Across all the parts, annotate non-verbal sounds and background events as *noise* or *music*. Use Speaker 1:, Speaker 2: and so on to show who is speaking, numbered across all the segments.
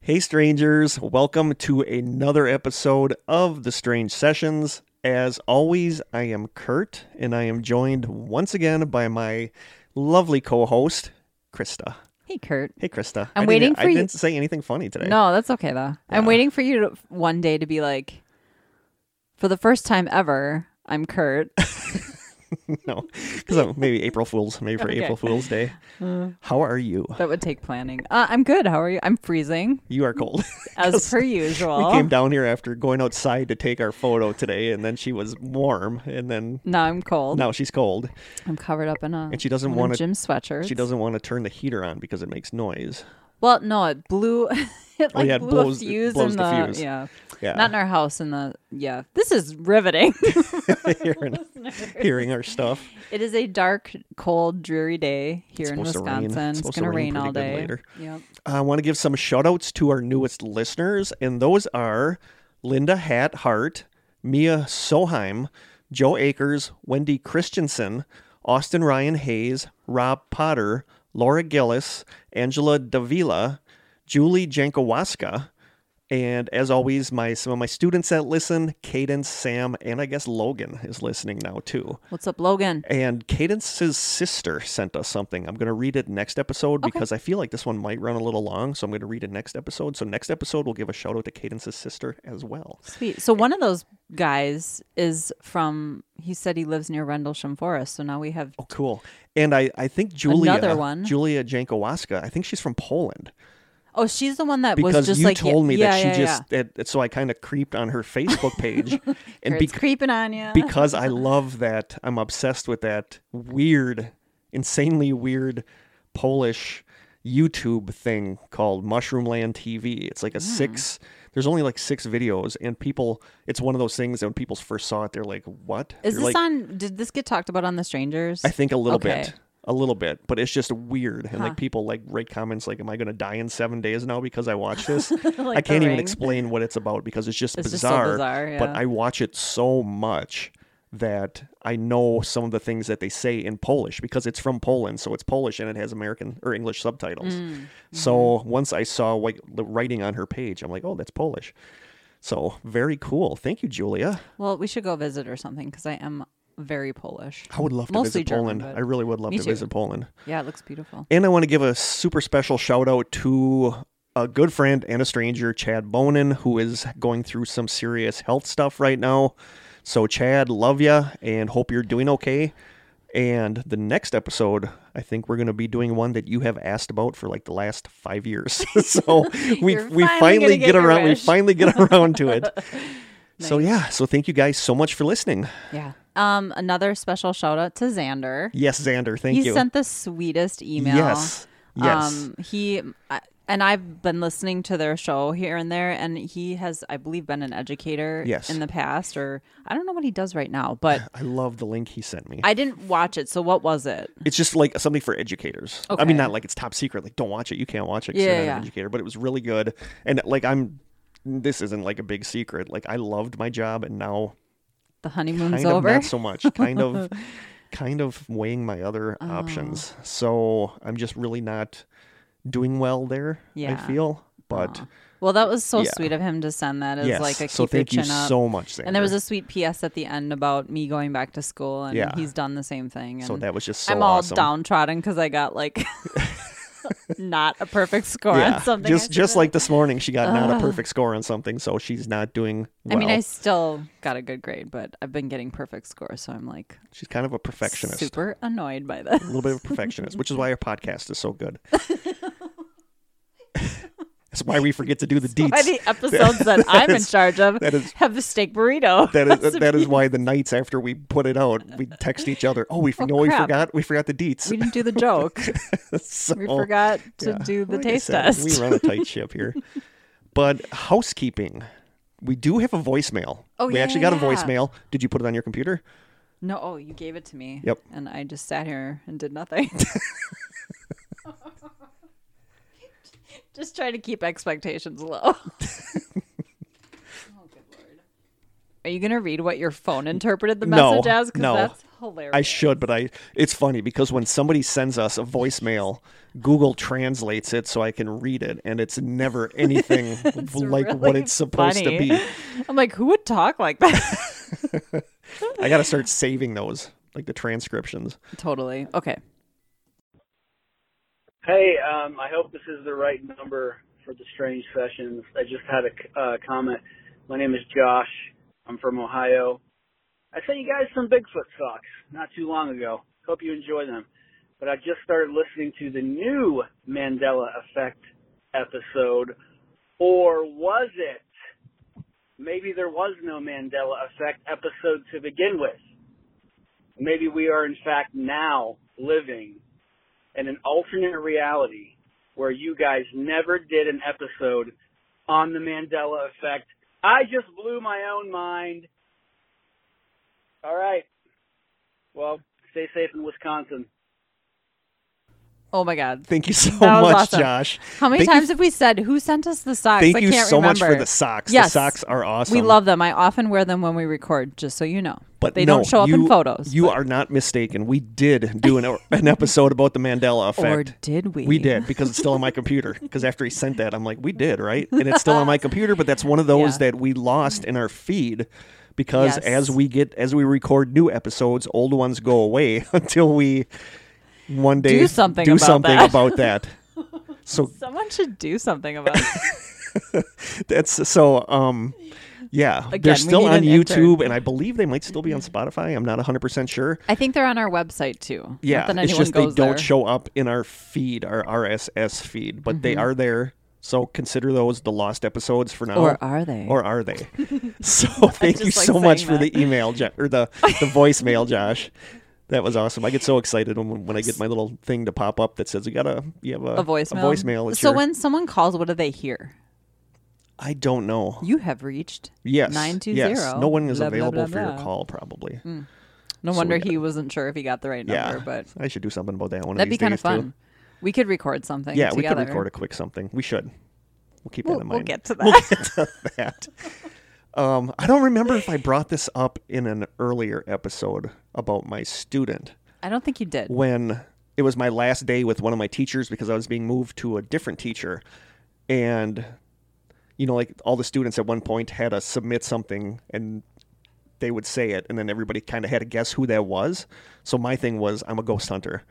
Speaker 1: Hey, strangers, welcome to another episode of The Strange Sessions. As always, I am Kurt, and I am joined once again by my lovely co host, Krista.
Speaker 2: Hey, Kurt.
Speaker 1: Hey, Krista.
Speaker 2: I'm
Speaker 1: I didn't- e-
Speaker 2: waiting for
Speaker 1: I
Speaker 2: you-
Speaker 1: didn't say anything funny today.
Speaker 2: No, that's okay though. I'm
Speaker 1: Yeah.
Speaker 2: waiting for you to one day to be like, for the first time ever, I'm Kurt.
Speaker 1: *laughs* no. Because maybe April Fool's, maybe for
Speaker 2: Okay. Uh.
Speaker 1: April Fool's Day. How are you?
Speaker 2: that
Speaker 1: *laughs*
Speaker 2: would take planning. Uh, I'm good. How are you? I'm freezing
Speaker 1: You are cold. *laughs*
Speaker 2: as per
Speaker 1: we
Speaker 2: usual.
Speaker 1: came down here after going outside to take our photo today, and then she was warm, and then
Speaker 2: now I'm cold.
Speaker 1: now she's cold.
Speaker 2: I'm covered up in a
Speaker 1: And she doesn't
Speaker 2: in a
Speaker 1: wanna-
Speaker 2: gym sweatshirt.
Speaker 1: She doesn't want to turn the heater on because it makes noise.
Speaker 2: Well, no, it blew. *laughs* it like
Speaker 1: Oh, yeah, it
Speaker 2: blew
Speaker 1: blows-
Speaker 2: a
Speaker 1: it
Speaker 2: fuse
Speaker 1: blows
Speaker 2: in
Speaker 1: the
Speaker 2: the,
Speaker 1: fuse.
Speaker 2: yeah.
Speaker 1: Yeah. *laughs*
Speaker 2: Not in our house in the yeah. This is riveting.
Speaker 1: hearing, hearing our stuff.
Speaker 2: it is a dark, cold, dreary day here in
Speaker 1: supposed to rain.
Speaker 2: Wisconsin.
Speaker 1: It's
Speaker 2: It's,
Speaker 1: supposed to
Speaker 2: gonna
Speaker 1: rain
Speaker 2: rain, all
Speaker 1: pretty good
Speaker 2: day.
Speaker 1: later.
Speaker 2: Yep.
Speaker 1: I want to give some shout outs to our newest listeners, and those are Linda Hat Hart, Mia Soheim, Joe Akers, Wendy Christensen, Austin Ryan Hayes, Rob Potter, Laura Gillis, Angela Davila, Julie Jankowaska, and as always, my some of my students that listen, Cadence, Sam, and I guess Logan is listening now too.
Speaker 2: What's up, Logan?
Speaker 1: And Cadence's sister sent us something. I'm going to read it next episode because I feel like this one might run a little long. So I'm going to read it next episode. So next episode, we'll give a shout out to Cadence's sister as well.
Speaker 2: Sweet. So one of those guys is from. He said he lives near Rendlesham Forest. So now we have.
Speaker 1: Oh, cool. And I, I think Julia,
Speaker 2: Another one.
Speaker 1: Julia Jankowaska, I think she's from Poland
Speaker 2: Oh, she's the one that was
Speaker 1: because
Speaker 2: just
Speaker 1: you
Speaker 2: like.
Speaker 1: told me that
Speaker 2: yeah,
Speaker 1: she
Speaker 2: yeah,
Speaker 1: just, that- that- so I kind of creeped on her Facebook
Speaker 2: *laughs*
Speaker 1: page.
Speaker 2: Yeah.
Speaker 1: and
Speaker 2: It's
Speaker 1: bec-
Speaker 2: creeping on you.
Speaker 1: because I love that, I'm obsessed with that weird, insanely weird Polish YouTube thing called Mushroom Land TV. It's
Speaker 2: Hmm.
Speaker 1: like a six. There's only like six videos, and people. It's one of those things that when people first saw it, they're like, "What?"
Speaker 2: is
Speaker 1: They're
Speaker 2: this
Speaker 1: like,
Speaker 2: on? Did this get talked about on The Strangers?
Speaker 1: I think a little
Speaker 2: Okay.
Speaker 1: bit. A little bit, but it's just weird, and like people like write comments like, "Am I going to die in seven days now because I watch this?"
Speaker 2: *laughs*
Speaker 1: I
Speaker 2: *laughs* Like The
Speaker 1: can't even
Speaker 2: Ring.
Speaker 1: explain what it's about because it's just
Speaker 2: It's just so
Speaker 1: bizarre.
Speaker 2: bizarre,
Speaker 1: But
Speaker 2: yeah.
Speaker 1: I watch it so much that I know some of the things that they say in Polish because it's from Poland, so it's Polish and it has American or English subtitles.
Speaker 2: Mm, mm-hmm.
Speaker 1: So once I saw like the writing on her page, I'm like, "Oh, that's Polish." So very cool. Thank you, Julia.
Speaker 2: Well, we should go visit or something because I am very Polish.
Speaker 1: I would love to
Speaker 2: Mostly
Speaker 1: visit
Speaker 2: German,
Speaker 1: Poland.
Speaker 2: but-
Speaker 1: I really would love
Speaker 2: Me
Speaker 1: to
Speaker 2: too.
Speaker 1: visit Poland.
Speaker 2: Yeah, it looks beautiful.
Speaker 1: And I want to give a super special shout out to a good friend and a stranger, Chad Bonin, who is going through some serious health stuff right now. So, Chad, love ya and hope you're doing okay. And the next episode, I think we're going to be doing one that you have asked about for like the last five
Speaker 2: *laughs*
Speaker 1: years. *laughs* so we
Speaker 2: You're
Speaker 1: we
Speaker 2: finally
Speaker 1: finally
Speaker 2: gonna
Speaker 1: get,
Speaker 2: get your
Speaker 1: around we
Speaker 2: wish.
Speaker 1: finally get around to
Speaker 2: *laughs*
Speaker 1: it. So yeah, so thank you guys so much for listening.
Speaker 2: Yeah. Um. Another special shout out to Xander.
Speaker 1: Yes, Xander, thank
Speaker 2: he
Speaker 1: you.
Speaker 2: sent the sweetest email.
Speaker 1: Yes. Yes.
Speaker 2: Um, he I, and I've been listening to their show here and there, and he has, I believe, been an educator
Speaker 1: Yes.
Speaker 2: in the past, or I don't know what he does right now,
Speaker 1: *laughs*
Speaker 2: but
Speaker 1: I love the link he sent me.
Speaker 2: I didn't watch it. So what was it?
Speaker 1: It's just like something for educators. I
Speaker 2: Okay.
Speaker 1: mean, not like it's top secret. Like, don't watch it. You can't watch it. 'cause
Speaker 2: Yeah,
Speaker 1: you're not
Speaker 2: yeah.
Speaker 1: an educator. But it was really good. And like, I'm. This isn't like a big secret. Like, I loved my job, and now
Speaker 2: The honeymoon's
Speaker 1: kind of
Speaker 2: over.
Speaker 1: not so much. Kind of,
Speaker 2: *laughs*
Speaker 1: kind of weighing my other
Speaker 2: Oh.
Speaker 1: options. So I'm just really not doing well there. I
Speaker 2: Yeah.
Speaker 1: feel, but
Speaker 2: well, that was so
Speaker 1: Yeah.
Speaker 2: sweet of him to send that as
Speaker 1: yes.
Speaker 2: like a
Speaker 1: so
Speaker 2: keep your
Speaker 1: thank you
Speaker 2: chin up.
Speaker 1: so much, Xander.
Speaker 2: and there was a sweet PS at the end about me going back to school, and
Speaker 1: Yeah.
Speaker 2: he's done the same thing. And
Speaker 1: so that was just so
Speaker 2: I'm all
Speaker 1: awesome.
Speaker 2: downtrodden because I
Speaker 1: *laughs*
Speaker 2: got like *laughs* not a perfect score
Speaker 1: Yeah,
Speaker 2: on *laughs* something. I
Speaker 1: just just
Speaker 2: submitted.
Speaker 1: like this morning, she got
Speaker 2: *laughs*
Speaker 1: not a perfect score on something, so she's not doing. Well.
Speaker 2: I mean, I still got a good grade, but I've been getting perfect scores, so I'm like
Speaker 1: She's kind of a perfectionist.
Speaker 2: super annoyed by this.
Speaker 1: A little bit of a perfectionist, which is why our podcast is so good. That's why we forget to do the
Speaker 2: *laughs* By
Speaker 1: deets. *laughs*
Speaker 2: the episodes that I'm in charge of
Speaker 1: that is-
Speaker 2: have the
Speaker 1: *laughs*
Speaker 2: steak burrito. *laughs*
Speaker 1: that is that is why the nights after we put it out, we text each other. Oh, we f no, we
Speaker 2: crap.
Speaker 1: forgot. We forgot the deets.
Speaker 2: we didn't
Speaker 1: *laughs*
Speaker 2: do the joke.
Speaker 1: So,
Speaker 2: We forgot to
Speaker 1: yeah.
Speaker 2: do the
Speaker 1: Like I
Speaker 2: taste
Speaker 1: said,
Speaker 2: test.
Speaker 1: We run a tight ship
Speaker 2: *laughs*
Speaker 1: here. But housekeeping, we do have a voicemail.
Speaker 2: Oh,
Speaker 1: we
Speaker 2: yeah,
Speaker 1: actually got a
Speaker 2: yeah.
Speaker 1: voicemail. Did you put it on your computer?
Speaker 2: no, oh, you gave it to me.
Speaker 1: Yep. *laughs*
Speaker 2: And I just sat here and did nothing. Just try to keep
Speaker 1: *laughs*
Speaker 2: expectations low. oh, good lord. Are you gonna read what your phone interpreted the
Speaker 1: No,
Speaker 2: message as? 'Cause
Speaker 1: no.
Speaker 2: that's hilarious.
Speaker 1: I should, but I it's funny because when somebody sends us a voicemail, Google translates it so I can read it and it's never
Speaker 2: *laughs*
Speaker 1: anything like what
Speaker 2: really
Speaker 1: it's supposed
Speaker 2: funny.
Speaker 1: to be.
Speaker 2: I'm like, who would talk like that? *laughs*
Speaker 1: I got to start saving those like the transcriptions.
Speaker 2: totally. Okay.
Speaker 3: Hey, um, I hope this is the right number for the Strange Sessions. I just had a c- uh, comment. My name is Josh. I'm from Ohio. I sent you guys some Bigfoot socks not too long ago. Hope you enjoy them. But I just started listening to the new Mandela Effect episode. Or was it? Maybe there was no Mandela Effect episode to begin with. Maybe we are, in fact, now living and an alternate reality where you guys never did an episode on the Mandela effect. I just blew my own mind. All right. Well, stay safe in Wisconsin.
Speaker 2: Oh my god.
Speaker 1: Thank you so
Speaker 2: That was
Speaker 1: much,
Speaker 2: awesome.
Speaker 1: Josh.
Speaker 2: How many
Speaker 1: Thank you-
Speaker 2: times have we said who sent us the socks?
Speaker 1: Thank
Speaker 2: I
Speaker 1: you
Speaker 2: can't
Speaker 1: so much for
Speaker 2: remember.
Speaker 1: the socks. The
Speaker 2: Yes.
Speaker 1: socks are awesome.
Speaker 2: We love them. I often wear them when we record, just so you know.
Speaker 1: but
Speaker 2: they
Speaker 1: no,
Speaker 2: don't show up in
Speaker 1: you-
Speaker 2: photos.
Speaker 1: You are not mistaken. We did do an, an episode about the Mandela
Speaker 2: *laughs* or
Speaker 1: effect.
Speaker 2: did we?
Speaker 1: We did because it's still on my computer. Because after he sent that, I'm like, we did, right? And it's still on my computer, but that's one of those
Speaker 2: Yeah.
Speaker 1: that we lost in our feed because
Speaker 2: Yes.
Speaker 1: as we get as we record new episodes, old ones go away *laughs* until we one day
Speaker 2: Do something
Speaker 1: do
Speaker 2: about
Speaker 1: something
Speaker 2: that.
Speaker 1: about
Speaker 2: *laughs*
Speaker 1: that. So
Speaker 2: Someone should do something about it.
Speaker 1: that's so um yeah,
Speaker 2: Again,
Speaker 1: they're
Speaker 2: we
Speaker 1: still
Speaker 2: need
Speaker 1: on
Speaker 2: an intern.
Speaker 1: YouTube and I believe they might still be on Spotify. I'm not 100% sure.
Speaker 2: *laughs* I think they're on our website too.
Speaker 1: Yeah,
Speaker 2: Not that
Speaker 1: it's
Speaker 2: anyone
Speaker 1: just they
Speaker 2: goes
Speaker 1: don't
Speaker 2: there.
Speaker 1: show up in our feed, our RSS feed, but
Speaker 2: Mm-hmm.
Speaker 1: they are there. So consider those the lost episodes for now.
Speaker 2: Or are they?
Speaker 1: Or are
Speaker 2: *laughs*
Speaker 1: they? so thank you
Speaker 2: just like
Speaker 1: so much for
Speaker 2: saying
Speaker 1: the email jo- or the
Speaker 2: *laughs*
Speaker 1: the voicemail, Josh. That was awesome. I get so excited when, when I get my little thing to pop up that says you got a you have a,
Speaker 2: a voicemail.
Speaker 1: voicemail. It's
Speaker 2: So
Speaker 1: your-
Speaker 2: when someone calls, what do they hear?
Speaker 1: I don't know.
Speaker 2: You have reached.
Speaker 1: Yes.
Speaker 2: 920,
Speaker 1: Yes. No one is
Speaker 2: blah, blah,
Speaker 1: available
Speaker 2: blah,
Speaker 1: for your
Speaker 2: blah.
Speaker 1: call, probably. So
Speaker 2: No wonder
Speaker 1: we gotta-
Speaker 2: he wasn't sure if he got the right
Speaker 1: yeah.
Speaker 2: number, but
Speaker 1: I should do something about that one.
Speaker 2: that'd be
Speaker 1: these
Speaker 2: kind of
Speaker 1: days, too.
Speaker 2: fun. We could record something.
Speaker 1: Yeah,
Speaker 2: together.
Speaker 1: we could record a quick something. We should. We'll keep
Speaker 2: We'll,
Speaker 1: that in
Speaker 2: we'll
Speaker 1: mind. *laughs*
Speaker 2: get to that.
Speaker 1: that. Um, I don't remember if I brought this up in an earlier episode about my student
Speaker 2: I don't think you did.
Speaker 1: when it was my last day with one of my teachers because I was being moved to a different teacher. And, you know, like all the students at one point had us submit something and they would say it. And then everybody kind of had to guess who that was. So my thing was, I'm a ghost hunter.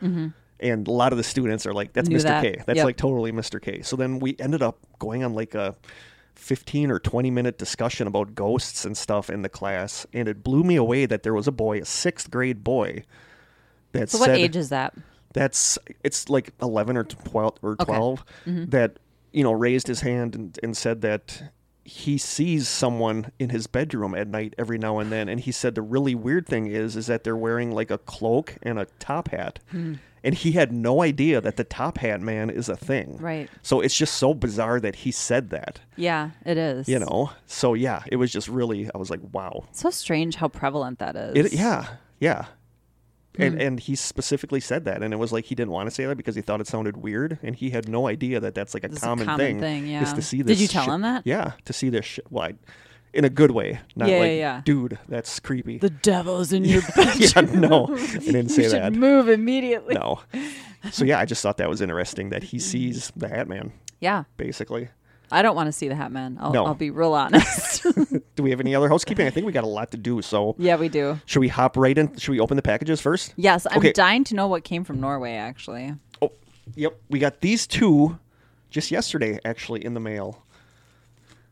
Speaker 1: And a lot of the students are like, that's
Speaker 2: Mm-hmm.
Speaker 1: Mr.
Speaker 2: Knew that.
Speaker 1: K. That's
Speaker 2: Yep.
Speaker 1: like totally Mr. K. So then we ended up going on like a 15 or 20 minute discussion about ghosts and stuff in the class. And it blew me away that there was a boy, a sixth grade boy, that
Speaker 2: So
Speaker 1: said,
Speaker 2: what age is that?
Speaker 1: that's it's like 11 or 12 or 12 that you know raised his hand and, and said that he sees someone in his bedroom at night every now and then and he said the really weird thing is is that they're wearing like a cloak and a top hat and he had no idea that the top hat man is a thing
Speaker 2: Right.
Speaker 1: so it's just so bizarre that he said that
Speaker 2: Yeah, it is.
Speaker 1: you know so yeah it was just really i was like wow
Speaker 2: So strange how prevalent that
Speaker 1: it,
Speaker 2: is.
Speaker 1: yeah, yeah.
Speaker 2: Hmm.
Speaker 1: And and he specifically said that, and it was like he didn't want to say that because he thought it sounded weird, and he had no idea that that's like a,
Speaker 2: It's a
Speaker 1: common,
Speaker 2: common
Speaker 1: thing.
Speaker 2: thing,
Speaker 1: Is
Speaker 2: yeah.
Speaker 1: to see
Speaker 2: Did
Speaker 1: this
Speaker 2: you tell
Speaker 1: shit-
Speaker 2: him that?
Speaker 1: Yeah, to see this shit. Well, I- in a good way, not
Speaker 2: Yeah, yeah,
Speaker 1: like,
Speaker 2: yeah.
Speaker 1: dude, that's creepy.
Speaker 2: The devil's in your
Speaker 1: *laughs*
Speaker 2: bedroom.
Speaker 1: yeah,
Speaker 2: *laughs*
Speaker 1: no, I didn't say
Speaker 2: you should
Speaker 1: that.
Speaker 2: move immediately.
Speaker 1: No. So yeah, I just thought that was interesting that he sees the Hat Man
Speaker 2: Yeah,
Speaker 1: basically.
Speaker 2: I don't want to see the Hat Man. I'll,
Speaker 1: No.
Speaker 2: I'll be
Speaker 1: *laughs*
Speaker 2: real honest. *laughs*
Speaker 1: Do we have any other housekeeping? I think we got a lot to do. So
Speaker 2: yeah, we do.
Speaker 1: should we hop right in? Should we open the packages first?
Speaker 2: Yes, I'm
Speaker 1: Okay.
Speaker 2: dying to know what came from Norway. Actually,
Speaker 1: Oh, yep. We got these two just yesterday, actually, in the mail.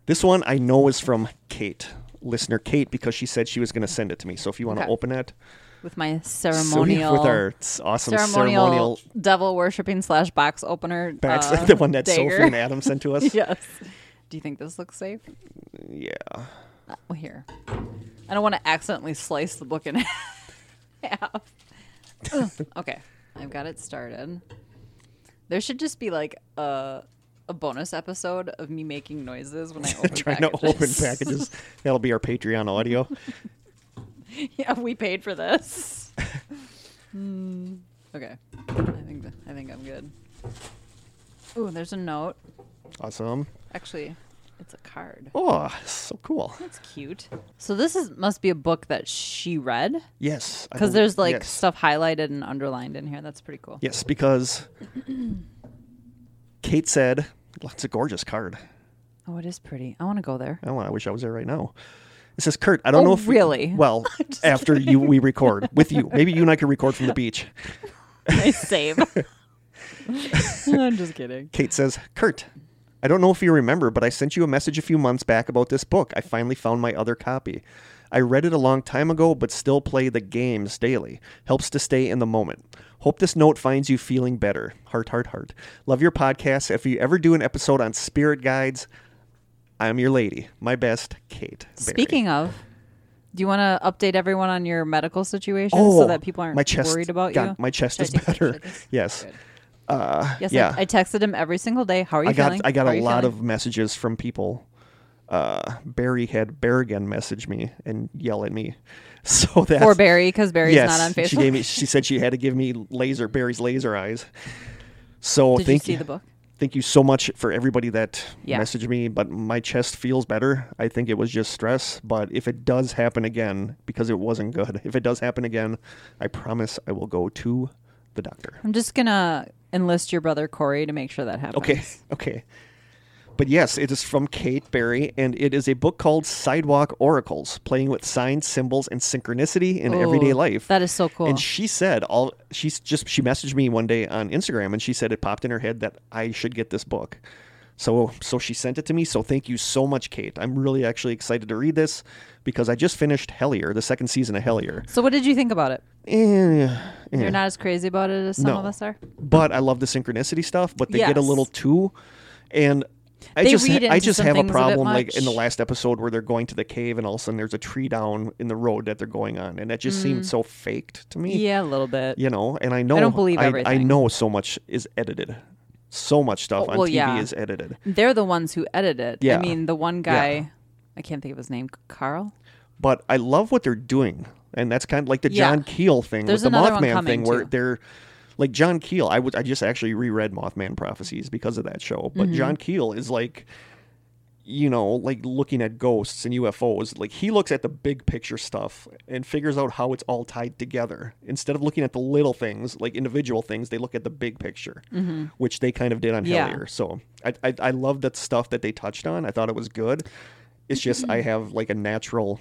Speaker 1: This one I know is from Kate, listener Kate, because she said she was going to send it to me. So if you want to
Speaker 2: Okay.
Speaker 1: open it
Speaker 2: with my
Speaker 1: so we-
Speaker 2: ceremonial,
Speaker 1: with our s- awesome
Speaker 2: ceremonial,
Speaker 1: ceremonial
Speaker 2: devil worshipping slash box
Speaker 1: *laughs*
Speaker 2: opener,
Speaker 1: backs,
Speaker 2: uh,
Speaker 1: the one that
Speaker 2: dagger. *laughs*
Speaker 1: Sophie and Adam sent to us.
Speaker 2: yes. Do you think this looks safe?
Speaker 1: yeah.
Speaker 2: Uh, well, here. I don't want to accidentally slice the book in *laughs* half. Ugh, okay, I've got it started. There should just be like a a bonus episode of me making noises
Speaker 1: *laughs*
Speaker 2: when I open
Speaker 1: Trying
Speaker 2: packages.
Speaker 1: to open packages. That'll be our Patreon audio.
Speaker 2: *laughs* yeah, we paid for
Speaker 1: *laughs*
Speaker 2: this. Hmm, okay, I think th- I think I'm good. Ooh, there's a note.
Speaker 1: Awesome.
Speaker 2: Actually, it's a card.
Speaker 1: Oh, so cool.
Speaker 2: That's cute. So this is must be a book that she read
Speaker 1: Yes. I
Speaker 2: because
Speaker 1: believe-
Speaker 2: there's like
Speaker 1: yes.
Speaker 2: stuff highlighted and underlined in here. That's pretty cool.
Speaker 1: Yes,
Speaker 2: *clears throat*
Speaker 1: because Kate said, "That's a gorgeous card."
Speaker 2: Oh, it is pretty. I want to
Speaker 1: *laughs*
Speaker 2: go there. *laughs*
Speaker 1: Oh, I wish I was there right now. It says, "Kurt, I don't
Speaker 2: Oh,
Speaker 1: know if you-
Speaker 2: really?
Speaker 1: *laughs*
Speaker 2: *laughs*
Speaker 1: well after you we record with you. Maybe you and I could record from the beach."
Speaker 2: I
Speaker 1: *laughs*
Speaker 2: save. I'm just kidding.
Speaker 1: Kate says, "Kurt, I don't know if you remember, but I sent you a message a few months back about this book. I finally found my other copy. I read it a long time ago, but still play the games daily. Helps to stay in the moment. Hope this note finds you feeling better. Heart, heart, heart. Love your podcast. If you ever do an episode on spirit guides, I'm your lady. My best, Kate. Barry."
Speaker 2: Speaking of, do you want to update everyone on your medical situation so that people aren't
Speaker 1: Oh, my chest
Speaker 2: worried about
Speaker 1: got-
Speaker 2: you?
Speaker 1: My chest
Speaker 2: Should I
Speaker 1: is
Speaker 2: take a picture
Speaker 1: better.
Speaker 2: of this?
Speaker 1: *laughs* Yes.
Speaker 2: Good.
Speaker 1: Uh,
Speaker 2: Yes, I-
Speaker 1: yeah.
Speaker 2: I, texted him every single day. How are you
Speaker 1: I got
Speaker 2: feeling?
Speaker 1: I got
Speaker 2: How are
Speaker 1: a
Speaker 2: you
Speaker 1: lot
Speaker 2: feeling?
Speaker 1: of messages from people. Uh, Barry had Berrigan message me and yell at me, *laughs* so that
Speaker 2: for Barry because Barry's
Speaker 1: yes,
Speaker 2: not on Facebook.
Speaker 1: she gave
Speaker 2: *laughs*
Speaker 1: me. She said she had to give me laser Barry's laser eyes. So
Speaker 2: Did you
Speaker 1: thank
Speaker 2: see the book?
Speaker 1: Thank you so much for everybody that
Speaker 2: Yeah.
Speaker 1: messaged me. But my chest feels better. I think it was just stress. But if it does happen again, because it wasn't good, if it does happen again, I promise I will go to the doctor.
Speaker 2: I'm just gonna enlist your brother Corey to make sure that happens.
Speaker 1: Okay, *laughs* okay. But yes, it is from Kate Berry, and it is a book called Sidewalk Oracles, playing with signs, symbols, and synchronicity in everyday
Speaker 2: Ooh,
Speaker 1: life.
Speaker 2: That is so Oh, cool.
Speaker 1: And she said all she's just she messaged me one day on Instagram and she said it popped in her head that I should get this book. So so she sent it to me. So thank you so much, Kate. I'm really actually excited to read this because I just finished Hellier, the second season of Hellier.
Speaker 2: so, what did you think about it?
Speaker 1: Eh, eh
Speaker 2: You're not as crazy about it as some
Speaker 1: No. *laughs*
Speaker 2: of us are.
Speaker 1: but I love the synchronicity stuff. But they get a
Speaker 2: Yes.
Speaker 1: little too, and I
Speaker 2: They
Speaker 1: just
Speaker 2: read
Speaker 1: I
Speaker 2: into
Speaker 1: just
Speaker 2: some
Speaker 1: have a
Speaker 2: things a bit
Speaker 1: problem like in the
Speaker 2: much.
Speaker 1: last episode where they're going to the cave and all of a sudden there's a tree down in the road that they're going on, and that just seemed so faked to me.
Speaker 2: Mm. Yeah, a little bit.
Speaker 1: you know, and I know
Speaker 2: don't believe
Speaker 1: I
Speaker 2: everything.
Speaker 1: know so much is edited, so much stuff
Speaker 2: Oh,
Speaker 1: on
Speaker 2: well,
Speaker 1: TV
Speaker 2: yeah.
Speaker 1: is edited.
Speaker 2: They're the ones who edit it.
Speaker 1: Yeah.
Speaker 2: I mean, the one
Speaker 1: Yeah.
Speaker 2: guy, I can't think of his name, Carl.
Speaker 1: but I love what they're doing, and that's kind of like the
Speaker 2: Yeah.
Speaker 1: John Keel thing
Speaker 2: There's
Speaker 1: with the
Speaker 2: another one
Speaker 1: Mothman
Speaker 2: coming,
Speaker 1: thing, where
Speaker 2: too.
Speaker 1: they're like John Keel. I would I just actually reread Mothman Prophecies because of that show, but John
Speaker 2: Mm-hmm.
Speaker 1: Keel is like, you know, like looking at ghosts and UFOs. Like he looks at the big picture stuff and figures out how it's all tied together. Instead of looking at the little things, like individual things, they look at the big picture, which they kind of did on
Speaker 2: Mm-hmm. Yeah.
Speaker 1: Hellier. So I, I I love that stuff that they touched on. I thought it was good. It's just I
Speaker 2: Mm-hmm.
Speaker 1: have like a natural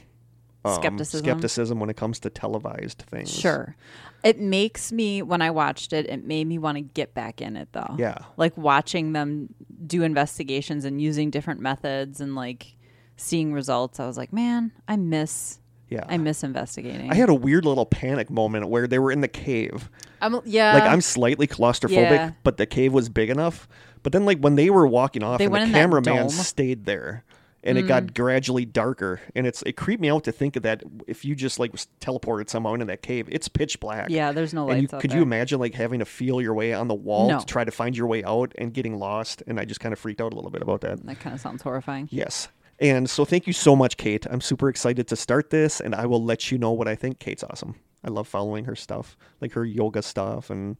Speaker 1: um,
Speaker 2: Skepticism.
Speaker 1: skepticism when it comes to televised things.
Speaker 2: Sure. It makes me, when I watched it, it made me want to get back in it though.
Speaker 1: Yeah.
Speaker 2: Like watching them do investigations and using different methods and like seeing results, I was like, man, I miss.
Speaker 1: Yeah.
Speaker 2: I miss investigating.
Speaker 1: I had a weird little panic moment where they were in the cave.
Speaker 2: I'm, yeah.
Speaker 1: like I'm slightly claustrophobic,
Speaker 2: Uh, yeah.
Speaker 1: but the cave was big enough. But then like when they were walking off,
Speaker 2: They
Speaker 1: and
Speaker 2: went
Speaker 1: the
Speaker 2: in that
Speaker 1: cameraman
Speaker 2: dome. Mm-hmm.
Speaker 1: stayed there. And it got gradually darker, and it's it creeped me out to think of that. If you just like was teleported somehow into that cave, it's pitch black.
Speaker 2: Yeah, there's no
Speaker 1: And you,
Speaker 2: lights out
Speaker 1: could you
Speaker 2: there.
Speaker 1: imagine like having to feel your way on the wall
Speaker 2: No.
Speaker 1: to try to find your way out and getting lost? And I just kind of freaked out a little bit about that.
Speaker 2: That kind of sounds horrifying.
Speaker 1: Yes. And so thank you so much, Kate. I'm super excited to start this, and I will let you know what I think. Kate's awesome. I love following her stuff, like her yoga stuff and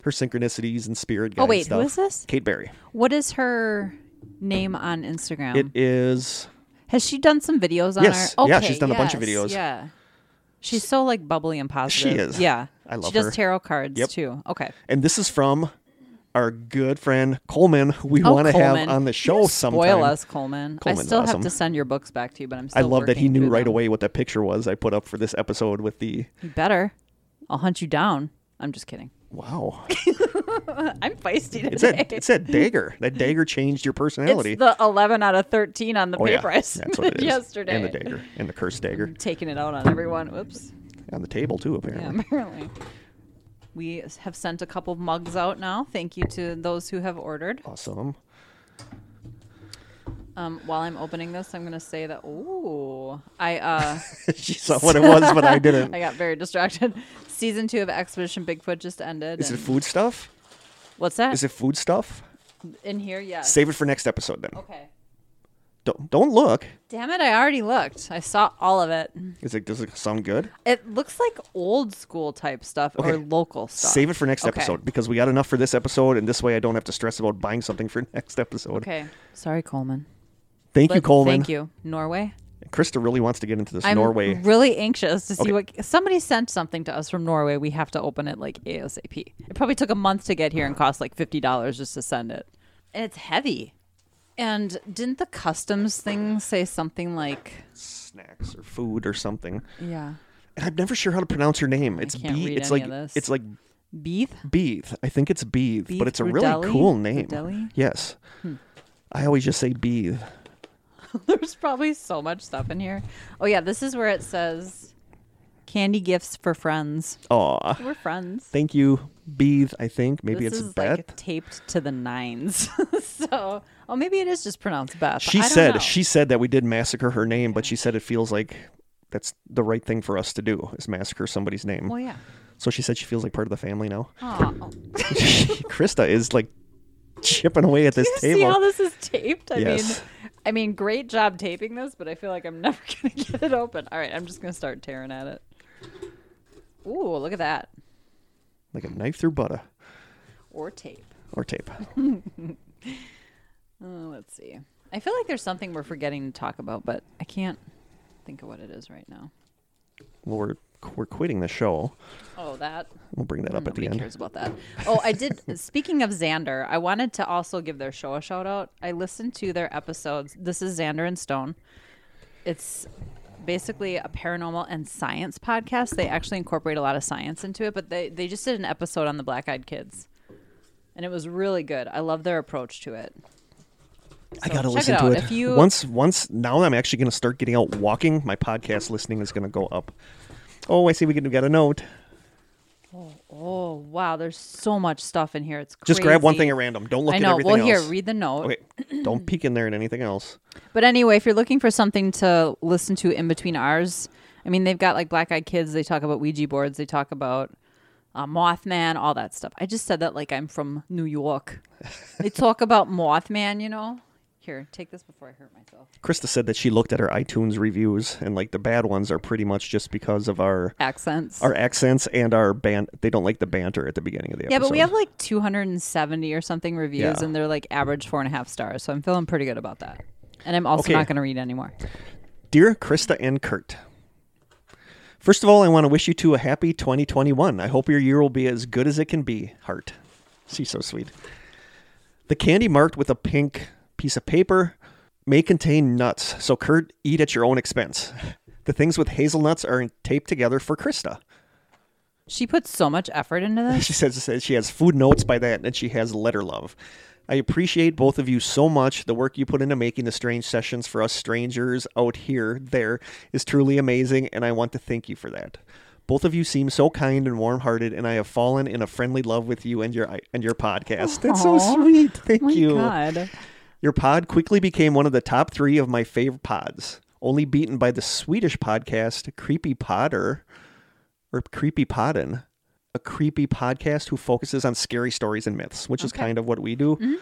Speaker 1: her synchronicities and spirit guide
Speaker 2: Oh wait,
Speaker 1: stuff.
Speaker 2: who is this?
Speaker 1: Kate Berry.
Speaker 2: What is her name on Instagram?
Speaker 1: It is
Speaker 2: Has she done some videos on
Speaker 1: Yes.
Speaker 2: our?
Speaker 1: Yeah,
Speaker 2: Okay,
Speaker 1: she's done a bunch of
Speaker 2: yes,
Speaker 1: videos.
Speaker 2: Yeah. She's so like bubbly and positive.
Speaker 1: is.
Speaker 2: Yeah.
Speaker 1: I love
Speaker 2: She does
Speaker 1: her.
Speaker 2: tarot cards
Speaker 1: Yep.
Speaker 2: too. Okay.
Speaker 1: and this is from our good friend Coleman, who we want to have
Speaker 2: Oh, Coleman.
Speaker 1: on the
Speaker 2: You
Speaker 1: show
Speaker 2: spoil
Speaker 1: sometime.
Speaker 2: us, Coleman. I
Speaker 1: Coleman's
Speaker 2: still
Speaker 1: awesome.
Speaker 2: have to send your books back to you, but I'm
Speaker 1: I
Speaker 2: still.
Speaker 1: love that he
Speaker 2: working
Speaker 1: knew
Speaker 2: through
Speaker 1: right
Speaker 2: them.
Speaker 1: away what that picture was I put up for this episode with the
Speaker 2: You better. I'll hunt you down. I'm just kidding.
Speaker 1: wow.
Speaker 2: *laughs* I'm feisty today.
Speaker 1: It said
Speaker 2: *laughs*
Speaker 1: it said dagger. That dagger changed your personality.
Speaker 2: It's the 11 out of 13 on the
Speaker 1: oh yeah,
Speaker 2: paper I
Speaker 1: that's what it
Speaker 2: *laughs* submitted
Speaker 1: is.
Speaker 2: yesterday.
Speaker 1: and the dagger and the cursed dagger
Speaker 2: Taking it out on everyone. Whoops.
Speaker 1: on the table too.
Speaker 2: Yeah,
Speaker 1: Apparently,
Speaker 2: *laughs* apparently. We have sent a couple mugs out now. Thank you to those who have ordered. *laughs*
Speaker 1: awesome. *laughs*
Speaker 2: Um, while I'm opening this, I'm gonna say that. Ooh,
Speaker 1: *laughs*
Speaker 2: I uh,
Speaker 1: she saw what it was, but I didn't.
Speaker 2: *laughs* I got very distracted. Season two of Expedition Bigfoot just ended.
Speaker 1: Is it
Speaker 2: and-
Speaker 1: food
Speaker 2: *laughs*
Speaker 1: stuff?
Speaker 2: What's that?
Speaker 1: Is it food stuff?
Speaker 2: Uh, in here? Yeah. oh.
Speaker 1: Save it for next episode then.
Speaker 2: okay.
Speaker 1: Don't don't look.
Speaker 2: Damn it, I already looked. I saw all of it.
Speaker 1: Is it does it sound good?
Speaker 2: It looks like old school type stuff
Speaker 1: Okay.
Speaker 2: or local stuff.
Speaker 1: Save it for next
Speaker 2: Okay.
Speaker 1: episode because we got enough for this episode, and this way I don't have to stress about buying something for *laughs* next episode.
Speaker 2: Okay. Sorry, Coleman.
Speaker 1: Thank you,
Speaker 2: But
Speaker 1: Coleman.
Speaker 2: Thank you. Norway?
Speaker 1: Krista really wants to get into this
Speaker 2: I'm
Speaker 1: Norway.
Speaker 2: *laughs* really anxious to see
Speaker 1: Okay.
Speaker 2: what somebody sent something to us from Norway. We have to open it like ASAP. It probably took a month to get here and cost like fifty dollars just to send it, and it's heavy. And didn't the customs thing say something like,
Speaker 1: snacks or food or something.
Speaker 2: yeah,
Speaker 1: And I'm never sure how to pronounce your name. It's
Speaker 2: can't
Speaker 1: B.
Speaker 2: read
Speaker 1: It's
Speaker 2: any
Speaker 1: like
Speaker 2: of this.
Speaker 1: it's like
Speaker 2: beef? *laughs*
Speaker 1: Beeth. I think it's Beeth,
Speaker 2: Beeth
Speaker 1: but it's a really
Speaker 2: Rudelli?
Speaker 1: cool name.
Speaker 2: Rudelli? Hmm.
Speaker 1: Yes. I always just say Beeth.
Speaker 2: There's probably so much stuff in here. Oh yeah, this is where it says candy gifts for friends.
Speaker 1: Aw.
Speaker 2: We're friends.
Speaker 1: Thank you, Beeth. I think maybe
Speaker 2: this
Speaker 1: it's
Speaker 2: is
Speaker 1: Beth.
Speaker 2: like taped to the nines. *laughs* so, oh, maybe it is just pronounced Beth.
Speaker 1: she
Speaker 2: I don't
Speaker 1: said
Speaker 2: know.
Speaker 1: she said that we did massacre her name, but she said it feels like that's the right thing for us to do is massacre somebody's name.
Speaker 2: Well, yeah.
Speaker 1: So she said she feels like part of the family
Speaker 2: *laughs*
Speaker 1: now. *laughs*
Speaker 2: Aw, oh.
Speaker 1: Krista is like chipping away at this
Speaker 2: you
Speaker 1: table.
Speaker 2: see how this is taped? I
Speaker 1: Yes.
Speaker 2: mean, I mean, great job taping this, but I feel like I'm *laughs* never gonna get it open. All right, I'm just gonna start tearing at it. Ooh, look at that,
Speaker 1: like a knife through butter
Speaker 2: or tape.
Speaker 1: or tape.
Speaker 2: Uh, let's see. I feel like there's something we're forgetting to talk about, but I can't think of what it is right now.
Speaker 1: well, we're we're quitting the show.
Speaker 2: Oh, that.
Speaker 1: We'll bring that up at the
Speaker 2: Nobody
Speaker 1: end.
Speaker 2: cares about that. Oh, I did. *laughs* speaking of Xander, I wanted to also give their show a shout out. I listened to their episodes. This is Xander and Stone. It's basically a paranormal and science podcast. They actually incorporate a lot of science into it, but they they just did an episode on the Black Eyed Kids, and it was really good. I love their approach to it.
Speaker 1: I gotta
Speaker 2: check it
Speaker 1: listen to
Speaker 2: out.
Speaker 1: it.
Speaker 2: If you-
Speaker 1: Once, once now, I'm actually gonna start getting out walking. My podcast listening is gonna go up. Oh, I see. We can get a note.
Speaker 2: Oh wow, there's so much stuff in here. It's crazy.
Speaker 1: Just grab one thing at random. Don't look
Speaker 2: I
Speaker 1: at
Speaker 2: know.
Speaker 1: everything
Speaker 2: Well, here,
Speaker 1: else.
Speaker 2: read the note. *clears throat*
Speaker 1: okay, don't peek in there at anything else.
Speaker 2: But anyway, if you're looking for something to listen to in between ours, I mean, they've got like Black Eyed Kids. They talk about Ouija boards. They talk about uh, Mothman, all that stuff. I just said that like I'm from New York.
Speaker 1: *laughs*
Speaker 2: they talk about Mothman, you know? Here, take this before I hurt myself.
Speaker 1: Krista said that she looked at her iTunes reviews, and like the bad ones are pretty much just because of our
Speaker 2: Accents.
Speaker 1: our accents and our ban. They don't like the banter at the beginning of the
Speaker 2: yeah,
Speaker 1: episode.
Speaker 2: but we have like 270 or something reviews,
Speaker 1: Yeah.
Speaker 2: and they're like average four and a half stars. So I'm feeling pretty good about that. And I'm also
Speaker 1: Okay.
Speaker 2: not going to read anymore.
Speaker 1: Dear Krista and Kurt, first of all, I want to wish you two a happy 2021. I hope your year will be as good as it can be. Heart. She's so sweet. The candy marked with a pink piece of paper may contain nuts, so Kurt, eat at your own expense. The things with hazelnuts are taped together for Krista.
Speaker 2: She put so much effort into this.
Speaker 1: *laughs* She says, says she has food notes by that, and she has letter love. I appreciate both of you so much. The work you put into making the strange sessions for us strangers out here, there, is truly amazing, and I want to thank you for that. Both of you seem so kind and warm-hearted, and I have fallen in a friendly love with you and your and your podcast. That's so
Speaker 2: Aw.
Speaker 1: sweet. Thank
Speaker 2: Oh My
Speaker 1: you.
Speaker 2: God.
Speaker 1: Your pod quickly became one of the top three of my favorite pods, only beaten by the Swedish podcast Creepy Podder or Creepy Podden, a creepy podcast who focuses on scary stories and myths, which is kind of what we do.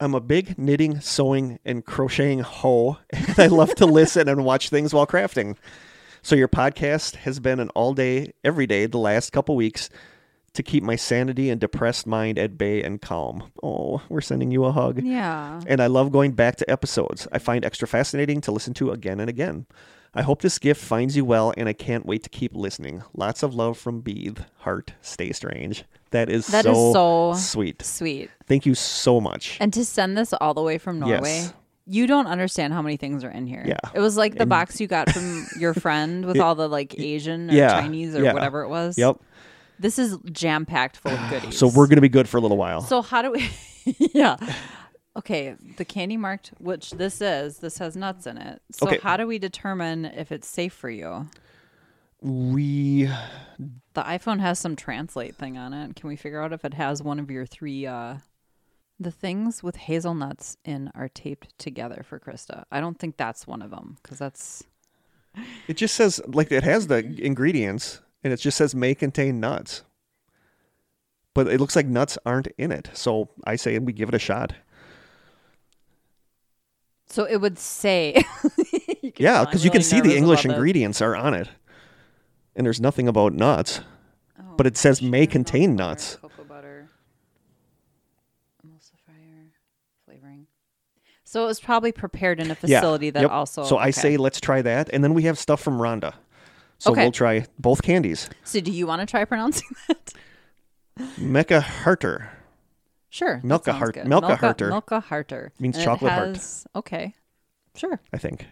Speaker 1: I'm a big knitting, sewing, and crocheting hoe, *laughs* and I love to listen and watch things while crafting. So your podcast has been an all day, every day, the last couple weeks to keep my sanity and depressed mind at bay and calm. Oh, we're sending you a hug.
Speaker 2: Yeah.
Speaker 1: Uh-huh. And I love going back to episodes. I find extra fascinating to listen to again and again. I hope this gift finds you well, and I can't wait to keep listening. Lots of love from Beeth. Heart, stay strange. That is
Speaker 2: That is
Speaker 1: so,
Speaker 2: so
Speaker 1: sweet.
Speaker 2: Sweet.
Speaker 1: Thank you so much.
Speaker 2: And to send this all the way from Norway,
Speaker 1: Yes.
Speaker 2: you don't understand how many things are in here.
Speaker 1: Yeah.
Speaker 2: It was like the box you got from your
Speaker 1: *laughs*
Speaker 2: friend with all the like Asian or
Speaker 1: Yeah,
Speaker 2: Chinese or
Speaker 1: yeah.
Speaker 2: whatever it was.
Speaker 1: Yep.
Speaker 2: This is jam packed
Speaker 1: *sighs*
Speaker 2: full of goodies.
Speaker 1: So we're going to be good for a little while.
Speaker 2: So how do we *laughs* Yeah. Okay, the candy marked which this is, this has nuts in it. So
Speaker 1: Okay.
Speaker 2: how do we determine if it's safe for you?
Speaker 1: we
Speaker 2: The iPhone has some translate thing on it. Can we figure out if it has one of your three uh the things with hazelnuts in are taped together for Krista? I don't think that's one of them cuz that's
Speaker 1: it just says like it has the ingredients and it just says may contain nuts. But it looks like nuts aren't in it. So I say we give it a shot.
Speaker 2: So it would say. *laughs* You can
Speaker 1: Yeah,
Speaker 2: tell I'm
Speaker 1: because you can
Speaker 2: really
Speaker 1: see the
Speaker 2: nervous
Speaker 1: English
Speaker 2: about this.
Speaker 1: ingredients are on it, and there's nothing about nuts.
Speaker 2: Oh,
Speaker 1: but it says may
Speaker 2: Sugar,
Speaker 1: contain
Speaker 2: milk butter,
Speaker 1: nuts.
Speaker 2: Cocoa butter, emulsifier, flavoring. So it was probably prepared in a facility
Speaker 1: yeah.
Speaker 2: that
Speaker 1: yep.
Speaker 2: also.
Speaker 1: So I
Speaker 2: okay.
Speaker 1: say let's try that, and then we have stuff from Rhonda. So
Speaker 2: Okay.
Speaker 1: we'll try both candies.
Speaker 2: So do you want to try pronouncing *laughs* that?
Speaker 1: Mecca Harter.
Speaker 2: Sure.
Speaker 1: Milka Hart-
Speaker 2: Hart.
Speaker 1: Milka Harter.
Speaker 2: Milka Harter.
Speaker 1: Means
Speaker 2: And it
Speaker 1: chocolate heart.
Speaker 2: has- Okay. Sure.
Speaker 1: I think.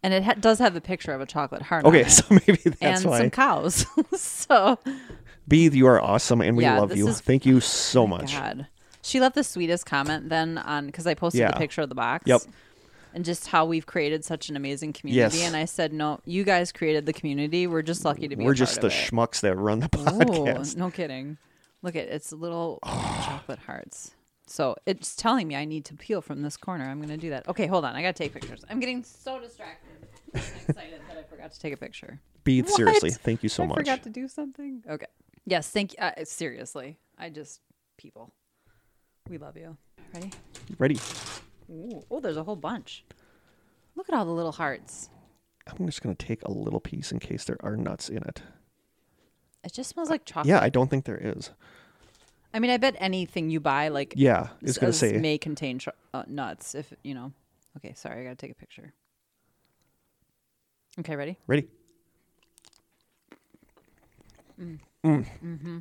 Speaker 2: And it ha- does have a picture of a chocolate heart. on
Speaker 1: Okay, *laughs*
Speaker 2: it
Speaker 1: so maybe that's
Speaker 2: and
Speaker 1: why.
Speaker 2: some cows. *laughs* so
Speaker 1: Beeth, you are awesome, and we
Speaker 2: Yeah,
Speaker 1: love
Speaker 2: this
Speaker 1: you.
Speaker 2: is-
Speaker 1: Thank you so much.
Speaker 2: God. She left the sweetest comment then on because I posted
Speaker 1: Yeah.
Speaker 2: the picture of the box.
Speaker 1: Yep.
Speaker 2: And just how we've created such an amazing community.
Speaker 1: Yes.
Speaker 2: And I said, no, you guys created the community. We're just lucky to be. a
Speaker 1: We're
Speaker 2: part
Speaker 1: just
Speaker 2: of
Speaker 1: the
Speaker 2: it."
Speaker 1: schmucks that run the
Speaker 2: Oh,
Speaker 1: podcast.
Speaker 2: no kidding. Look at it's
Speaker 1: *sighs*
Speaker 2: little chocolate hearts. So it's telling me I need to peel from this corner. I'm going to do that. Okay, hold on. I got to take pictures. I'm getting so distracted. and
Speaker 1: *laughs*
Speaker 2: excited that I forgot to take a picture.
Speaker 1: Beeth,
Speaker 2: What?
Speaker 1: seriously, thank you so
Speaker 2: I
Speaker 1: much.
Speaker 2: forgot to do something. Okay. Yes. Thank you. Uh, seriously, I just people. We love you. Ready?
Speaker 1: Ready?
Speaker 2: Ooh. Oh, there's a whole bunch. Look at all the little hearts.
Speaker 1: I'm just gonna take a little piece in case there are nuts in it.
Speaker 2: It just smells like chocolate.
Speaker 1: Yeah, I don't think there is.
Speaker 2: I mean, I bet anything you buy, like
Speaker 1: Yeah, it's gonna
Speaker 2: says
Speaker 1: say
Speaker 2: may contain cho- uh, nuts. If you know. Okay. Sorry, I gotta take a picture. Okay. Ready?
Speaker 1: ready. Mm.
Speaker 2: Mm-hmm.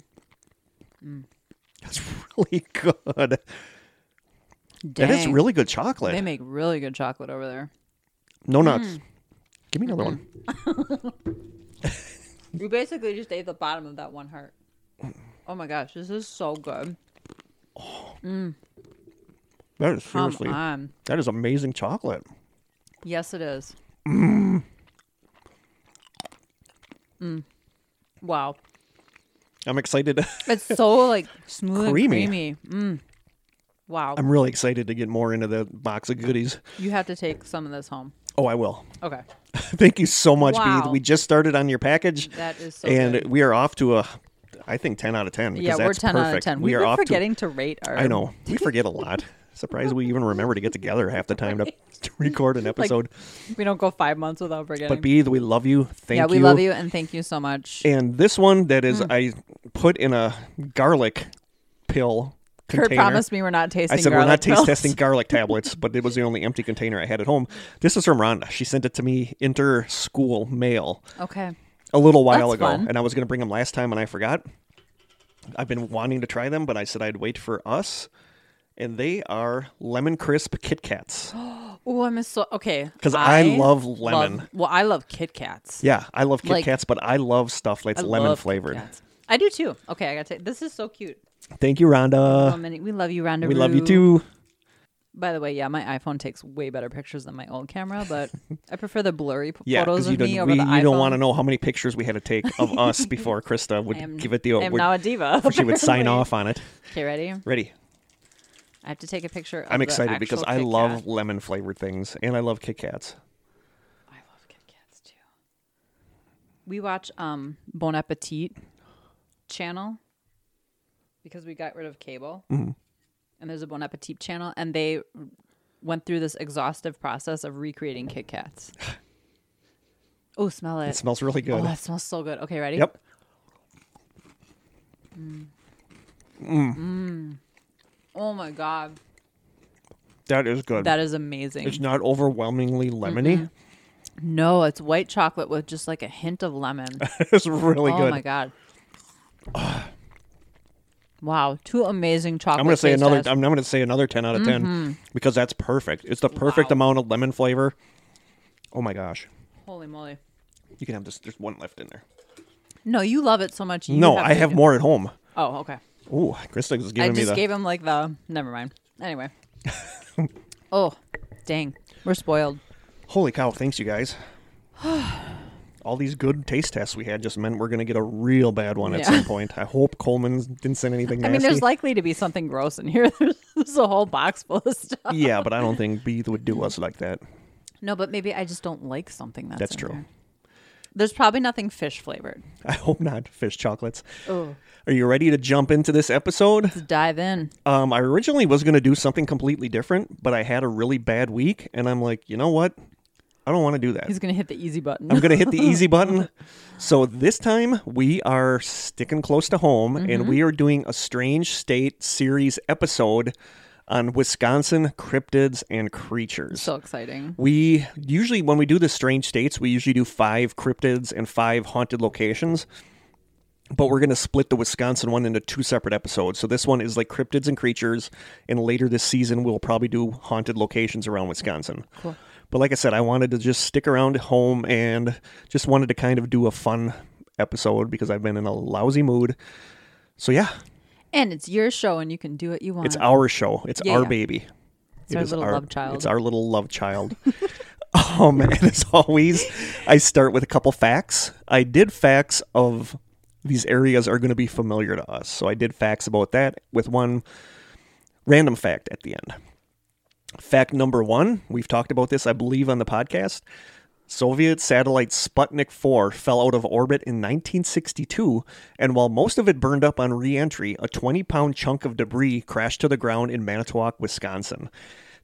Speaker 1: That's *laughs* really good. That is
Speaker 2: Dang.
Speaker 1: really good chocolate.
Speaker 2: They make really good chocolate over there.
Speaker 1: no nuts.
Speaker 2: Mm.
Speaker 1: Give me another one.
Speaker 2: You basically just ate the bottom of that one heart. Oh my gosh, this is so good.
Speaker 1: That is
Speaker 2: Come
Speaker 1: seriously.
Speaker 2: on.
Speaker 1: That is amazing chocolate.
Speaker 2: Yes, it is. Mm. Wow,
Speaker 1: I'm excited. *laughs*
Speaker 2: it's so like smooth,
Speaker 1: Creamy.
Speaker 2: and creamy. Mm. Wow,
Speaker 1: I'm really excited to get more into the box of goodies.
Speaker 2: you have to take some of this home.
Speaker 1: Oh, I will. *laughs*
Speaker 2: Okay,
Speaker 1: Thank you so much,
Speaker 2: Wow.
Speaker 1: Beath. We just started on your package,
Speaker 2: that is so.
Speaker 1: and
Speaker 2: good.
Speaker 1: we are off to a, I think, ten out of ten.
Speaker 2: yeah,
Speaker 1: Because
Speaker 2: we're
Speaker 1: that's
Speaker 2: ten
Speaker 1: perfect.
Speaker 2: out of ten.
Speaker 1: We
Speaker 2: We've
Speaker 1: are
Speaker 2: been
Speaker 1: off
Speaker 2: forgetting to, rate our.
Speaker 1: To, I know we forget a
Speaker 2: *laughs*
Speaker 1: lot. Surprised we even remember to get together half the time to, to record an episode.
Speaker 2: We don't go five months without forgetting.
Speaker 1: but Beath, we love you. Thank
Speaker 2: yeah,
Speaker 1: you.
Speaker 2: we love you Mm. and thank you so much.
Speaker 1: And this one that is I put in a garlic pill
Speaker 2: Kurt
Speaker 1: container.
Speaker 2: promised me we're not tasting.
Speaker 1: I said we're
Speaker 2: garlic
Speaker 1: not taste
Speaker 2: pills."
Speaker 1: testing
Speaker 2: *laughs*
Speaker 1: garlic tablets, but it was the only empty container I had at home. This is from Rhonda. She sent it to me inter school mail
Speaker 2: Okay.
Speaker 1: a little while
Speaker 2: That's
Speaker 1: ago,
Speaker 2: fun.
Speaker 1: and I was going to bring them last time, and I forgot. I've been wanting to try them, but I said I'd wait for us, and they are lemon crisp Kit Kats.
Speaker 2: Oh, I'm so okay.
Speaker 1: 'Cause I love lemon.
Speaker 2: well, I love Kit Kats.
Speaker 1: Yeah, I love Kit
Speaker 2: Like-
Speaker 1: Kats, but I love stuff that's
Speaker 2: I
Speaker 1: lemon
Speaker 2: love Kit
Speaker 1: flavored.
Speaker 2: Kats. I do too. Okay, I got to take this. Is so cute.
Speaker 1: Thank you, Rhonda.
Speaker 2: Oh, many, we love you, Ronda.
Speaker 1: Uh, we love you too.
Speaker 2: By the way, yeah, my iPhone takes way better pictures than my old camera,
Speaker 1: *laughs*
Speaker 2: but I prefer the blurry p-
Speaker 1: Yeah,
Speaker 2: photos
Speaker 1: because you
Speaker 2: of
Speaker 1: don't,
Speaker 2: me over
Speaker 1: we,
Speaker 2: the iPhone.
Speaker 1: you don't want to know how many pictures we had to take
Speaker 2: *laughs*
Speaker 1: of us before Krista would
Speaker 2: am-
Speaker 1: give it the.
Speaker 2: I'm
Speaker 1: would-
Speaker 2: now a diva.
Speaker 1: *laughs* she
Speaker 2: *laughs*
Speaker 1: would sign
Speaker 2: apparently.
Speaker 1: off on it.
Speaker 2: Okay, ready?
Speaker 1: Ready?
Speaker 2: I have to take a picture. Of
Speaker 1: I'm
Speaker 2: the
Speaker 1: excited because
Speaker 2: actual
Speaker 1: I
Speaker 2: Kit
Speaker 1: love
Speaker 2: Kat.
Speaker 1: lemon flavored things and I love Kit Kats.
Speaker 2: I love Kit Kats too. We watch um Bon Appetit channel because we got rid of cable,
Speaker 1: Mm-hmm.
Speaker 2: and there's a Bon Appetit channel, and they went through this exhaustive process of recreating Kit *laughs* Kats. oh, smell it!
Speaker 1: It smells really good.
Speaker 2: Oh, that smells so good. Okay, ready?
Speaker 1: yep.
Speaker 2: Oh my god,
Speaker 1: That is good.
Speaker 2: that is Mm-hmm. amazing.
Speaker 1: it's not overwhelmingly lemony. *laughs*
Speaker 2: no, it's white chocolate with just like a hint
Speaker 1: *laughs*
Speaker 2: of lemon.
Speaker 1: it's really
Speaker 2: oh
Speaker 1: good.
Speaker 2: my god. Wow, two amazing chocolate.
Speaker 1: I'm gonna say
Speaker 2: taste
Speaker 1: another.
Speaker 2: tests.
Speaker 1: I'm, I'm gonna say another ten out of 10
Speaker 2: Mm-hmm.
Speaker 1: because that's perfect. It's the perfect amount of lemon flavor. Oh my gosh,
Speaker 2: Holy moly!
Speaker 1: you can have this. There's one left in there.
Speaker 2: No, you love it so much. You
Speaker 1: no,
Speaker 2: have
Speaker 1: I
Speaker 2: to
Speaker 1: have
Speaker 2: do-
Speaker 1: more at home.
Speaker 2: Oh, okay.
Speaker 1: Ooh, Krista is
Speaker 2: I
Speaker 1: giving me
Speaker 2: just
Speaker 1: the.
Speaker 2: gave him like the. Never mind.
Speaker 1: *laughs*
Speaker 2: Anyway. oh, dang, we're spoiled.
Speaker 1: Holy cow! Thanks, you
Speaker 2: *sighs*
Speaker 1: guys. All these good taste tests we had just meant we're gonna get a real bad one at
Speaker 2: Yeah.
Speaker 1: some point. I hope Coleman didn't send anything
Speaker 2: *laughs* I
Speaker 1: nasty.
Speaker 2: mean, there's likely to be something gross in here. *laughs* There's, there's a whole box full of stuff.
Speaker 1: yeah, but I don't think Beath would do us like that.
Speaker 2: No, but maybe I just don't like something that's.
Speaker 1: That's
Speaker 2: in
Speaker 1: true.
Speaker 2: there. There's probably nothing fish flavored.
Speaker 1: I hope not. Fish chocolates.
Speaker 2: Oh,
Speaker 1: Are you ready to jump into this episode?
Speaker 2: let's dive in.
Speaker 1: Um, I originally was going to do something completely different, but I had a really bad week, and I'm like, you know what? I don't want to do that.
Speaker 2: He's gonna hit the easy button.
Speaker 1: I'm going to hit the easy button. So this time we are sticking close to home and we are doing a strange state series episode on Wisconsin cryptids and creatures.
Speaker 2: *laughs* so exciting.
Speaker 1: we usually when we do the strange states, we usually do 5 cryptids and 5 haunted locations. But we're going to split the Wisconsin one into two separate episodes. So this one is like cryptids and creatures and later this season we'll probably do haunted locations around Wisconsin. Cool. But like I said, I wanted to just stick around at home and just wanted to kind of do a fun episode because I've been in a lousy mood. So yeah,
Speaker 2: And it's your show, and you can do what you want.
Speaker 1: it's our show. It's
Speaker 2: Yeah,
Speaker 1: our
Speaker 2: yeah.
Speaker 1: baby. It's
Speaker 2: our little love child.
Speaker 1: It's our little love child. *laughs* um, and as always, I start with a couple facts. I did facts of these areas are going to be familiar to us. So I did facts about that with one random fact at the end. Fact number one we've talked about this, I believe, on the podcast. Soviet satellite Sputnik 4 fell out of orbit in 1962, and while most of it burned up on re entry, a 20 pound chunk of debris crashed to the ground in Manitowoc, Wisconsin.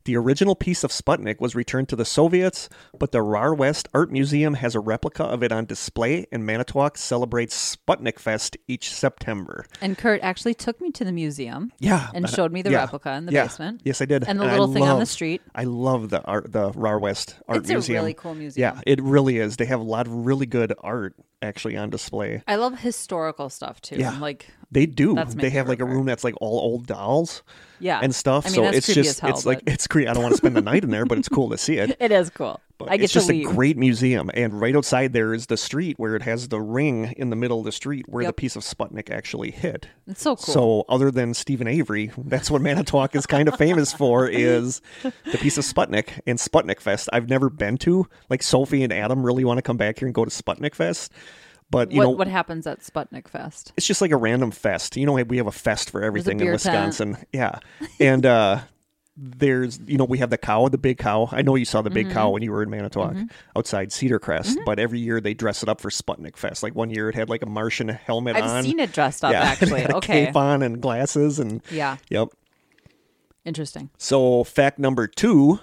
Speaker 1: The original piece of Sputnik was returned to the Soviets, but the Rar West Art Museum has a replica of it on display, and Manitowoc celebrates Sputnik Fest each September.
Speaker 2: and Kurt actually took me to the museum.
Speaker 1: Yeah.
Speaker 2: And showed me the
Speaker 1: yeah,
Speaker 2: replica in the
Speaker 1: yeah.
Speaker 2: basement.
Speaker 1: Yes, I did.
Speaker 2: And the
Speaker 1: I
Speaker 2: little thing on the
Speaker 1: love-
Speaker 2: street.
Speaker 1: I love the art, the Rar West Art
Speaker 2: It's a
Speaker 1: Museum.
Speaker 2: really cool museum.
Speaker 1: Yeah, it really is. They have a lot of really good art actually on display.
Speaker 2: I love historical stuff too.
Speaker 1: Yeah.
Speaker 2: Like,
Speaker 1: They do.
Speaker 2: That's my
Speaker 1: They have like a
Speaker 2: favorite
Speaker 1: room that's like all old dolls
Speaker 2: yeah,
Speaker 1: and stuff.
Speaker 2: I mean,
Speaker 1: so
Speaker 2: that's
Speaker 1: it's
Speaker 2: creepy
Speaker 1: just
Speaker 2: as hell,
Speaker 1: it's like
Speaker 2: but
Speaker 1: it's cre I don't want to spend the night in there, but it's cool to see
Speaker 2: *laughs*
Speaker 1: it.
Speaker 2: it is cool.
Speaker 1: But
Speaker 2: I get
Speaker 1: it's just
Speaker 2: to leave.
Speaker 1: a great museum, and right outside there is the street where it has the ring in the middle of the street where the
Speaker 2: Yep.
Speaker 1: piece of Sputnik actually hit.
Speaker 2: it's so Oh, cool.
Speaker 1: So, other than Stephen Avery, that's what Manitowoc is kind of famous
Speaker 2: *laughs*
Speaker 1: for is the piece of Sputnik and Sputnik Fest. I've never been to. Like Sophie and Adam really want to come back here and go to Sputnik Fest, but you
Speaker 2: what,
Speaker 1: know
Speaker 2: what happens at Sputnik Fest?
Speaker 1: it's just like a random fest. You know, we have a fest for everything in
Speaker 2: beer tent.
Speaker 1: Wisconsin.
Speaker 2: *laughs*
Speaker 1: Yeah, and uh, there's you know we have the cow, the big cow. I know you saw the big
Speaker 2: Mm-hmm.
Speaker 1: cow when you were in Manitowoc outside Cedar Crest, but every year they dress it up for Sputnik Fest. Like one year it had like a Martian helmet
Speaker 2: I've
Speaker 1: on.
Speaker 2: seen it dressed up
Speaker 1: Yeah, *laughs* it
Speaker 2: actually.
Speaker 1: had a
Speaker 2: Okay.
Speaker 1: cape on and glasses and
Speaker 2: Yeah.
Speaker 1: yep.
Speaker 2: Interesting.
Speaker 1: So fact number two,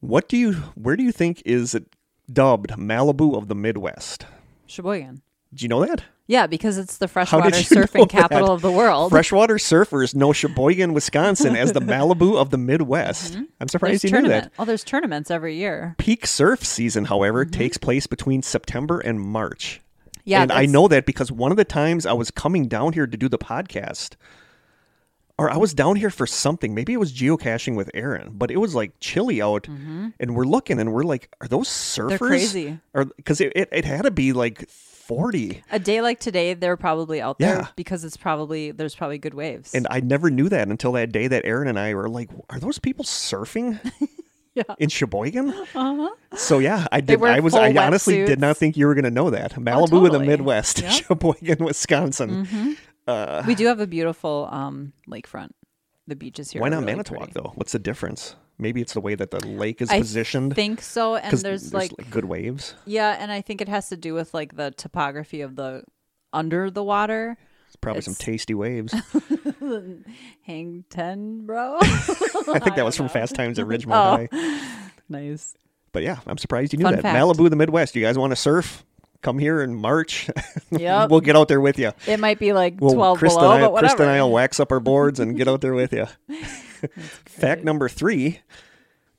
Speaker 1: what do you where do you think is it dubbed Malibu of the Midwest?
Speaker 2: Sheboygan.
Speaker 1: Do you know that?
Speaker 2: Yeah, because it's the
Speaker 1: How
Speaker 2: freshwater
Speaker 1: did you *laughs* know that?
Speaker 2: surfing capital of the world.
Speaker 1: Freshwater surfers know Sheboygan, Wisconsin
Speaker 2: *laughs*
Speaker 1: as the Malibu of the Midwest. I'm surprised
Speaker 2: there's
Speaker 1: you knew
Speaker 2: Mm-hmm. tournament.
Speaker 1: that.
Speaker 2: Oh, there's tournaments every year.
Speaker 1: Peak surf season, however, takes place between September and March.
Speaker 2: Mm-hmm. Yeah,
Speaker 1: and I
Speaker 2: that's-
Speaker 1: know that because one of the times I was coming down here to do the podcast, or I was down here for something. Maybe it was geocaching with Aaron, but it was like chilly out, and we're looking and we're like, "Are those surfers?
Speaker 2: Mm-hmm. crazy.
Speaker 1: Or because it, it it had to be like 40,
Speaker 2: A day like today, they're probably out there
Speaker 1: Yeah.
Speaker 2: because it's probably there's probably good waves.
Speaker 1: and I never knew that until that day that Aaron and I were like, "Are those people surfing?"
Speaker 2: *laughs* Yeah.
Speaker 1: In Sheboygan, uh-huh. so yeah, I did.
Speaker 2: wear
Speaker 1: I was.
Speaker 2: full
Speaker 1: I honestly did
Speaker 2: wetsuits. Oh,
Speaker 1: not think you were going to know that Malibu in the
Speaker 2: totally. Mm-hmm.
Speaker 1: Midwest, *laughs*
Speaker 2: Yeah.
Speaker 1: Sheboygan, Wisconsin. uh,
Speaker 2: we do have a beautiful um, lakefront. The beaches here.
Speaker 1: Why
Speaker 2: are
Speaker 1: not
Speaker 2: really
Speaker 1: Manitowoc
Speaker 2: pretty.
Speaker 1: though? What's the difference? Maybe it's the way that the lake is
Speaker 2: I
Speaker 1: positioned.
Speaker 2: Think so, and there's, like,
Speaker 1: good waves.
Speaker 2: yeah, and I think it has to do with like the topography of the under the water.
Speaker 1: It's probably some
Speaker 2: it's-
Speaker 1: tasty
Speaker 2: *laughs*
Speaker 1: waves.
Speaker 2: Hang ten, bro.
Speaker 1: I think that was from Fast Times at Ridgemont High.
Speaker 2: *laughs* nice.
Speaker 1: But yeah, I'm surprised you knew
Speaker 2: Oh. Fun
Speaker 1: that.
Speaker 2: fact.
Speaker 1: Malibu, the Midwest. You guys want to surf? Come here in March. *laughs*
Speaker 2: Yep.
Speaker 1: we'll get out there with you.
Speaker 2: It might be like
Speaker 1: Well,
Speaker 2: twelve
Speaker 1: Chris
Speaker 2: below,
Speaker 1: and I,
Speaker 2: but whatever.
Speaker 1: Chris and I will wax up our boards and get out there with
Speaker 2: *laughs*
Speaker 1: you. *laughs* Fact number three: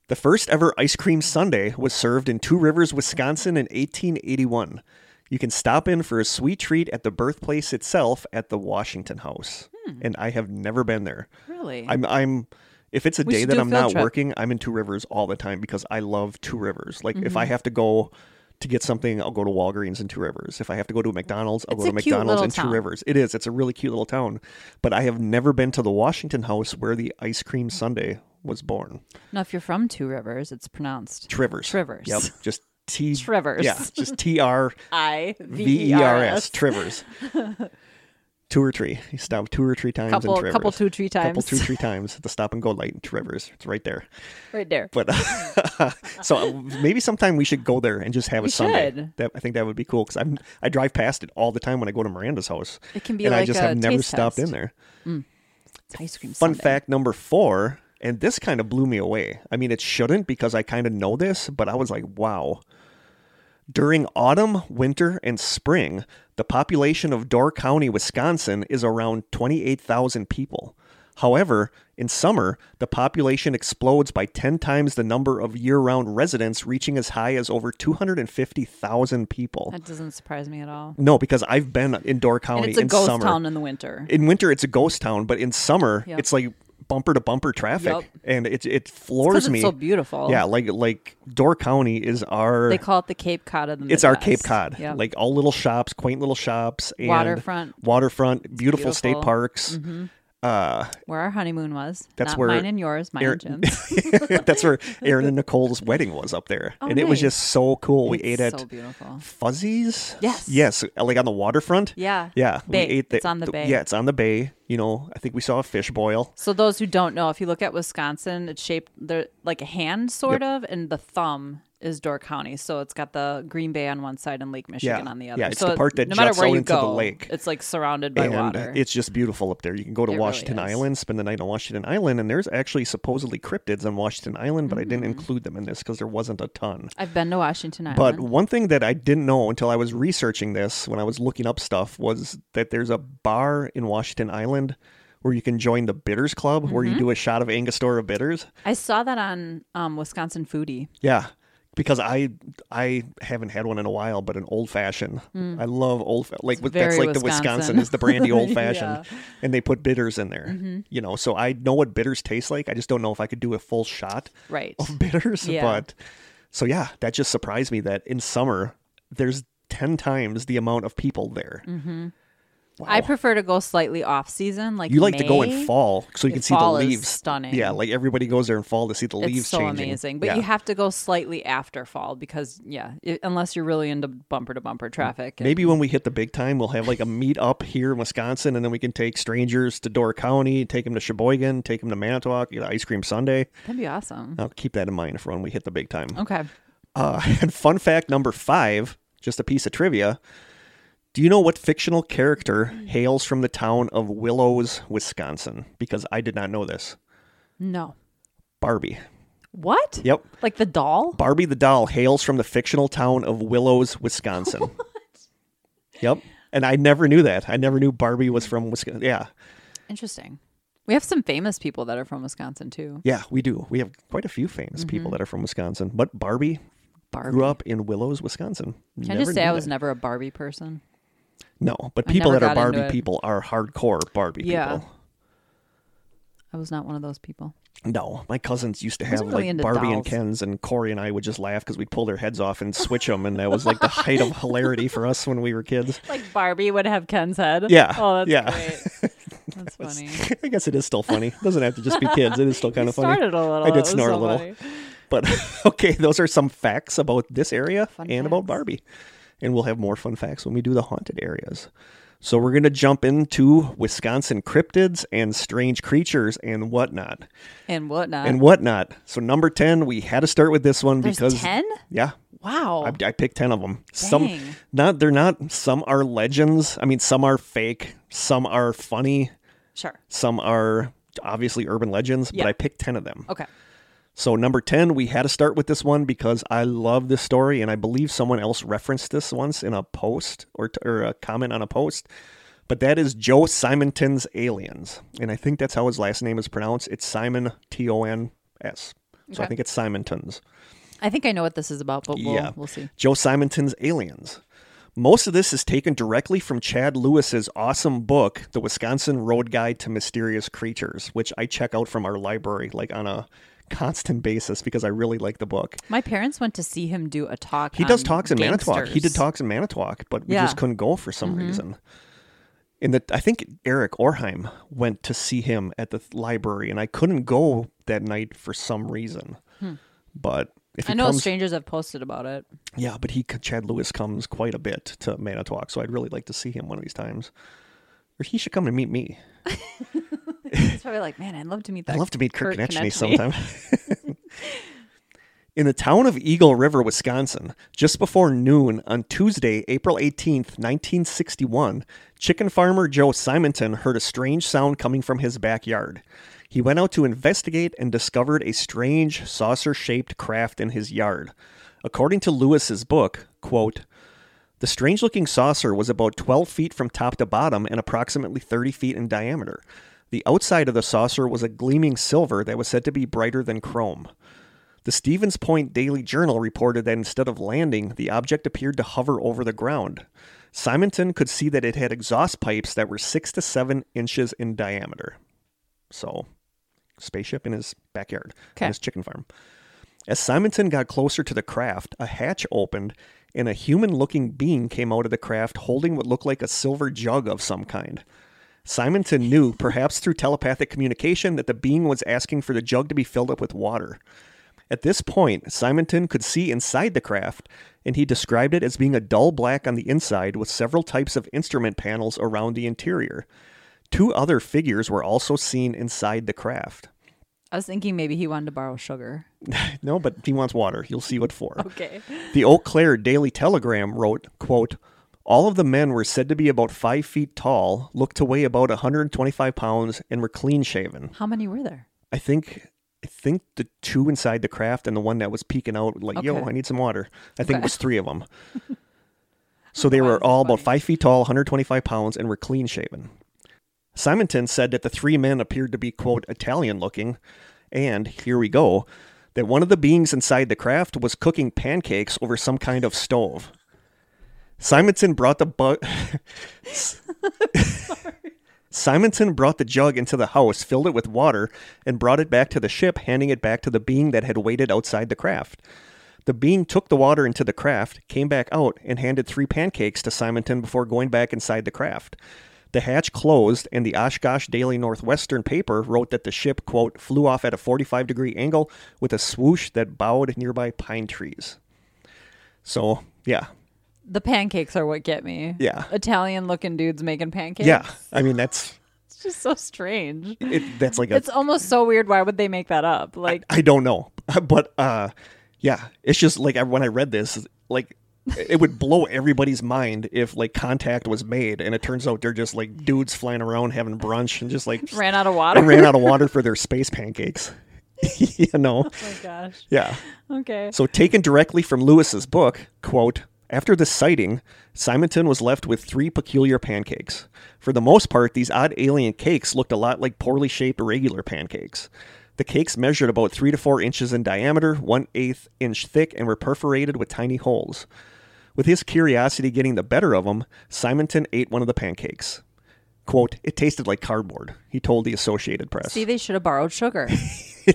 Speaker 1: the first ever ice cream sundae was served in Two Rivers, Wisconsin, in 1881. You can stop in for a sweet treat at the birthplace itself at the Washington House,
Speaker 2: Hmm.
Speaker 1: and I have never been there.
Speaker 2: really?
Speaker 1: I'm I'm if it's a
Speaker 2: We
Speaker 1: day
Speaker 2: should
Speaker 1: that
Speaker 2: do a
Speaker 1: I'm
Speaker 2: field
Speaker 1: not
Speaker 2: trip.
Speaker 1: working, I'm in Two Rivers all the time because I love Two Rivers. Like if I
Speaker 2: Mm-hmm.
Speaker 1: have to go to get something, I'll go to Walgreens in Two Rivers. If I have to go to a McDonald's, I'll
Speaker 2: It's
Speaker 1: go to
Speaker 2: a cute
Speaker 1: McDonald's
Speaker 2: little
Speaker 1: in Two
Speaker 2: town.
Speaker 1: Rivers. It is. It's a really cute little town, but I have never been to the Washington House where the ice cream sundae was born.
Speaker 2: now, if you're from Two Rivers, it's pronounced
Speaker 1: Trivers.
Speaker 2: Trivers.
Speaker 1: Yep. Just T.
Speaker 2: Trivers. E
Speaker 1: Yeah. Just T E R
Speaker 2: I *laughs*
Speaker 1: V E R S. Trivers. two or three. He stopped two or three times
Speaker 2: couple,
Speaker 1: in Traverse.
Speaker 2: couple two, three times,
Speaker 1: Couple, two, three times at the stop and go light in Traverse. It's right there.
Speaker 2: right there.
Speaker 1: But *laughs* so maybe sometime we should go there and just have a
Speaker 2: We
Speaker 1: Sunday.
Speaker 2: should.
Speaker 1: That I think that would be cool because I'm I drive past it all the time when I go to Miranda's house,
Speaker 2: It can be
Speaker 1: and
Speaker 2: like
Speaker 1: I just
Speaker 2: a
Speaker 1: have never
Speaker 2: taste
Speaker 1: stopped
Speaker 2: test.
Speaker 1: in there.
Speaker 2: It's ice cream.
Speaker 1: Fun
Speaker 2: Sunday.
Speaker 1: fact number four, and this kind of blew me away. I mean, it shouldn't because I kind of know this, but I was like, wow. During autumn, winter, and spring, the population of Door County, Wisconsin is around 28,000 people. However, in summer, the population explodes by 10 times the number of year round residents, reaching as high as over 250,000 people.
Speaker 2: That doesn't surprise me at all.
Speaker 1: No, because I've been in Door County
Speaker 2: And it's a
Speaker 1: in
Speaker 2: ghost
Speaker 1: summer
Speaker 2: town in the winter.
Speaker 1: in winter it's a ghost town, but in summer
Speaker 2: Yep.
Speaker 1: it's like bumper to bumper traffic,
Speaker 2: Yep.
Speaker 1: and it it
Speaker 2: Because
Speaker 1: floors
Speaker 2: it's
Speaker 1: me.
Speaker 2: so beautiful.
Speaker 1: yeah, like like Door County is our
Speaker 2: They call it the Cape Cod of the Midwest.
Speaker 1: it's our Cape Cod.
Speaker 2: Yep.
Speaker 1: Like all little shops, quaint little shops, and
Speaker 2: Waterfront.
Speaker 1: waterfront, beautiful, state
Speaker 2: beautiful. Mm-hmm.
Speaker 1: parks. Uh, *laughs*
Speaker 2: where our honeymoon was.
Speaker 1: That's
Speaker 2: Not
Speaker 1: where
Speaker 2: mine and yours, mine and Jim's.
Speaker 1: that's where Aaron and Nicole's wedding was up there,
Speaker 2: Oh,
Speaker 1: and it was
Speaker 2: nice.
Speaker 1: just so cool. We *laughs*
Speaker 2: It's
Speaker 1: ate at
Speaker 2: so beautiful.
Speaker 1: Fuzzies.
Speaker 2: Yes.
Speaker 1: Yes, like on the waterfront.
Speaker 2: Yeah.
Speaker 1: Yeah,
Speaker 2: Bay.
Speaker 1: we ate the,
Speaker 2: It's on the bay.
Speaker 1: Yeah, it's on the bay. You know, I think we saw a fish boil.
Speaker 2: So those who don't know, if you look at Wisconsin, it's shaped they're like a hand sort of, and the thumb is Door County. So it's got the Green Bay on one side and Lake Michigan on the other.
Speaker 1: Yeah, it's
Speaker 2: so
Speaker 1: the
Speaker 2: it-
Speaker 1: part that
Speaker 2: no matter
Speaker 1: juts
Speaker 2: where
Speaker 1: out
Speaker 2: you
Speaker 1: into the
Speaker 2: go,
Speaker 1: lake.
Speaker 2: It's like surrounded by
Speaker 1: and uh,
Speaker 2: water.
Speaker 1: It's just beautiful up there. You can go to
Speaker 2: really
Speaker 1: Washington
Speaker 2: is.
Speaker 1: Island, spend the night on Washington Island, and there's actually supposedly cryptids on Washington Island, but I didn't
Speaker 2: Mm-hmm.
Speaker 1: include them in this because there wasn't a ton.
Speaker 2: I've been to Washington
Speaker 1: But
Speaker 2: Island.
Speaker 1: one thing that I didn't know until I was researching this when I was looking up stuff was that there's a bar in Washington Island where you can join the Bitters Club where
Speaker 2: Mm-hmm.
Speaker 1: you do a shot of Angostura bitters.
Speaker 2: I saw that on um, Wisconsin Foodie.
Speaker 1: Yeah. Because I I haven't had one in a while, but an old fashioned. I love old fa- like that's
Speaker 2: Hmm. very
Speaker 1: like the
Speaker 2: Wisconsin. Mm-hmm.
Speaker 1: Wisconsin is the brandy
Speaker 2: *laughs*
Speaker 1: old fashioned, and they put bitters in there. You know, so I know what bitters taste like. I just don't know if I could do a full shot
Speaker 2: Right.
Speaker 1: of bitters.
Speaker 2: Yeah.
Speaker 1: But so yeah, that just surprised me that in summer there's ten times the amount of people there. Wow.
Speaker 2: Mm-hmm. I prefer to go slightly off season, like
Speaker 1: you like to go in
Speaker 2: May.
Speaker 1: fall so you
Speaker 2: Yeah,
Speaker 1: can see the
Speaker 2: fall is
Speaker 1: leaves.
Speaker 2: stunning.
Speaker 1: Yeah, like everybody goes there in fall to see the leaves
Speaker 2: It's so
Speaker 1: changing.
Speaker 2: amazing, but
Speaker 1: Yeah.
Speaker 2: you have to go slightly after fall because yeah, it, unless you're really into bumper to bumper traffic. and-
Speaker 1: Mm, Maybe when we hit the big time, we'll have like a meet up here in Wisconsin, and then we can take strangers to Door County, take them to Sheboygan, take them to Manitowoc, get an ice cream Sunday.
Speaker 2: that'd be awesome.
Speaker 1: I'll keep that in mind for when we hit the big time.
Speaker 2: Okay.
Speaker 1: Uh, *laughs* and fun fact number five, just a piece of trivia. Do you know what fictional character hails from the town of Willows, Wisconsin? Because I did not know this.
Speaker 2: No.
Speaker 1: Barbie.
Speaker 2: What?
Speaker 1: Yep.
Speaker 2: Like the doll?
Speaker 1: Barbie the doll hails from the fictional town of
Speaker 2: *laughs*
Speaker 1: Willows, Wisconsin. Yep. And I never knew that. I never knew Barbie was from Wisconsin. Yeah.
Speaker 2: Interesting. We have some famous people that are from Wisconsin too.
Speaker 1: Yeah, we do. We have quite a few famous people that are from Wisconsin. But Barbie
Speaker 2: Mm-hmm. Barbie.
Speaker 1: grew up in Willows, Wisconsin.
Speaker 2: Can I just say
Speaker 1: knew
Speaker 2: I was
Speaker 1: that.
Speaker 2: never a Barbie person?
Speaker 1: No, but
Speaker 2: I
Speaker 1: people
Speaker 2: never
Speaker 1: that are
Speaker 2: got into
Speaker 1: Barbie
Speaker 2: it.
Speaker 1: people are hardcore Barbie
Speaker 2: Yeah.
Speaker 1: people.
Speaker 2: I was not one of those people.
Speaker 1: No, my cousins used to have
Speaker 2: wasn't really
Speaker 1: like
Speaker 2: into
Speaker 1: Barbie and
Speaker 2: dolls.
Speaker 1: Ken's, and Corey and I would just laugh because we'd pull their heads off and switch them, and that was like the height
Speaker 2: *laughs*
Speaker 1: of hilarity for us when we were kids.
Speaker 2: Like Barbie would have Ken's head.
Speaker 1: Yeah.
Speaker 2: Oh, that's
Speaker 1: Yeah.
Speaker 2: great. That's funny.
Speaker 1: *laughs* I guess it is still funny. It doesn't have to just be kids. It is still kind
Speaker 2: *laughs* You
Speaker 1: of funny.
Speaker 2: started a little.
Speaker 1: I
Speaker 2: That
Speaker 1: did
Speaker 2: was
Speaker 1: snort
Speaker 2: so
Speaker 1: a little.
Speaker 2: funny.
Speaker 1: But *laughs* okay, those are some facts about this area
Speaker 2: Fun
Speaker 1: and about
Speaker 2: facts.
Speaker 1: Barbie. And we'll have more fun facts when we do the haunted areas. So we're going to jump into Wisconsin cryptids and strange creatures and whatnot.
Speaker 2: And whatnot.
Speaker 1: and whatnot. So number 10, we had to start with this one
Speaker 2: There's
Speaker 1: because.
Speaker 2: ten.
Speaker 1: Yeah.
Speaker 2: Wow.
Speaker 1: I, I picked 10 of them. Some
Speaker 2: Dang.
Speaker 1: not they're not some are legends. I mean some are fake, some are funny,
Speaker 2: sure.
Speaker 1: some are obviously urban legends,
Speaker 2: Yeah.
Speaker 1: but I picked 10 of them.
Speaker 2: Okay.
Speaker 1: So number 10, we had to start with this one because I love this story and I believe someone else referenced this once in a post or, t- or a comment on a post. But that is Joe Simonton's Aliens. And I think that's how his last name is pronounced. It's Simon T O N S. So I
Speaker 2: Okay.
Speaker 1: think it's Simonton's.
Speaker 2: I think I know what this is about, but we'll
Speaker 1: Yeah.
Speaker 2: we'll see.
Speaker 1: Joe Simonton's Aliens. Most of this is taken directly from Chad Lewis's awesome book, The Wisconsin Road Guide to Mysterious Creatures, which I check out from our library like on a constant basis because I really like the book.
Speaker 2: My parents went to see him do a talk.
Speaker 1: He does
Speaker 2: on
Speaker 1: talks in Manitowoc. He did
Speaker 2: Um, gangsters.
Speaker 1: talks in Manitowoc, but we
Speaker 2: Yeah. Mm-hmm.
Speaker 1: just couldn't go for some reason. And that I think Eric Orheim went to see him at the th- library, and I couldn't go that night for some reason. But if he
Speaker 2: Hmm. I know
Speaker 1: comes,
Speaker 2: strangers have posted
Speaker 1: *laughs*
Speaker 2: about it.
Speaker 1: yeah, but he Chad Lewis comes quite a bit to Manitowoc, so I'd really like to see him one of these times. Or or he should come to meet me.
Speaker 2: He's probably like, man, I'd love to meet that.
Speaker 1: I'd love to meet Kirk,
Speaker 2: Kurt
Speaker 1: Konechny
Speaker 2: Konechny."
Speaker 1: sometime.
Speaker 2: *laughs*
Speaker 1: *laughs* In the town of Eagle River, Wisconsin, just before noon on Tuesday, April 18th, 1961, chicken farmer Joe Simonton heard a strange sound coming from his backyard. He went out to investigate and discovered a strange saucer shaped craft in his yard. According to Lewis's book, quote, the strange looking saucer was about 12 feet from top to bottom and approximately 30 feet in diameter. The outside of the saucer was a gleaming silver that was said to be brighter than chrome. The Stevens Point Daily Journal reported that instead of landing, the object appeared to hover over the ground. Simonton could see that it had exhaust pipes that were six to seven inches in diameter. So, spaceship in his backyard,
Speaker 2: Okay.
Speaker 1: on his chicken farm. As Simonton got closer to the craft, a hatch opened and a human looking being came out of the craft holding what looked like a silver jug of some kind. Simonton knew, perhaps through telepathic communication, that the being was asking for the jug to be filled up with water. At this point, Simonton could see inside the craft, and he described it as being a dull black on the inside with several types of instrument panels around the interior. Two other figures were also seen inside the craft.
Speaker 2: I was thinking maybe he wanted to borrow sugar.
Speaker 1: No, but he wants water. You'll see what for.
Speaker 2: Okay.
Speaker 1: The Eau Claire Daily Telegram wrote, quote, all of the men were said to be about five feet tall, looked to weigh about 125 pounds, and were clean shaven.
Speaker 2: *laughs* How many were there?
Speaker 1: I think I think the two inside the craft and the one that was peeking out like, yo,
Speaker 2: Okay.
Speaker 1: I need some water. I think it
Speaker 2: Okay. *laughs*
Speaker 1: was three of them. so they
Speaker 2: Wow,
Speaker 1: were
Speaker 2: that's
Speaker 1: all about
Speaker 2: funny.
Speaker 1: five feet tall, 125 pounds, and were clean shaven. Simonton said that the three men appeared to be quote Italian looking, and here we go, that one of the beings inside the craft was cooking pancakes over some kind of stove. Simonton brought the bu- *laughs* Simonson brought the jug into the house, filled it with water, and brought it back to the ship, handing it back to the being that had waited outside the craft. The being took the water into the craft, came back out, and handed three pancakes to Simonton before going back inside the craft. The hatch closed, and the Oshkosh Daily Northwestern paper wrote that the ship, quote, flew off at a 45 degree angle with a swoosh that bowed nearby pine trees. So, yeah,
Speaker 2: The pancakes are what get me.
Speaker 1: Yeah.
Speaker 2: Italian looking dudes making pancakes.
Speaker 1: yeah. I mean, that's
Speaker 2: It's just so strange.
Speaker 1: it, that's like a
Speaker 2: It's almost so weird. Why would they make that up? Like,
Speaker 1: I don't know, but uh, yeah, it's just like I, when I read this, like it would blow everybody's mind if like contact was made, and it turns out they're just like dudes flying around having brunch and *laughs* just like
Speaker 2: ran out of water.
Speaker 1: and ran out of water for their space pancakes. *laughs* you know,
Speaker 2: *laughs* oh my gosh.
Speaker 1: yeah.
Speaker 2: Okay.
Speaker 1: So taken directly from Lewis's book, quote, after the sighting, Simonton was left with three peculiar pancakes. For the most part, these odd alien cakes looked a lot like poorly shaped regular pancakes. The cakes measured about three to four inches in diameter, one eighth inch thick, and were perforated with tiny holes. With his curiosity getting the better of him, Simonton ate one of the pancakes. Quote, it tasted like cardboard, he told the Associated Press.
Speaker 2: See, they should have borrowed
Speaker 1: *laughs*
Speaker 2: sugar.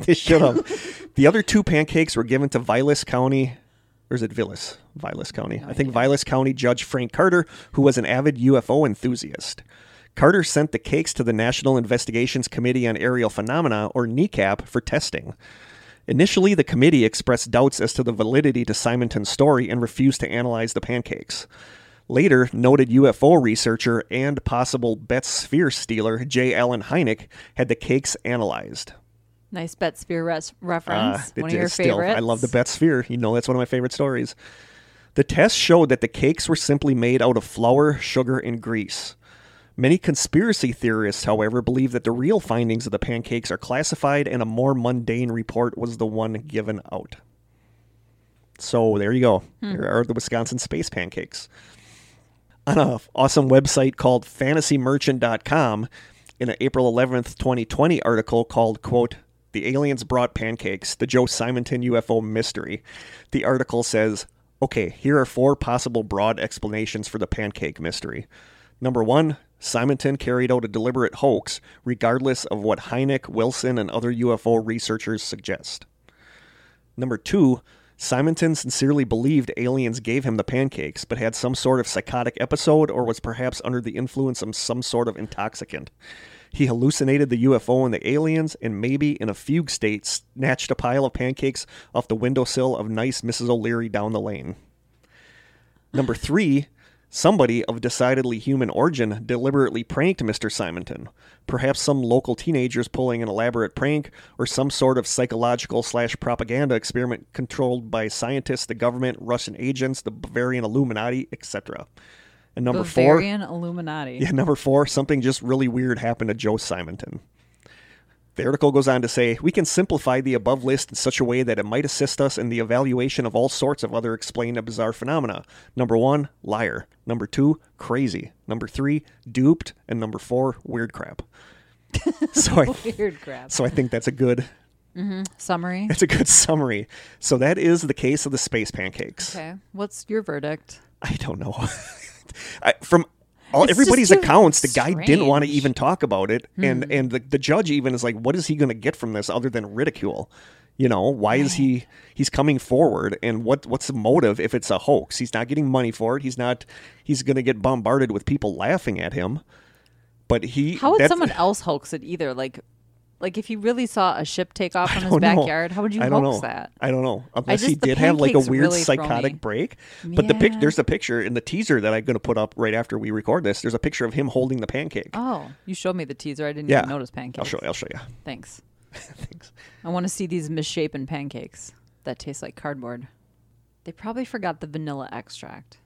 Speaker 1: they should have. the other two pancakes were given to Vilas County, or is it Vilas? Vilas County. I think Vilas County Judge Frank Carter, who was an avid UFO enthusiast. Carter sent the cakes to the National Investigations Committee on Aerial Phenomena, or NECAP, for testing. Initially, the committee expressed doubts as to the validity to Simonton's story and refused to analyze the pancakes. Later, noted UFO researcher and possible Betts sphere stealer J. Allen Hynek had the cakes analyzed.
Speaker 2: nice Bet Spear res-
Speaker 1: Ah,
Speaker 2: reference.
Speaker 1: it
Speaker 2: one of your
Speaker 1: is still-
Speaker 2: favorites.
Speaker 1: I love the Bet Sphere. You know that's one of my favorite stories. The test showed that the cakes were simply made out of flour, sugar, and grease. Many conspiracy theorists, however, believe that the real findings of the pancakes are classified and a more mundane report was the one given out. So there you go.
Speaker 2: Hmm.
Speaker 1: There are the Wisconsin space pancakes. On a awesome website called fantasymerchant.com, in an April 11th, 2020 article called, quote, The Aliens Brought Pancakes, the Joe Simonton UFO Mystery, the article says, okay, here are four possible broad explanations for the pancake mystery. Number one, Simonton carried out a deliberate hoax, regardless of what Hynek, Wilson, and other UFO researchers suggest. Number two, Simonton sincerely believed aliens gave him the pancakes, but had some sort of psychotic episode or was perhaps under the influence of some sort of intoxicant. He hallucinated the UFO and the aliens, and maybe in a fugue state, snatched a pile of pancakes off the windowsill of nice Mrs. O'Leary down the lane. Number three, Somebody of decidedly human origin deliberately pranked Mr. Simonton. Perhaps some local teenagers pulling an elaborate prank, or some sort of psychological slash propaganda experiment controlled by scientists, the government, Russian agents, the Bavarian Illuminati, etc. And number four,
Speaker 2: Bavarian Illuminati.
Speaker 1: yeah, number four, something just really weird happened to Joe Simonton. The article goes on to say we can simplify the above list in such a way that it might assist us in the evaluation of all sorts of other explained and bizarre phenomena. Number one, liar. Number two, crazy. Number three, duped. And number four, weird crap. *laughs* so I
Speaker 2: *laughs* Weird crap.
Speaker 1: so I think that's a good
Speaker 2: Summary.
Speaker 1: that's a good summary. So that is the case of the space pancakes.
Speaker 2: Okay. What's your verdict?
Speaker 1: I don't know. *laughs* I, from all,
Speaker 2: It's just
Speaker 1: everybody's
Speaker 2: too
Speaker 1: accounts, the guy didn't want to
Speaker 2: strange. Hmm.
Speaker 1: even talk about it, and and the, the judge even is like, "What is he going to get from this other than ridicule? You know, why is he he's coming forward, and what what's the motive if it's a hoax? He's not getting money for it. He's not. He's going to get bombarded with people laughing at him. But he
Speaker 2: How would
Speaker 1: that's- *laughs*
Speaker 2: someone else hoax it either? Like, like if he really saw a ship take off
Speaker 1: I
Speaker 2: from his
Speaker 1: don't know.
Speaker 2: backyard, how would you
Speaker 1: I don't
Speaker 2: hoax
Speaker 1: know.
Speaker 2: that?
Speaker 1: I don't know. Unless he
Speaker 2: just- the
Speaker 1: did have like a
Speaker 2: pancakes
Speaker 1: weird
Speaker 2: really throw
Speaker 1: psychotic
Speaker 2: me.
Speaker 1: break. But the pic
Speaker 2: Yeah.
Speaker 1: there's a picture in the teaser that I'm going to put up right after we record this. There's a picture of him holding the pancake.
Speaker 2: Oh, you showed me the teaser. I didn't
Speaker 1: Yeah.
Speaker 2: even notice pancakes.
Speaker 1: I'll show. I'll show you.
Speaker 2: Thanks.
Speaker 1: *laughs* Thanks.
Speaker 2: I want to see these misshapen pancakes that taste like cardboard. They probably forgot the vanilla extract.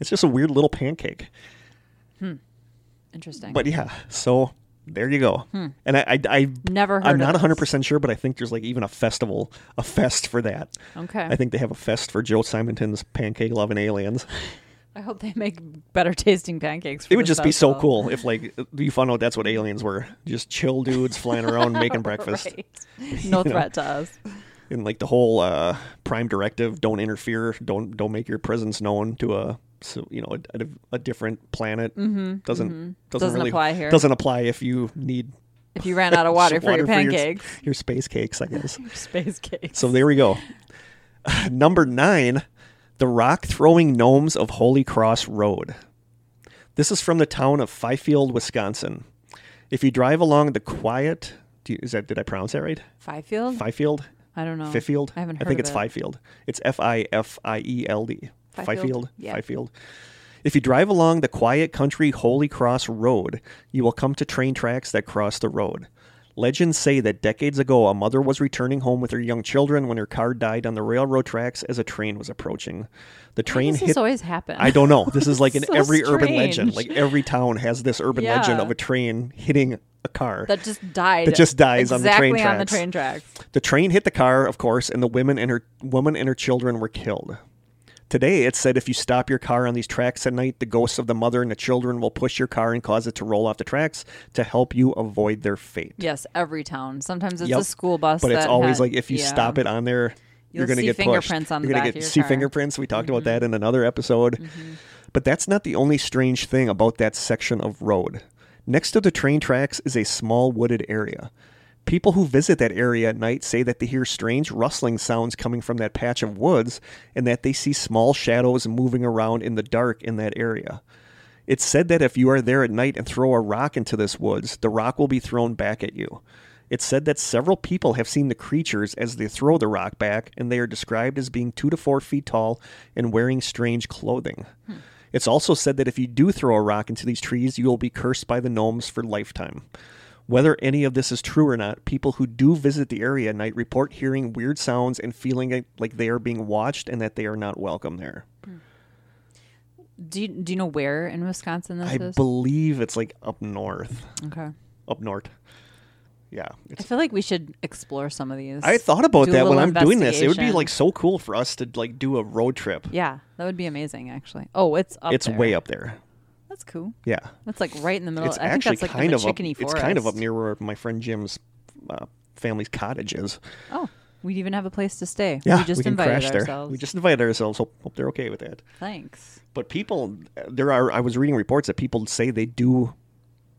Speaker 1: It's just a weird little pancake.
Speaker 2: Interesting.
Speaker 1: But yeah, so there you go. And I, I, I
Speaker 2: Hmm. Never heard
Speaker 1: I'm
Speaker 2: of
Speaker 1: not
Speaker 2: this.
Speaker 1: 100 percent sure, but I think there's like even a festival, a fest for that.
Speaker 2: Okay.
Speaker 1: I think they have a fest for Joe Simonton's pancake loving aliens.
Speaker 2: I hope they make better tasting pancakes. For
Speaker 1: It would
Speaker 2: this
Speaker 1: just be so
Speaker 2: festival.
Speaker 1: cool if like you found out that's what aliens were, just chill dudes flying around making breakfast.
Speaker 2: *laughs* Right.
Speaker 1: *laughs*
Speaker 2: No threat to us.
Speaker 1: and like the whole uh, prime directive don't interfere don't don't make your presence known to a so you know a, a- a different planet mm-hmm, doesn't, doesn't
Speaker 2: Doesn't
Speaker 1: really-
Speaker 2: apply here.
Speaker 1: doesn't apply if you need
Speaker 2: If you ran
Speaker 1: *laughs*
Speaker 2: out of water,
Speaker 1: some
Speaker 2: for your
Speaker 1: s-
Speaker 2: pancakes, *laughs*
Speaker 1: your, space cakes i guess
Speaker 2: space cakes.
Speaker 1: so there we go *sighs* number nine the rock throwing gnomes of holy cross road this is from the town of fifield wisconsin if you drive along the quiet do you, is that did i pronounce that right
Speaker 2: Fifield?
Speaker 1: fifield
Speaker 2: I don't know.
Speaker 1: Fifield.
Speaker 2: Um, I haven't
Speaker 1: I
Speaker 2: heard
Speaker 1: think
Speaker 2: of
Speaker 1: it's
Speaker 2: it.
Speaker 1: Fifield. It's F I F I E L D.
Speaker 2: Fifield?
Speaker 1: Fifield.
Speaker 2: Yeah.
Speaker 1: Fifield. If you drive along the quiet country Holy Cross Road, you will come to train tracks that cross the road. Legends say that decades ago, a mother was returning home with her young children when her car died on the railroad tracks as a train was approaching. The train
Speaker 2: Does this
Speaker 1: hit.
Speaker 2: always happen?
Speaker 1: I don't know. This
Speaker 2: *laughs*
Speaker 1: is like in
Speaker 2: So
Speaker 1: every urban legend.
Speaker 2: strange.
Speaker 1: Like every town has this urban legend
Speaker 2: Yeah.
Speaker 1: of a train hitting a car.
Speaker 2: That just died.
Speaker 1: That just dies on the train
Speaker 2: exactly on the
Speaker 1: tracks.
Speaker 2: train tracks.
Speaker 1: The train hit the car, of course, and the women and her woman and her children were killed. Today, it said if you stop your car on these tracks at night, the ghosts of the mother and the children will push your car and cause it to roll off the tracks to help you avoid their fate.
Speaker 2: Yes, every town. Sometimes it's
Speaker 1: Yep.
Speaker 2: a school bus.
Speaker 1: but it's
Speaker 2: that
Speaker 1: always
Speaker 2: had-
Speaker 1: like if you
Speaker 2: yeah.
Speaker 1: stop it on there, you're
Speaker 2: You'll
Speaker 1: going to
Speaker 2: see
Speaker 1: get
Speaker 2: fingerprints
Speaker 1: pushed.
Speaker 2: on the
Speaker 1: you're gonna
Speaker 2: back of
Speaker 1: get
Speaker 2: your
Speaker 1: see
Speaker 2: car. Mm-hmm.
Speaker 1: fingerprints. We talked about that in another episode. But that's not the only strange thing about that section of road. Next to the train tracks is a small wooded area. People who visit that area at night say that they hear strange rustling sounds coming from that patch of woods and that they see small shadows moving around in the dark in that area. It's said that if you are there at night and throw a rock into this woods, the rock will be thrown back at you. It's said that several people have seen the creatures as they throw the rock back, and they are described as being two to four feet tall and wearing strange clothing.
Speaker 2: Hmm.
Speaker 1: It's also said that if you do throw a rock into these trees, you will be cursed by the gnomes for lifetime. Whether any of this is true or not, people who do visit the area at night report hearing weird sounds and feeling like they are being watched and that they are not welcome there.
Speaker 2: Do you, do you know where in Wisconsin this
Speaker 1: I
Speaker 2: is?
Speaker 1: believe it's like up north.
Speaker 2: okay.
Speaker 1: up north. Yeah,
Speaker 2: I
Speaker 1: it's,
Speaker 2: feel like we should explore some of these.
Speaker 1: I thought about
Speaker 2: do a
Speaker 1: that when I'm
Speaker 2: little
Speaker 1: doing this. It would be
Speaker 2: investigation.
Speaker 1: like so cool for us to like do a road trip.
Speaker 2: yeah, that would be amazing. Actually, oh, it's up.
Speaker 1: it's
Speaker 2: there.
Speaker 1: way up there.
Speaker 2: That's cool.
Speaker 1: Yeah,
Speaker 2: That's like right in the middle.
Speaker 1: it's
Speaker 2: I think
Speaker 1: actually
Speaker 2: that's like
Speaker 1: kind
Speaker 2: the
Speaker 1: of up,
Speaker 2: Chickeny
Speaker 1: it's
Speaker 2: Forest.
Speaker 1: kind of up near where my friend Jim's uh, family's cottage is.
Speaker 2: Oh, we'd even have a place to stay.
Speaker 1: Yeah,
Speaker 2: we just
Speaker 1: can
Speaker 2: invited
Speaker 1: crash there.
Speaker 2: ourselves.
Speaker 1: We just invited ourselves. Hope, hope they're okay with that.
Speaker 2: Thanks.
Speaker 1: But people, there are. I was reading reports that people say they do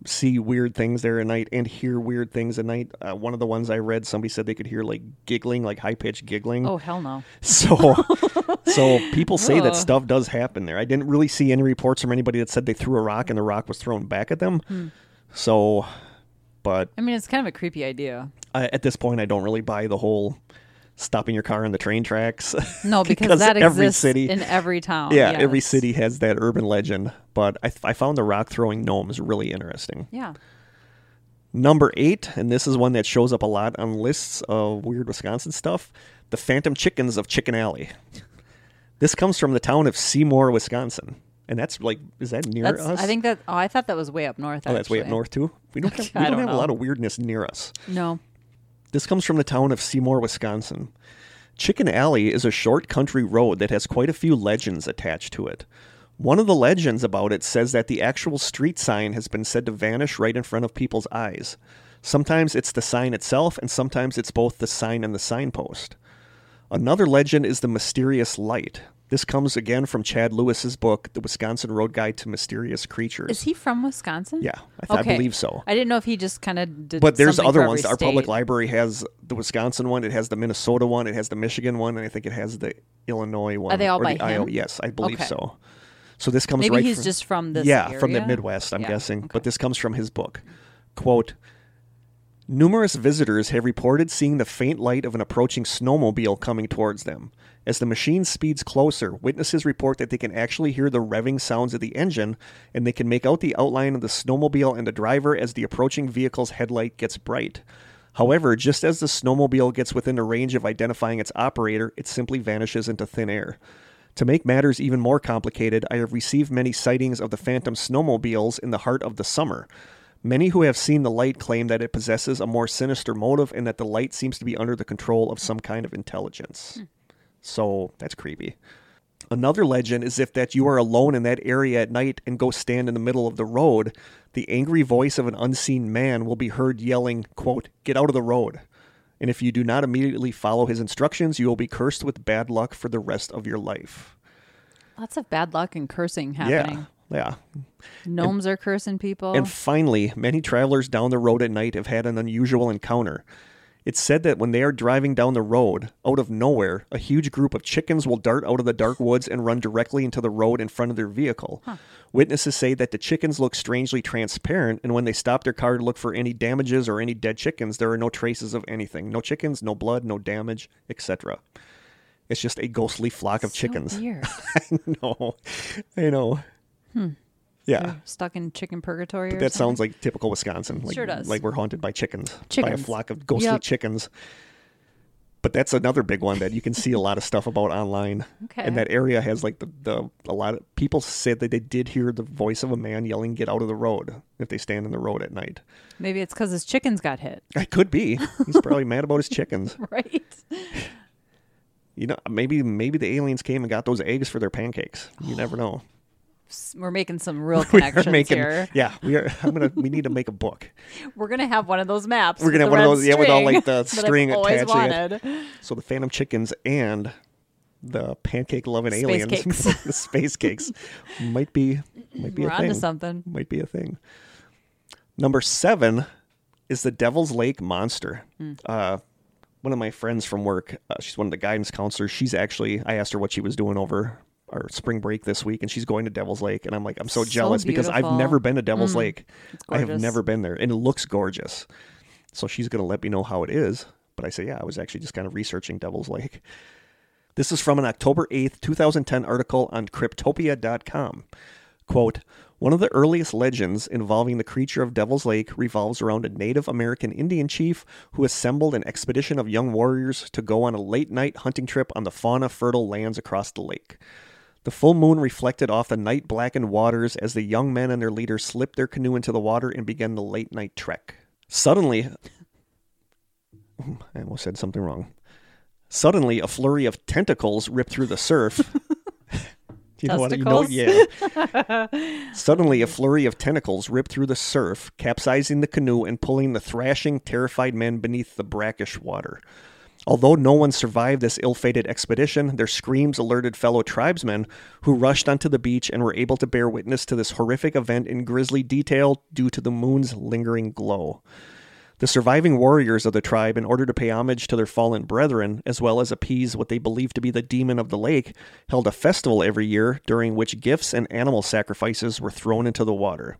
Speaker 1: see weird things there at night and hear weird things at night. Uh, one of the ones I read, somebody said they could hear like giggling, like high pitched giggling.
Speaker 2: Oh hell no.
Speaker 1: So, *laughs* so people say that
Speaker 2: Ugh.
Speaker 1: stuff does happen there. I didn't really see any reports from anybody that said they threw a rock and the rock was thrown back at them. So, but
Speaker 2: I mean, it's kind of a creepy idea.
Speaker 1: I, at this point, I don't really buy the whole stopping your car on the train tracks. *laughs*
Speaker 2: No, because,
Speaker 1: Because
Speaker 2: that
Speaker 1: every
Speaker 2: exists
Speaker 1: city-
Speaker 2: in every town.
Speaker 1: yeah, every
Speaker 2: yes.
Speaker 1: city has that urban legend. But I, I found the rock throwing gnomes really interesting.
Speaker 2: Yeah.
Speaker 1: Number eight, and this is one that shows up a lot on lists of weird Wisconsin stuff the Phantom Chickens of Chicken Alley. This comes from the town of Seymour, Wisconsin. And that's like, is that near
Speaker 2: That's,
Speaker 1: us?
Speaker 2: I think that. Oh, I thought that was way up north.
Speaker 1: Oh, that's way up
Speaker 2: actually.
Speaker 1: north too. We don't have, we
Speaker 2: *laughs* I
Speaker 1: don't
Speaker 2: don't
Speaker 1: have a
Speaker 2: know.
Speaker 1: lot of weirdness near us.
Speaker 2: No.
Speaker 1: This comes from the town of Seymour, Wisconsin. Chicken Alley is a short country road that has quite a few legends attached to it. One of the legends about it says that the actual street sign has been said to vanish right in front of people's eyes. Sometimes it's the sign itself, and sometimes it's both the sign and the signpost. Another legend is the mysterious light. This comes again from Chad Lewis's book, The Wisconsin Road Guide to Mysterious Creatures.
Speaker 2: Is he from Wisconsin?
Speaker 1: yeah, I, th- I
Speaker 2: Okay.
Speaker 1: believe so.
Speaker 2: I didn't know if he just kind of did.
Speaker 1: But there's
Speaker 2: something
Speaker 1: other
Speaker 2: for
Speaker 1: ones.
Speaker 2: every
Speaker 1: Our public
Speaker 2: state.
Speaker 1: library has the Wisconsin one. It has the Minnesota one. It has the Michigan one, and I think it has the Illinois one.
Speaker 2: Are they all
Speaker 1: or
Speaker 2: by
Speaker 1: the Iowa.
Speaker 2: him?
Speaker 1: Yes, I believe
Speaker 2: Okay.
Speaker 1: so. So this comes
Speaker 2: Maybe
Speaker 1: right.
Speaker 2: he's
Speaker 1: from,
Speaker 2: just from this.
Speaker 1: yeah from the
Speaker 2: area.
Speaker 1: Midwest. I'm
Speaker 2: Yeah,
Speaker 1: guessing, but this comes from his book. Quote. Numerous visitors have reported seeing the faint light of an approaching snowmobile coming towards them. As the machine speeds closer, witnesses report that they can actually hear the revving sounds of the engine, and they can make out the outline of the snowmobile and the driver as the approaching vehicle's headlight gets bright. However, just as the snowmobile gets within the range of identifying its operator, it simply vanishes into thin air. To make matters even more complicated, I have received many sightings of the phantom snowmobiles in the heart of the summer. Many who have seen the light claim that it possesses a more sinister motive and that the light seems to be under the control of some kind of intelligence. So that's creepy. Another legend is if that you are alone in that area at night and go stand in the middle of the road, the angry voice of an unseen man will be heard yelling, quote, "Get out of the road." And if you do not immediately follow his instructions, you will be cursed with bad luck for the rest of your life.
Speaker 2: Lots of bad luck and cursing
Speaker 1: Yeah.
Speaker 2: happening.
Speaker 1: Yeah.
Speaker 2: Gnomes are cursing people.
Speaker 1: And finally, many travelers down the road at night have had an unusual encounter. It's said that when they are driving down the road, out of nowhere, a huge group of chickens will dart out of the dark woods and run directly into the road in front of their vehicle. Witnesses say that the chickens look strangely transparent, and when they stop their car to look for any damages or any dead chickens, there are no traces of anything no chickens, no blood, no damage, etc. It's just a ghostly flock of
Speaker 2: So
Speaker 1: chickens. *laughs*
Speaker 2: weird. Hmm.
Speaker 1: I know. I know. Yeah.
Speaker 2: They're stuck in chicken purgatory. or
Speaker 1: That
Speaker 2: something.
Speaker 1: sounds like typical Wisconsin. Like,
Speaker 2: Sure does.
Speaker 1: Like we're haunted by chickens, by a
Speaker 2: Chickens.
Speaker 1: flock of ghostly
Speaker 2: Yep.
Speaker 1: chickens. But that's another big one that you can see a lot of stuff about online.
Speaker 2: Okay.
Speaker 1: And that area has like the, the a lot of people said that they did hear the voice of a man yelling, "Get out of the road!" if they stand in the road at night.
Speaker 2: Maybe it's because his chickens got hit, *laughs*
Speaker 1: It could be. He's probably mad about his chickens.
Speaker 2: right?
Speaker 1: You know, maybe maybe the aliens came and got those eggs for their pancakes. You
Speaker 2: *gasps*
Speaker 1: never know.
Speaker 2: S- We're making some
Speaker 1: *laughs*
Speaker 2: real
Speaker 1: We are *laughs*
Speaker 2: connections here.
Speaker 1: Yeah, we are. I'm gonna. We need to make a book.
Speaker 2: We're gonna have one of those maps.
Speaker 1: We're gonna
Speaker 2: with
Speaker 1: have one of
Speaker 2: the red
Speaker 1: those- yeah, with all,
Speaker 2: string
Speaker 1: like, the
Speaker 2: *laughs* that I've
Speaker 1: string
Speaker 2: always
Speaker 1: attaching
Speaker 2: wanted.
Speaker 1: So the Phantom Chickens and the pancake loving
Speaker 2: Space
Speaker 1: aliens, *laughs*
Speaker 2: cakes.
Speaker 1: the space cakes, might be might be
Speaker 2: We're
Speaker 1: a
Speaker 2: onto
Speaker 1: thing.
Speaker 2: something.
Speaker 1: Might be a thing. Number seven is the Devil's Lake Monster.
Speaker 2: Hmm.
Speaker 1: Uh, one of my friends from work, uh, she's one of the guidance counselors. She's actually, I asked her what she was doing over our spring break this week, and she's going to Devil's Lake, and I'm like, I'm so,
Speaker 2: So
Speaker 1: jealous because I've
Speaker 2: beautiful.
Speaker 1: never been to Devil's Lake. I have
Speaker 2: gorgeous.
Speaker 1: never been there, and it looks gorgeous. So she's going to let me know how it is. But I said, yeah, I was actually just kind of researching Devil's Lake. This is from an October 8th, 2010 article on Cryptopia.com. Quote One of the earliest legends involving the creature of Devil's Lake revolves around a Native American Indian chief who assembled an expedition of young warriors to go on a late night hunting trip on the fauna fertile lands across the lake. The full moon reflected off the night blackened waters as the young men and their leader slipped their canoe into the water and began the late night trek. Suddenly, I almost said something wrong. Suddenly, a flurry of tentacles ripped through the surf. *laughs* you
Speaker 2: Testicles?
Speaker 1: yeah. Suddenly, a flurry of tentacles ripped through the surf, capsizing the canoe and pulling the thrashing, terrified men beneath the brackish water. Although no one survived this ill fated expedition, their screams alerted fellow tribesmen who rushed onto the beach and were able to bear witness to this horrific event in grisly detail due to the moon's lingering glow. The surviving warriors of the tribe, in order to pay homage to their fallen brethren, as well as appease what they believed to be the demon of the lake, held a festival every year during which gifts and animal sacrifices were thrown into the water.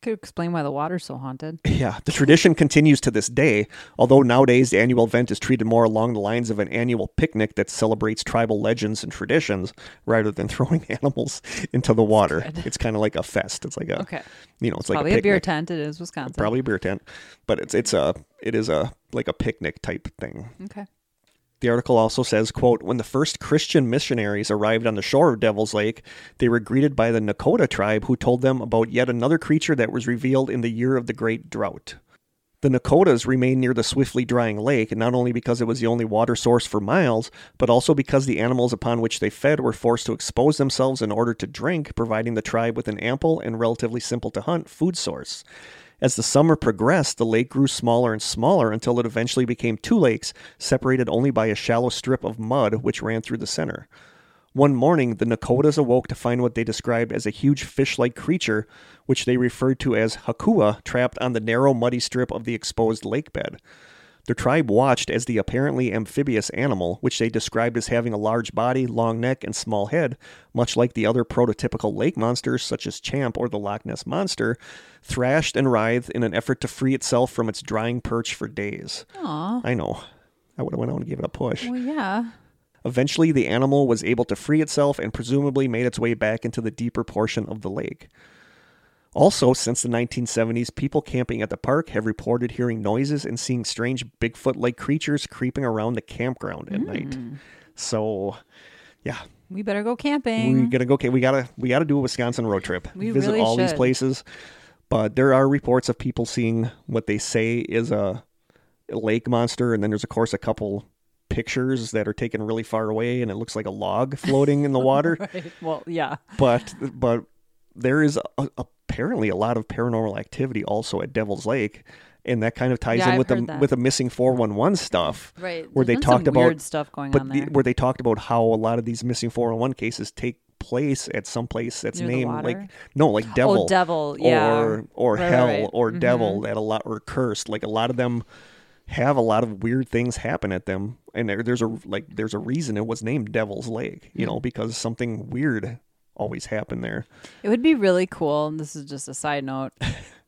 Speaker 2: Could explain why the water's so haunted.
Speaker 1: *laughs* Yeah, the tradition continues to this day, although nowadays the annual event is treated more along the lines of an annual picnic that celebrates tribal legends and traditions rather than *laughs* throwing animals into the water. It's kind of like a fest. It's like a,
Speaker 2: Okay.
Speaker 1: you know, it's like
Speaker 2: Probably
Speaker 1: a
Speaker 2: a beer
Speaker 1: picnic.
Speaker 2: tent. It is Wisconsin.
Speaker 1: probably a beer tent, but it's it's a it is a like a picnic type thing.
Speaker 2: Okay.
Speaker 1: The article also says, quote, when the first Christian missionaries arrived on the shore of Devil's Lake, they were greeted by the Nakota tribe who told them about yet another creature that was revealed in the year of the great drought. The Nakotas remained near the swiftly drying lake, not only because it was the only water source for miles, but also because the animals upon which they fed were forced to expose themselves in order to drink, providing the tribe with an ample and relatively simple to hunt food source. As the summer progressed, the lake grew smaller and smaller until it eventually became two lakes, separated only by a shallow strip of mud which ran through the center. One morning, the Nakotas awoke to find what they described as a huge fish like creature, which they referred to as Hakua, trapped on the narrow, muddy strip of the exposed lake bed. The tribe watched as the apparently amphibious animal, which they described as having a large body, long neck, and small head, much like the other prototypical lake monsters such as Champ or the Loch Ness Monster, thrashed and writhed in an effort to free itself from its drying perch for days.
Speaker 2: Aw.
Speaker 1: I know. I would have went out and gave it a push.
Speaker 2: Well, yeah.
Speaker 1: Eventually, the animal was able to free itself and presumably made its way back into the deeper portion of the lake. Also, since the 1970s, people camping at the park have reported hearing noises and seeing strange Bigfoot like creatures creeping around the campground at night. So, yeah,
Speaker 2: We better go
Speaker 1: we're
Speaker 2: camping.
Speaker 1: gonna go. Okay, we gotta we gotta do a Wisconsin road trip.
Speaker 2: We
Speaker 1: Visit
Speaker 2: really
Speaker 1: all these
Speaker 2: should.
Speaker 1: places, but there are reports of people seeing what they say is a lake monster, and then there's of course a couple pictures that are taken really far away, and it looks like a
Speaker 2: *laughs*
Speaker 1: log floating in the water.
Speaker 2: Right. *laughs* Well, yeah.
Speaker 1: But but there is a, apparently a lot of paranormal activity also at Devil's Lake, and that kind of ties
Speaker 2: Yeah,
Speaker 1: in
Speaker 2: I've
Speaker 1: with the
Speaker 2: heard that.
Speaker 1: with the missing four one one stuff.
Speaker 2: Right.
Speaker 1: Where they
Speaker 2: There's been
Speaker 1: talked
Speaker 2: some
Speaker 1: about-
Speaker 2: weird stuff going
Speaker 1: But
Speaker 2: on
Speaker 1: the-
Speaker 2: there.
Speaker 1: where they talked about how a lot of these missing 401 cases take place at some place that's
Speaker 2: Near the
Speaker 1: named
Speaker 2: water?
Speaker 1: like no like devil,
Speaker 2: oh, devil. Yeah.
Speaker 1: or or
Speaker 2: Right, right,
Speaker 1: hell
Speaker 2: right. Mm-hmm.
Speaker 1: or devil that a lot or cursed like a lot of them have a lot of weird things happen at them and there, there's a like there's a reason it was named Devil's Lake you
Speaker 2: Mm-hmm.
Speaker 1: know because something weird always happened there
Speaker 2: It would be really cool, and this is just a side
Speaker 1: *laughs*
Speaker 2: note,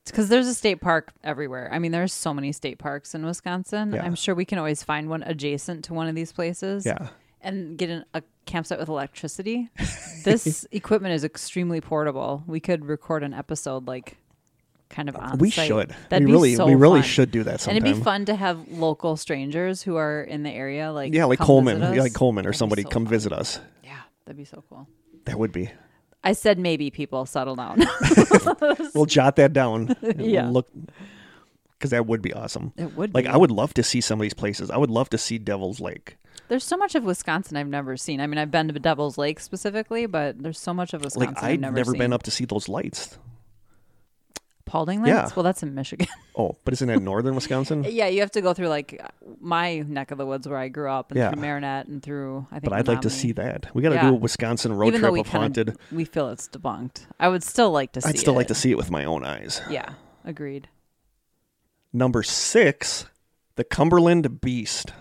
Speaker 2: because there's a state park everywhere. I mean, there's so many state parks in Wisconsin.
Speaker 1: Yeah.
Speaker 2: I'm sure we can always find one adjacent to one of these places.
Speaker 1: Yeah.
Speaker 2: And get an, a campsite with electricity.
Speaker 1: *laughs*
Speaker 2: This equipment is extremely portable. We could record an episode like kind of on
Speaker 1: we
Speaker 2: site.
Speaker 1: should
Speaker 2: That'd
Speaker 1: we
Speaker 2: be
Speaker 1: really
Speaker 2: so
Speaker 1: we really
Speaker 2: fun.
Speaker 1: should do that sometime
Speaker 2: And it'd be fun to have local strangers who are in the area, like
Speaker 1: yeah like
Speaker 2: come
Speaker 1: Coleman
Speaker 2: visit
Speaker 1: yeah,
Speaker 2: us.
Speaker 1: like Coleman or
Speaker 2: That'd be
Speaker 1: somebody
Speaker 2: so
Speaker 1: come
Speaker 2: fun.
Speaker 1: visit us
Speaker 2: Yeah, that'd be so cool.
Speaker 1: that would be
Speaker 2: I said maybe people settle down. *laughs*
Speaker 1: we'll jot that down.
Speaker 2: Yeah.
Speaker 1: We'll look, because that would be awesome.
Speaker 2: It would
Speaker 1: Like
Speaker 2: be.
Speaker 1: I would love to see some of these places. I would love to see Devil's Lake.
Speaker 2: There's so much of Wisconsin I've never seen. I mean, I've been to Devil's Lake specifically, but there's so much of
Speaker 1: Like
Speaker 2: Wisconsin
Speaker 1: I've
Speaker 2: I've
Speaker 1: never,
Speaker 2: seen.
Speaker 1: been up to see those lights.
Speaker 2: Paulding Lakes.
Speaker 1: Yeah.
Speaker 2: Well, that's in Michigan. *laughs*
Speaker 1: Oh, but isn't that northern Wisconsin?
Speaker 2: yeah, you have to go through like my neck of the woods where I grew up, and
Speaker 1: Yeah.
Speaker 2: through Marinette, and through I think.
Speaker 1: But I'd like to
Speaker 2: Menominee.
Speaker 1: see that. We got to
Speaker 2: Yeah.
Speaker 1: do a Wisconsin road
Speaker 2: Even though
Speaker 1: trip
Speaker 2: we
Speaker 1: of
Speaker 2: kinda-
Speaker 1: haunted.
Speaker 2: We feel it's debunked. I would still like to see.
Speaker 1: I'd still
Speaker 2: it.
Speaker 1: like to see it with my own eyes.
Speaker 2: Yeah, agreed.
Speaker 1: Number six, the Cumberland Beast.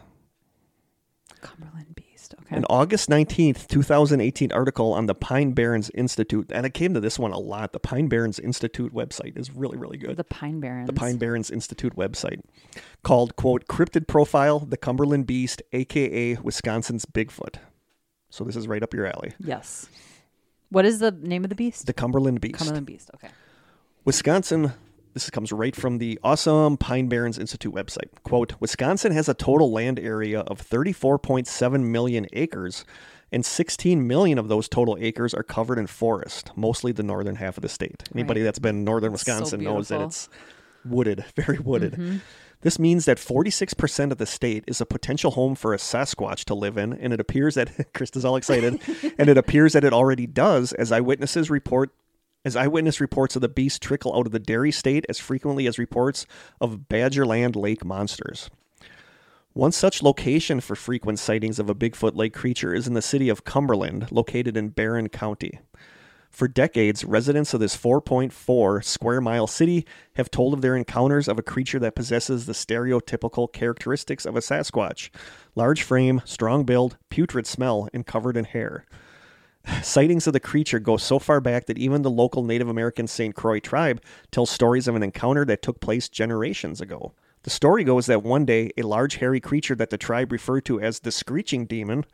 Speaker 2: Cumberland Beast. Okay.
Speaker 1: An August 19th, 2018 article on the Pine Barrens Institute. And I came to this one a lot. The Pine Barrens Institute website is really, really good.
Speaker 2: the Pine Barrens.
Speaker 1: the Pine Barrens Institute website, called quote Cryptid Profile: The Cumberland Beast, aka Wisconsin's Bigfoot. So this is right up your alley.
Speaker 2: Yes. What is the name of the beast?
Speaker 1: The Cumberland Beast,
Speaker 2: Cumberland Beast. Okay.
Speaker 1: Wisconsin. This comes right from the awesome Pine Barrens Institute website. Quote Wisconsin has a total land area of 34.7 million acres, and 16 million of those total acres are covered in forest, mostly the northern half of the state. Anybody that's been in northern
Speaker 2: so
Speaker 1: Wisconsin knows that
Speaker 2: beautiful. Mm-hmm.
Speaker 1: it's wooded, *laughs* very wooded. This means that 46% of the state is a potential home for a Sasquatch to live in, and it appears that *laughs* Krista's all
Speaker 2: *laughs*
Speaker 1: excited, and it appears that it already does, as eyewitnesses report. As eyewitness reports of the beast trickle out of the dairy state as frequently as reports of Badgerland Lake monsters. One such location for frequent sightings of a Bigfoot like creature is in the city of Cumberland, located in Barron County. For decades, residents of this 4.4 square mile city have told of their encounters of a creature that possesses the stereotypical characteristics of a Sasquatch large frame, strong build, putrid smell, and covered in hair. *sighs* Sightings of the creature go so far back that even the local Native American St. Croix tribe tells stories of an encounter that took place generations ago. The story goes that one day, a large hairy creature that the tribe referred to as the Screeching Demon.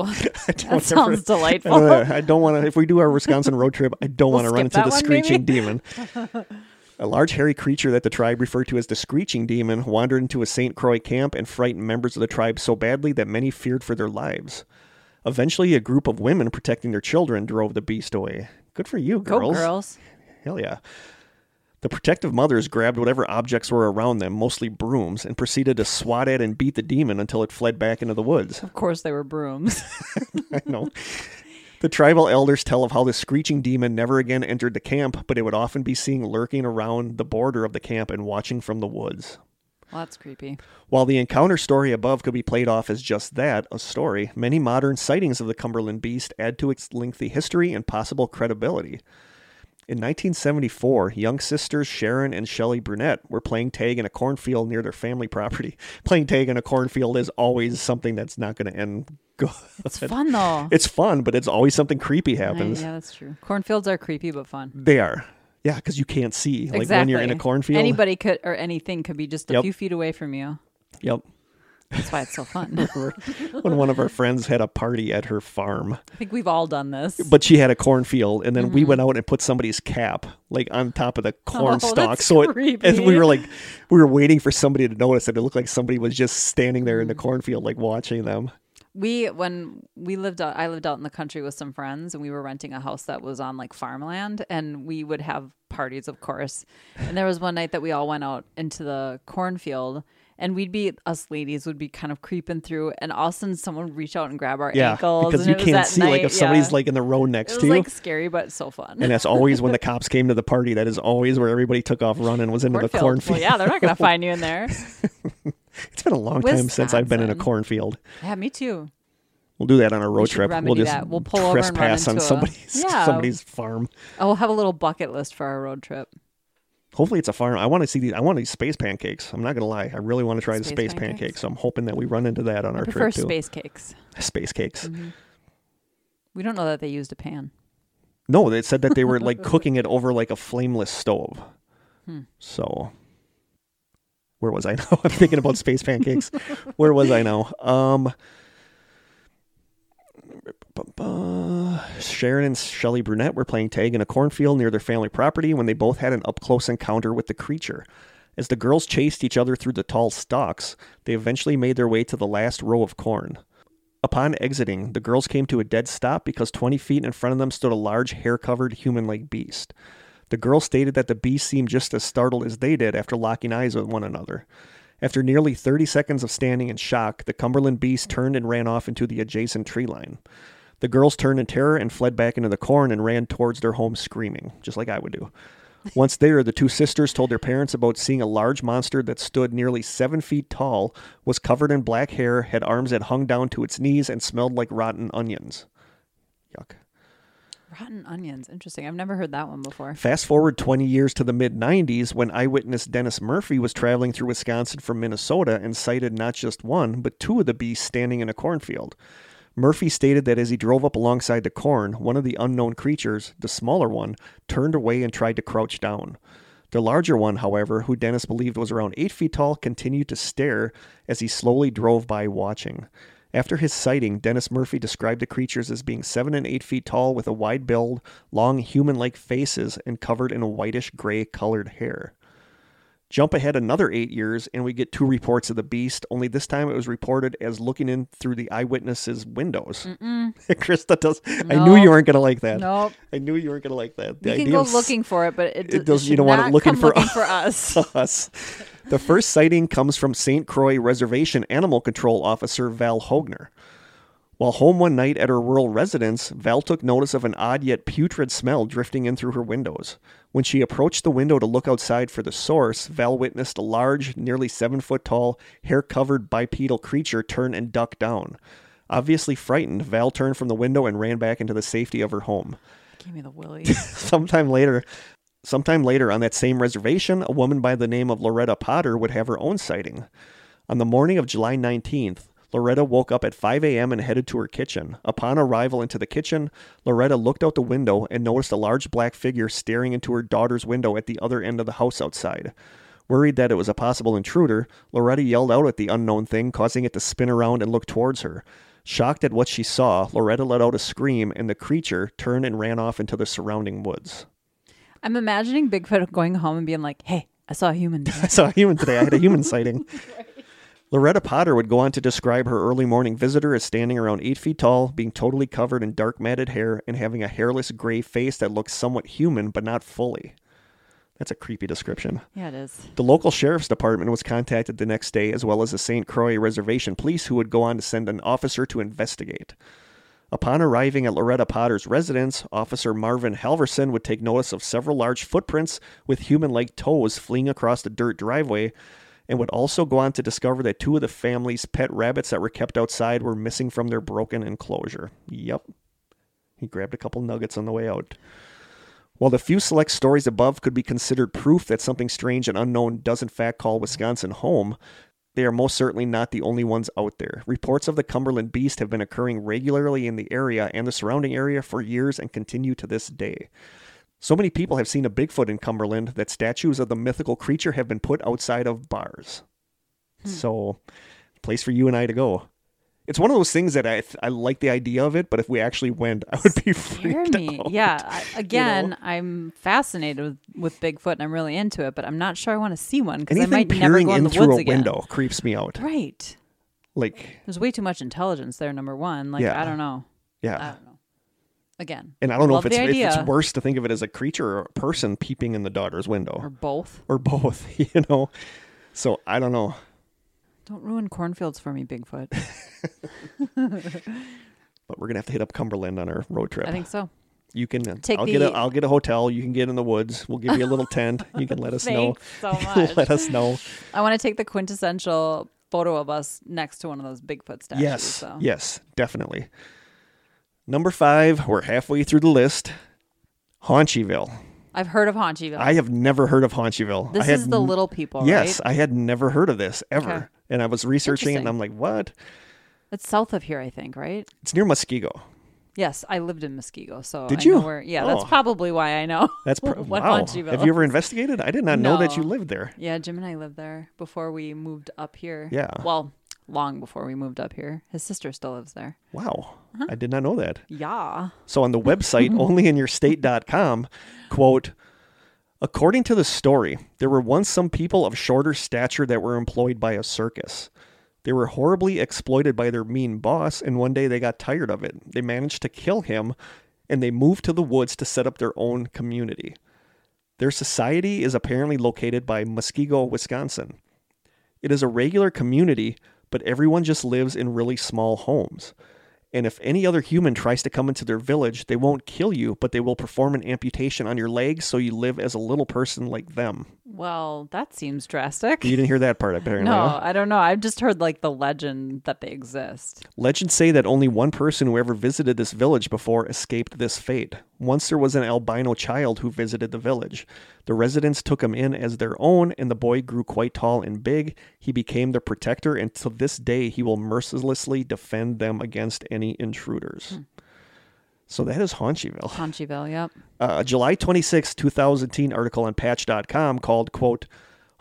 Speaker 1: *laughs* I don't
Speaker 2: *laughs* that
Speaker 1: ever-
Speaker 2: sounds
Speaker 1: I *laughs* don't,
Speaker 2: delightful.
Speaker 1: know. I don't want to. If we do our Wisconsin road trip, I don't want to run into
Speaker 2: skip that
Speaker 1: the
Speaker 2: one, maybe.
Speaker 1: screeching
Speaker 2: *laughs*
Speaker 1: demon. A large hairy creature that the tribe referred to as the Screeching Demon wandered into a St. Croix camp and frightened members of the tribe so badly that many feared for their lives. Eventually, a group of women protecting their children drove the beast away. Good for you,
Speaker 2: Go
Speaker 1: girls.
Speaker 2: girls.
Speaker 1: Hell yeah. The protective mothers grabbed whatever objects were around them, mostly brooms, and proceeded to swat at and beat the demon until it fled back into the woods.
Speaker 2: Of course, they
Speaker 1: *laughs*
Speaker 2: were brooms.
Speaker 1: I know. The tribal elders tell of how the screeching demon never again entered the camp, but it would often be seen lurking around the border of the camp and watching from the woods.
Speaker 2: well, that's creepy.
Speaker 1: While the encounter story above could be played off as just that, a story, many modern sightings of the Cumberland Beast add to its lengthy history and possible credibility. In 1974, young sisters Sharon and Shelley Brunette were playing tag in a cornfield near their family property. *laughs* Playing tag in a cornfield is always something that's not going to end *laughs* good.
Speaker 2: It's fun though.
Speaker 1: It's fun, but it's always something creepy
Speaker 2: I-
Speaker 1: happens.
Speaker 2: yeah, that's true. Cornfields are creepy but fun.
Speaker 1: They are. Yeah, because you can't see. Like
Speaker 2: exactly.
Speaker 1: when you're in a cornfield.
Speaker 2: anybody could or anything could be just a
Speaker 1: Yep.
Speaker 2: few feet away from you.
Speaker 1: *laughs*
Speaker 2: *laughs*
Speaker 1: Yep.
Speaker 2: That's why it's
Speaker 1: *laughs*
Speaker 2: so fun.
Speaker 1: when one of our friends had a party at her farm,
Speaker 2: I think we've all done this.
Speaker 1: but she had a cornfield, and then we went out and put somebody's cap like on top of the corn
Speaker 2: Mm-hmm. Oh,
Speaker 1: stalk.
Speaker 2: that's
Speaker 1: so it, and we
Speaker 2: creepy.
Speaker 1: were like, we were waiting for somebody to notice, and it looked like somebody was just standing there
Speaker 2: Mm.
Speaker 1: in the cornfield, like watching them.
Speaker 2: we when we lived out i lived out in the country with some friends and we were renting a house that was on like farmland and we would have parties of course and there was one night that we all went out into the cornfield and we'd be us ladies would be kind of creeping through and all of a sudden someone would reach out and grab our
Speaker 1: Yeah,
Speaker 2: ankles
Speaker 1: because
Speaker 2: and
Speaker 1: you
Speaker 2: it was
Speaker 1: can't
Speaker 2: that
Speaker 1: see.
Speaker 2: night,
Speaker 1: like if somebody's
Speaker 2: yeah.
Speaker 1: like in the row
Speaker 2: it
Speaker 1: next
Speaker 2: was
Speaker 1: to you.
Speaker 2: like scary but so fun
Speaker 1: and that's always when the cops came to the party. That is always where everybody took off running was into the
Speaker 2: cornfield
Speaker 1: cornfield.
Speaker 2: well yeah they're not gonna find you
Speaker 1: *laughs*
Speaker 2: in there
Speaker 1: It's been a long time since I've been in a
Speaker 2: Wisconsin.
Speaker 1: cornfield.
Speaker 2: yeah me too
Speaker 1: We'll do that on a road
Speaker 2: should
Speaker 1: trip. We'll
Speaker 2: remedy
Speaker 1: just
Speaker 2: that. We'll pull over and run
Speaker 1: trespass on
Speaker 2: into a-
Speaker 1: somebody's *laughs*
Speaker 2: Yeah.
Speaker 1: somebody's farm.
Speaker 2: i'll have a little bucket list for our road trip
Speaker 1: Hopefully, it's a farm. I want to see these. I want these space pancakes. I'm not gonna lie. I really want to try the
Speaker 2: Space
Speaker 1: space pancakes.
Speaker 2: pancakes?
Speaker 1: So I'm hoping that we run into that on
Speaker 2: i
Speaker 1: our
Speaker 2: prefer
Speaker 1: trip too.
Speaker 2: space Mm-hmm. cakes
Speaker 1: Space cakes.
Speaker 2: we don't know that they used a pan
Speaker 1: No, they said that they were like cooking it over like a flameless stove. So, where was I now? *laughs* I'm thinking about space pancakes. Where was I now? Um, Sharon and Shelley Brunette were playing tag in a cornfield near their family property when they both had an up close encounter with the creature. As the girls chased each other through the tall stalks, they eventually made their way to the last row of corn. Upon exiting, the girls came to a dead stop because 20 feet in front of them stood a large, hair covered, human like beast. The girls stated that the beast seemed just as startled as they did after locking eyes with one another. After nearly 30 seconds of standing in shock, the Cumberland beast turned and ran off into the adjacent tree line. The girls turned in terror and fled back into the corn and ran towards their home screaming, just like I would do. Once there, the two sisters told their parents about seeing a large monster that stood nearly seven feet tall, was covered in black hair, had arms that hung down to its knees, and smelled like rotten onions. Yuck.
Speaker 2: Rotten onions. Interesting. I've never heard that one before.
Speaker 1: Fast forward 20 years to the mid 90s when eyewitness Dennis Murphy was traveling through Wisconsin from Minnesota and sighted not just one, but two of the beasts standing in a cornfield. Murphy stated that as he drove up alongside the corn, one of the unknown creatures, the smaller one, turned away and tried to crouch down. The larger one, however, who Dennis believed was around 8 feet tall, continued to stare as he slowly drove by watching. After his sighting, Dennis Murphy described the creatures as being 7 and 8 feet tall with a wide build, long human like faces, and covered in a whitish gray colored hair. Jump ahead another eight years, and we get two reports of the beast, only this time it was reported as looking in through the eyewitnesses' windows. *laughs* Krista does. I knew
Speaker 2: No.
Speaker 1: you weren't going to like that.
Speaker 2: Nope.
Speaker 1: I knew you weren't going to like that. The
Speaker 2: We can
Speaker 1: idea
Speaker 2: go
Speaker 1: of s-
Speaker 2: looking for it, but it,
Speaker 1: it does- you
Speaker 2: should
Speaker 1: don't want it
Speaker 2: not
Speaker 1: looking
Speaker 2: come
Speaker 1: for *laughs*
Speaker 2: looking for us.
Speaker 1: us. The first sighting comes from St. Croix Reservation Animal Control Officer Val Hogner. While home one night at her rural residence, Val took notice of an odd yet putrid smell drifting in through her windows. When she approached the window to look outside for the source, Val witnessed a large, nearly seven foot tall, hair covered bipedal creature turn and duck down. Obviously frightened, Val turned from the window and ran back into the safety of her home
Speaker 2: *laughs* Give me the
Speaker 1: *laughs*
Speaker 2: willy.
Speaker 1: sometime later sometime later on that same reservation a woman by the name of loretta potter would have her own sighting on the morning of july 19th Loretta woke up at 5 a.m. and headed to her kitchen. Upon arrival into the kitchen, Loretta looked out the window and noticed a large black figure staring into her daughter's window at the other end of the house outside. Worried that it was a possible intruder, Loretta yelled out at the unknown thing, causing it to spin around and look towards her. Shocked at what she saw, Loretta let out a scream, and the creature turned and ran off into the surrounding woods. *laughs*
Speaker 2: I'm imagining Bigfoot going home and being like, "Hey, I saw a human." today."
Speaker 1: I saw a human today. I had a human sighting. Loretta Potter would go on to describe her early morning visitor as standing around eight feet tall, being totally covered in dark matted hair, and having a hairless gray face that looked somewhat human but not fully. That's a creepy description.
Speaker 2: yeah, it *laughs* is.
Speaker 1: The local sheriff's department was contacted the next day, as well as the St. Croix Reservation Police, who would go on to send an officer to investigate. Upon arriving at Loretta Potter's residence, Officer Marvin Halverson would take notice of several large footprints with human like toes fleeing across the dirt driveway, and would also go on to discover that two of the family's pet rabbits that were kept outside were missing from their broken enclosure. Yep. He grabbed a couple nuggets on the way out. While the few select stories above could be considered proof that something strange and unknown does in fact call Wisconsin home, they are most certainly not the only ones out there. Reports of the Cumberland Beast have been occurring regularly in the area and the surrounding area for years and continue to this day. So many people have seen a Bigfoot in Cumberland that statues of the mythical creature have been put outside of bars.
Speaker 2: Hmm.
Speaker 1: So, place for you and I to go. It's one of those things that I I like the idea of it, but if we actually went, *laughs* I would be
Speaker 2: Hear
Speaker 1: freaked
Speaker 2: me?
Speaker 1: out.
Speaker 2: Yeah.
Speaker 1: *laughs*
Speaker 2: I, again, I'm fascinated with, with Bigfoot and I'm really into it, but I'm not sure I want to see one because I
Speaker 1: Anything
Speaker 2: might never
Speaker 1: peering
Speaker 2: go in,
Speaker 1: in,
Speaker 2: the
Speaker 1: through
Speaker 2: woods
Speaker 1: a
Speaker 2: again.
Speaker 1: window creeps me out.
Speaker 2: Right.
Speaker 1: Like,
Speaker 2: There's way too much intelligence there. Number one, like
Speaker 1: Yeah.
Speaker 2: I don't know. I
Speaker 1: yeah.
Speaker 2: don't know. Again,
Speaker 1: And I don't know
Speaker 2: love
Speaker 1: if it's,
Speaker 2: the
Speaker 1: if it's
Speaker 2: idea.
Speaker 1: worse to think of it as a creature or a person peeping in the daughter's
Speaker 2: or
Speaker 1: window
Speaker 2: both.
Speaker 1: or both, *laughs* you know? So I don't know.
Speaker 2: Don't ruin cornfields for
Speaker 1: *laughs*
Speaker 2: me, Bigfoot.
Speaker 1: But we're going to have to hit up Cumberland on our road trip.
Speaker 2: I think so.
Speaker 1: you can,
Speaker 2: Take
Speaker 1: I'll, get a,
Speaker 2: the-
Speaker 1: I'll get a hotel. You can get in the woods. We'll give you a little
Speaker 2: *laughs*
Speaker 1: tent. You can let us know.
Speaker 2: Thanks so
Speaker 1: *laughs*
Speaker 2: much.
Speaker 1: let us know.
Speaker 2: I want to take the quintessential photo of us next to one of those Bigfoot statues.
Speaker 1: Yes.
Speaker 2: So.
Speaker 1: Yes, definitely. Number five, we're halfway through the list. Haunchyville.
Speaker 2: I've heard of Haunchyville.
Speaker 1: I have never heard of Haunchyville. I
Speaker 2: this
Speaker 1: had
Speaker 2: is the little people,
Speaker 1: Yes,
Speaker 2: right?
Speaker 1: I had never heard of this ever.
Speaker 2: Okay.
Speaker 1: And I was researching it and
Speaker 2: Interesting.
Speaker 1: I'm like, what?
Speaker 2: It's south of here, I think, right?
Speaker 1: It's near Muskego.
Speaker 2: Yes, I lived in Muskego, so
Speaker 1: Did
Speaker 2: I
Speaker 1: you?
Speaker 2: know where- yeah, that's
Speaker 1: Oh.
Speaker 2: probably why
Speaker 1: *laughs*
Speaker 2: I know.
Speaker 1: That's pr-
Speaker 2: what
Speaker 1: wow.
Speaker 2: Haunchyville
Speaker 1: Have you ever
Speaker 2: is.
Speaker 1: investigated? I did not know that you
Speaker 2: No.
Speaker 1: lived there.
Speaker 2: Yeah, Jim and I lived there before we moved up here.
Speaker 1: Yeah.
Speaker 2: Well, long before we moved up here. His sister still lives there.
Speaker 1: Wow.
Speaker 2: Uh-huh.
Speaker 1: I did not know that.
Speaker 2: Yeah.
Speaker 1: So on the website onlyinyourstate.com, quote, according to the story, there were once some people of shorter stature that were employed by a circus. They were horribly exploited by their mean boss, and one day they got tired of it. They managed to kill him, and they moved to the woods to set up their own community. Their society is apparently located by Muskego, Wisconsin. It is a regular community, but everyone just lives in really small homes. And if any other human tries to come into their village, they won't kill you, but they will perform an amputation on your leg so you live as a little person like them.
Speaker 2: Well, that seems drastic.
Speaker 1: You didn't hear that part, apparently. huh?
Speaker 2: *laughs* No, I don't know. I've just heard like the legend that they exist.
Speaker 1: Legends say that only one person who ever visited this village before escaped this fate. Once there was an albino child who visited the village. The residents took him in as their own, and the boy grew quite tall and big. He became their protector, and to this day, he will mercilessly defend them against any intruders. So that is Haunchyville
Speaker 2: Haunchyville, yep.
Speaker 1: a Uh, July 26, 2010 article on patch.com called, quote,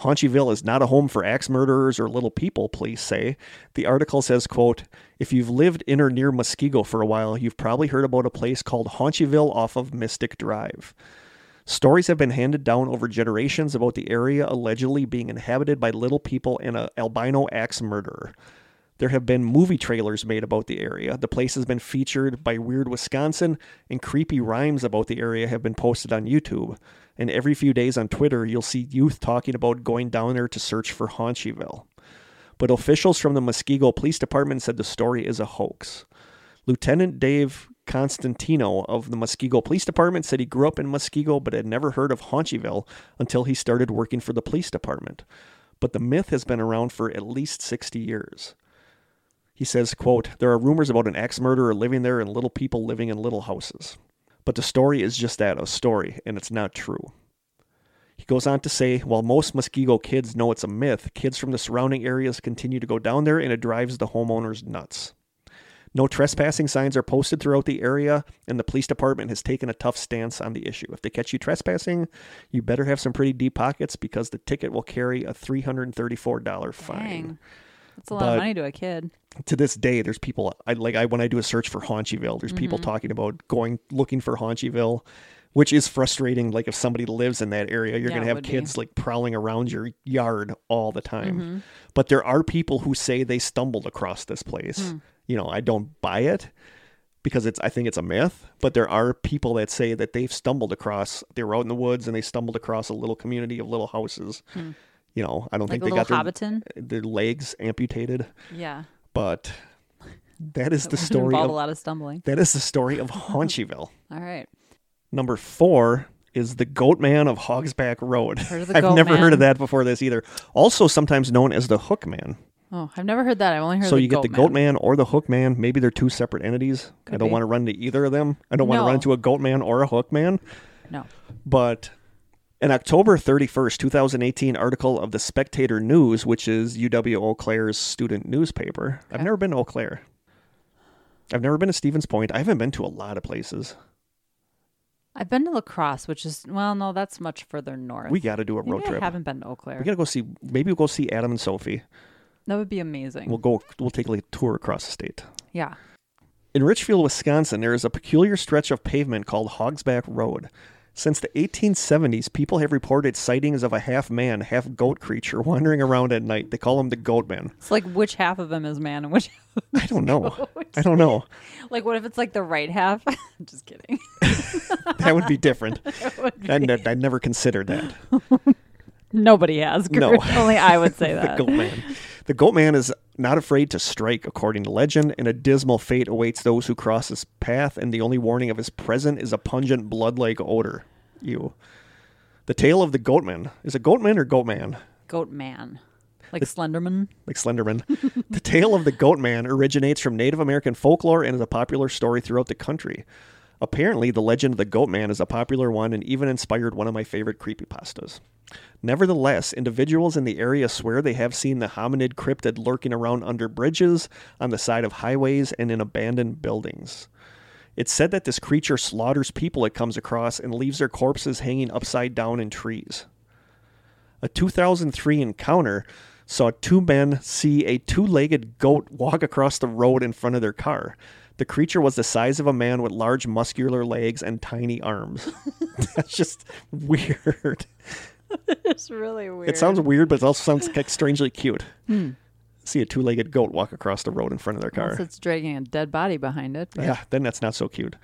Speaker 1: Haunchyville is not a home for axe murderers or little people, police say. The article says, quote, if you've lived in or near Muskego for a while, you've probably heard about a place called Haunchyville off of Mystic Drive. Stories have been handed down over generations about the area allegedly being inhabited by little people and an albino axe murderer. There have been movie trailers made about the area. The place has been featured by Weird Wisconsin, and creepy rhymes about the area have been posted on YouTube. And every few days on Twitter, you'll see youth talking about going down there to search for Haunchyville. But officials from the Muskego Police Department said the story is a hoax. Lieutenant Dave Constantino of the Muskego Police Department said he grew up in Muskego but had never heard of Haunchyville until he started working for the police department. But the myth has been around for at least 60 years. He says, quote, There are rumors about an axe murderer living there and little people living in little houses. But the story is just that, a story, and it's not true. He goes on to say, while most Muskego kids know it's a myth, kids from the surrounding areas continue to go down there and it drives the homeowners nuts. No trespassing signs are posted throughout the area, and the police department has taken a tough stance on the issue. If they catch you trespassing, you better have some pretty deep pockets because the ticket will carry a $334 fine.
Speaker 2: Dang. That's a lot
Speaker 1: But-
Speaker 2: of money to a kid.
Speaker 1: To this day, there's people I like I when I do a search for Haunchyville, there's
Speaker 2: Mm-hmm.
Speaker 1: people talking about going looking for Haunchyville, which is frustrating. Like if somebody lives in that area, you're
Speaker 2: Yeah,
Speaker 1: gonna
Speaker 2: it
Speaker 1: have
Speaker 2: would be.
Speaker 1: kids like prowling around your yard all the time.
Speaker 2: Mm-hmm.
Speaker 1: But there are people who say they stumbled across this place.
Speaker 2: Hmm.
Speaker 1: You know, I don't buy it because it's I think it's a myth, but there are people that say that they've stumbled across they were out in the woods and they stumbled across a little community of little houses. You know, I don't
Speaker 2: Hmm. Like
Speaker 1: think
Speaker 2: a
Speaker 1: they
Speaker 2: little
Speaker 1: got their,
Speaker 2: Hobbiton.
Speaker 1: their legs amputated,
Speaker 2: Yeah.
Speaker 1: but that
Speaker 2: *laughs*
Speaker 1: is the
Speaker 2: It
Speaker 1: story
Speaker 2: involved a
Speaker 1: of,
Speaker 2: lot of stumbling.
Speaker 1: that is the story of Haunchyville.
Speaker 2: All right.
Speaker 1: Number 4 is the Goat Man of Hogsback Road.
Speaker 2: Heard of
Speaker 1: *laughs*
Speaker 2: the
Speaker 1: I've
Speaker 2: Goat
Speaker 1: never heard of
Speaker 2: Man.
Speaker 1: that before this either. Also sometimes known as the Hook Man.
Speaker 2: Oh, I've never heard that. I've only heard
Speaker 1: so
Speaker 2: the
Speaker 1: you get
Speaker 2: goat
Speaker 1: the goat man. or the hook man. Maybe they're two separate entities. I
Speaker 2: Could
Speaker 1: don't
Speaker 2: be.
Speaker 1: want to run into either of them. I don't want to run
Speaker 2: No.
Speaker 1: into a goat man or a hook man.
Speaker 2: No.
Speaker 1: But an October 31st, 2018 article of the Spectator News, which is UW Eau Claire's student newspaper. I've never been to Eau Claire. I've never been to Stevens Point. I haven't been to a lot of places.
Speaker 2: I've been to Lacrosse, which is well, no, that's much further north.
Speaker 1: We got to do a
Speaker 2: Maybe
Speaker 1: road trip.
Speaker 2: I haven't been to Eau Claire.
Speaker 1: We got to go see, maybe we'll go see Adam and Sophie.
Speaker 2: that would be amazing.
Speaker 1: We'll go, we'll take like a tour across the state.
Speaker 2: yeah.
Speaker 1: In Richfield, Wisconsin, there is a peculiar stretch of pavement called Hogsback Road. Since the 1870s, people have reported sightings of a half man, half goat creature wandering around at night. They call him the Goatman.
Speaker 2: It's like which half of him is man and which *laughs*
Speaker 1: I don't know.
Speaker 2: Oh,
Speaker 1: I don't know.
Speaker 2: like what if it's like the right half? *laughs* I'm just kidding.
Speaker 1: That would be
Speaker 2: *laughs*
Speaker 1: different. I, n- I never considered that.
Speaker 2: Nobody has.
Speaker 1: No.
Speaker 2: Gert. Only I would *laughs*
Speaker 1: *laughs*
Speaker 2: say
Speaker 1: The
Speaker 2: that.
Speaker 1: Goatman. The Goatman is not afraid to strike, according to legend, and a dismal fate awaits those who cross his path, and the only warning of his presence is a pungent blood-like odor. Ew. The tale of the Goatman. Is it Goatman or Goatman?
Speaker 2: Goat man. Like Slenderman.
Speaker 1: like Slenderman. *laughs* the tale of the goat man originates from Native American folklore and is a popular story throughout the country. Apparently, the legend of the goat man is a popular one and even inspired one of my favorite creepypastas. Nevertheless, individuals in the area swear they have seen the hominid cryptid lurking around under bridges, on the side of highways, and in abandoned buildings. It's said that this creature slaughters people it comes across and leaves their corpses hanging upside down in trees. A 2003 encounter saw two men see a two legged goat walk across the road in front of their car. The creature was the size of a man with large muscular legs and tiny arms. *laughs* That's just weird.
Speaker 2: It's really weird.
Speaker 1: It sounds weird, but it also sounds like strangely cute. See a two legged goat walk across the road in front of their car.
Speaker 2: Unless it's dragging a dead body behind it. But
Speaker 1: Yeah, then that's not so cute.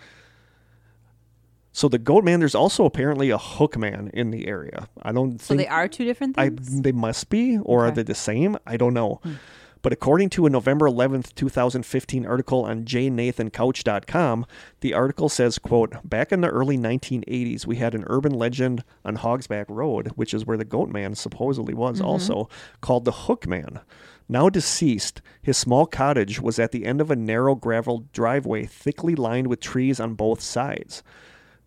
Speaker 1: So the goat man, there's also apparently a hook man in the area. I don't
Speaker 2: so
Speaker 1: think
Speaker 2: they are two different
Speaker 1: I,
Speaker 2: things?
Speaker 1: they must be, or are
Speaker 2: Okay.
Speaker 1: they the same? I don't know. But according to a November 11th, 2015 article on jnathancouch.com, the article says, quote, back in the early 1980s, we had an urban legend on Hogsback Road, which is where the goat man supposedly was also, called the Hook Man. Now deceased, his small cottage was at the end of a narrow gravel driveway thickly lined with trees on both sides.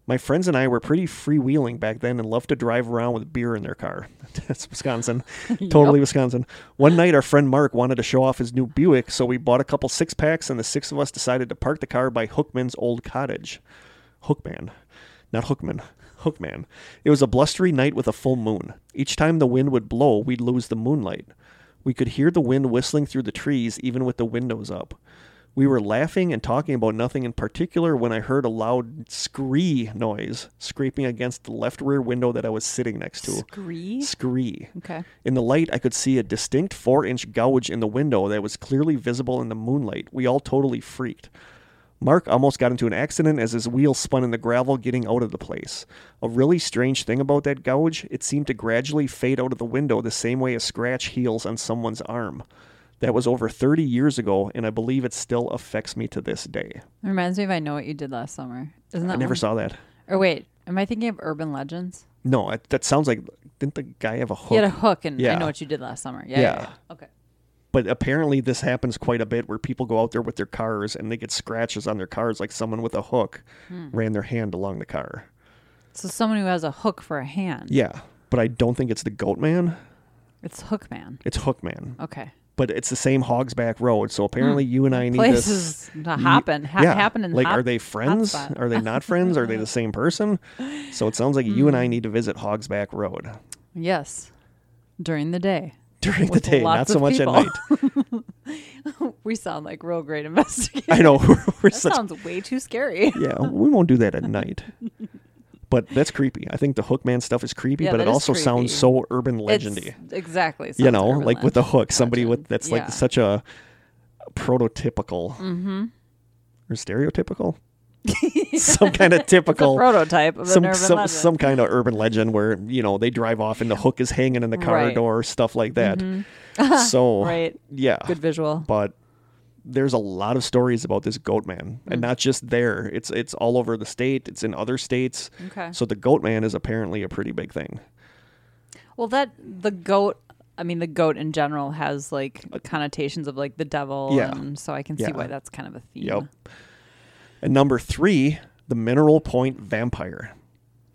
Speaker 1: My friends and I were pretty freewheeling back then and loved to drive around with beer in their car. *laughs* That's Wisconsin. Totally Wisconsin. One night, our friend Mark wanted to show off his new Buick, so we bought a couple six packs, and the six of us decided to park the car by Hookman's old cottage. Hookman. Not Hookman. Hookman. It was a blustery night with a full moon. Each time the wind would blow, we'd lose the moonlight. We could hear the wind whistling through the trees, even with the windows up. We were laughing and talking about nothing in particular when I heard a loud scree noise scraping against the left rear window that I was sitting next to.
Speaker 2: Scree?
Speaker 1: Scree.
Speaker 2: Okay.
Speaker 1: In the light, I could see a distinct four inch gouge in the window that was clearly visible in the moonlight. We all totally freaked. Mark almost got into an accident as his wheel spun in the gravel getting out of the place. A really strange thing about that gouge, it seemed to gradually fade out of the window the same way a scratch heals on someone's arm. That was over 30 years ago, and I believe it still affects me to this day.
Speaker 2: It reminds me of I Know What You Did Last Summer. Isn't that
Speaker 1: I never
Speaker 2: one?
Speaker 1: saw that.
Speaker 2: Or wait, am I thinking of urban legends?
Speaker 1: No, I, that sounds like. Didn't the guy have a hook?
Speaker 2: He had a hook and
Speaker 1: Yeah.
Speaker 2: I know what you did last summer. Yeah.
Speaker 1: Yeah.
Speaker 2: yeah, yeah. Okay.
Speaker 1: but apparently this happens quite a bit where people go out there with their cars and they get scratches on their cars like someone with a
Speaker 2: Hmm.
Speaker 1: hook ran their hand along the car
Speaker 2: So someone who has a hook for a hand.
Speaker 1: yeah but but I don't think it's the Goat Man.
Speaker 2: It's Hookman.
Speaker 1: It's Hookman.
Speaker 2: Okay.
Speaker 1: But it's the same Hogsback Road. So apparently, you and I need this.
Speaker 2: Hmm. Places to *laughs* happen. Ha-
Speaker 1: yeah.
Speaker 2: Happen in
Speaker 1: like,
Speaker 2: hop-
Speaker 1: are they friends?
Speaker 2: hotspot.
Speaker 1: Are they not friends? Are they
Speaker 2: *laughs*
Speaker 1: the same person? So it sounds like you
Speaker 2: Hmm.
Speaker 1: and I need to visit Hogsback Road
Speaker 2: Yes. During the day.
Speaker 1: during
Speaker 2: With
Speaker 1: the day, not
Speaker 2: lots
Speaker 1: so
Speaker 2: of
Speaker 1: much
Speaker 2: people.
Speaker 1: at night.
Speaker 2: We sound like real great *laughs* investigators.
Speaker 1: I know we're, we're *laughs*
Speaker 2: That
Speaker 1: such.
Speaker 2: sounds way too
Speaker 1: *laughs*
Speaker 2: scary.
Speaker 1: yeah, we won't do that at
Speaker 2: *laughs*
Speaker 1: night. But that's creepy. I think the Hookman stuff is creepy,
Speaker 2: Yeah,
Speaker 1: but
Speaker 2: that
Speaker 1: it
Speaker 2: is
Speaker 1: also
Speaker 2: creepy.
Speaker 1: sounds so urban legendy.
Speaker 2: It's- exactly.
Speaker 1: you
Speaker 2: sounds
Speaker 1: know,
Speaker 2: urban
Speaker 1: like with a
Speaker 2: legend.
Speaker 1: hook, somebody with
Speaker 2: legend.
Speaker 1: that's
Speaker 2: Yeah. Mm-hmm.
Speaker 1: like such a prototypical or
Speaker 2: *laughs*
Speaker 1: stereotypical, some kind of
Speaker 2: It's a
Speaker 1: typical,
Speaker 2: prototype of an
Speaker 1: some
Speaker 2: urban
Speaker 1: some,
Speaker 2: legend.
Speaker 1: some kind of urban legend where you know they drive off and the hook is hanging in the car
Speaker 2: Right. Mm-hmm.
Speaker 1: door, stuff like that. so
Speaker 2: *laughs* right.
Speaker 1: yeah, *sighs*
Speaker 2: Good visual.
Speaker 1: but there's a lot of stories about this goat man, and not just there. It's it's all over the state. It's in other states.
Speaker 2: Okay.
Speaker 1: So the goat man is apparently a pretty big thing.
Speaker 2: Well, that the goat. I mean, the goat in general has like connotations of like the devil.
Speaker 1: Uh, Yeah.
Speaker 2: And so I can
Speaker 1: Yeah.
Speaker 2: see why that's kind of a theme.
Speaker 1: Yep. And number three, the Mineral Point Vampire.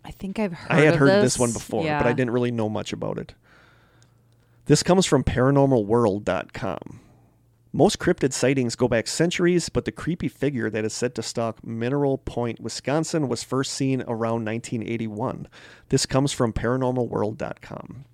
Speaker 2: I think I've heard.
Speaker 1: I had
Speaker 2: of
Speaker 1: heard
Speaker 2: this,
Speaker 1: this one before, but I
Speaker 2: Yeah.
Speaker 1: didn't really know much about it. This comes from paranormalworld.com. Most cryptid sightings go back centuries, but the creepy figure that is said to stalk Mineral Point, Wisconsin was first seen around 1981. This comes from paranormalworld.com.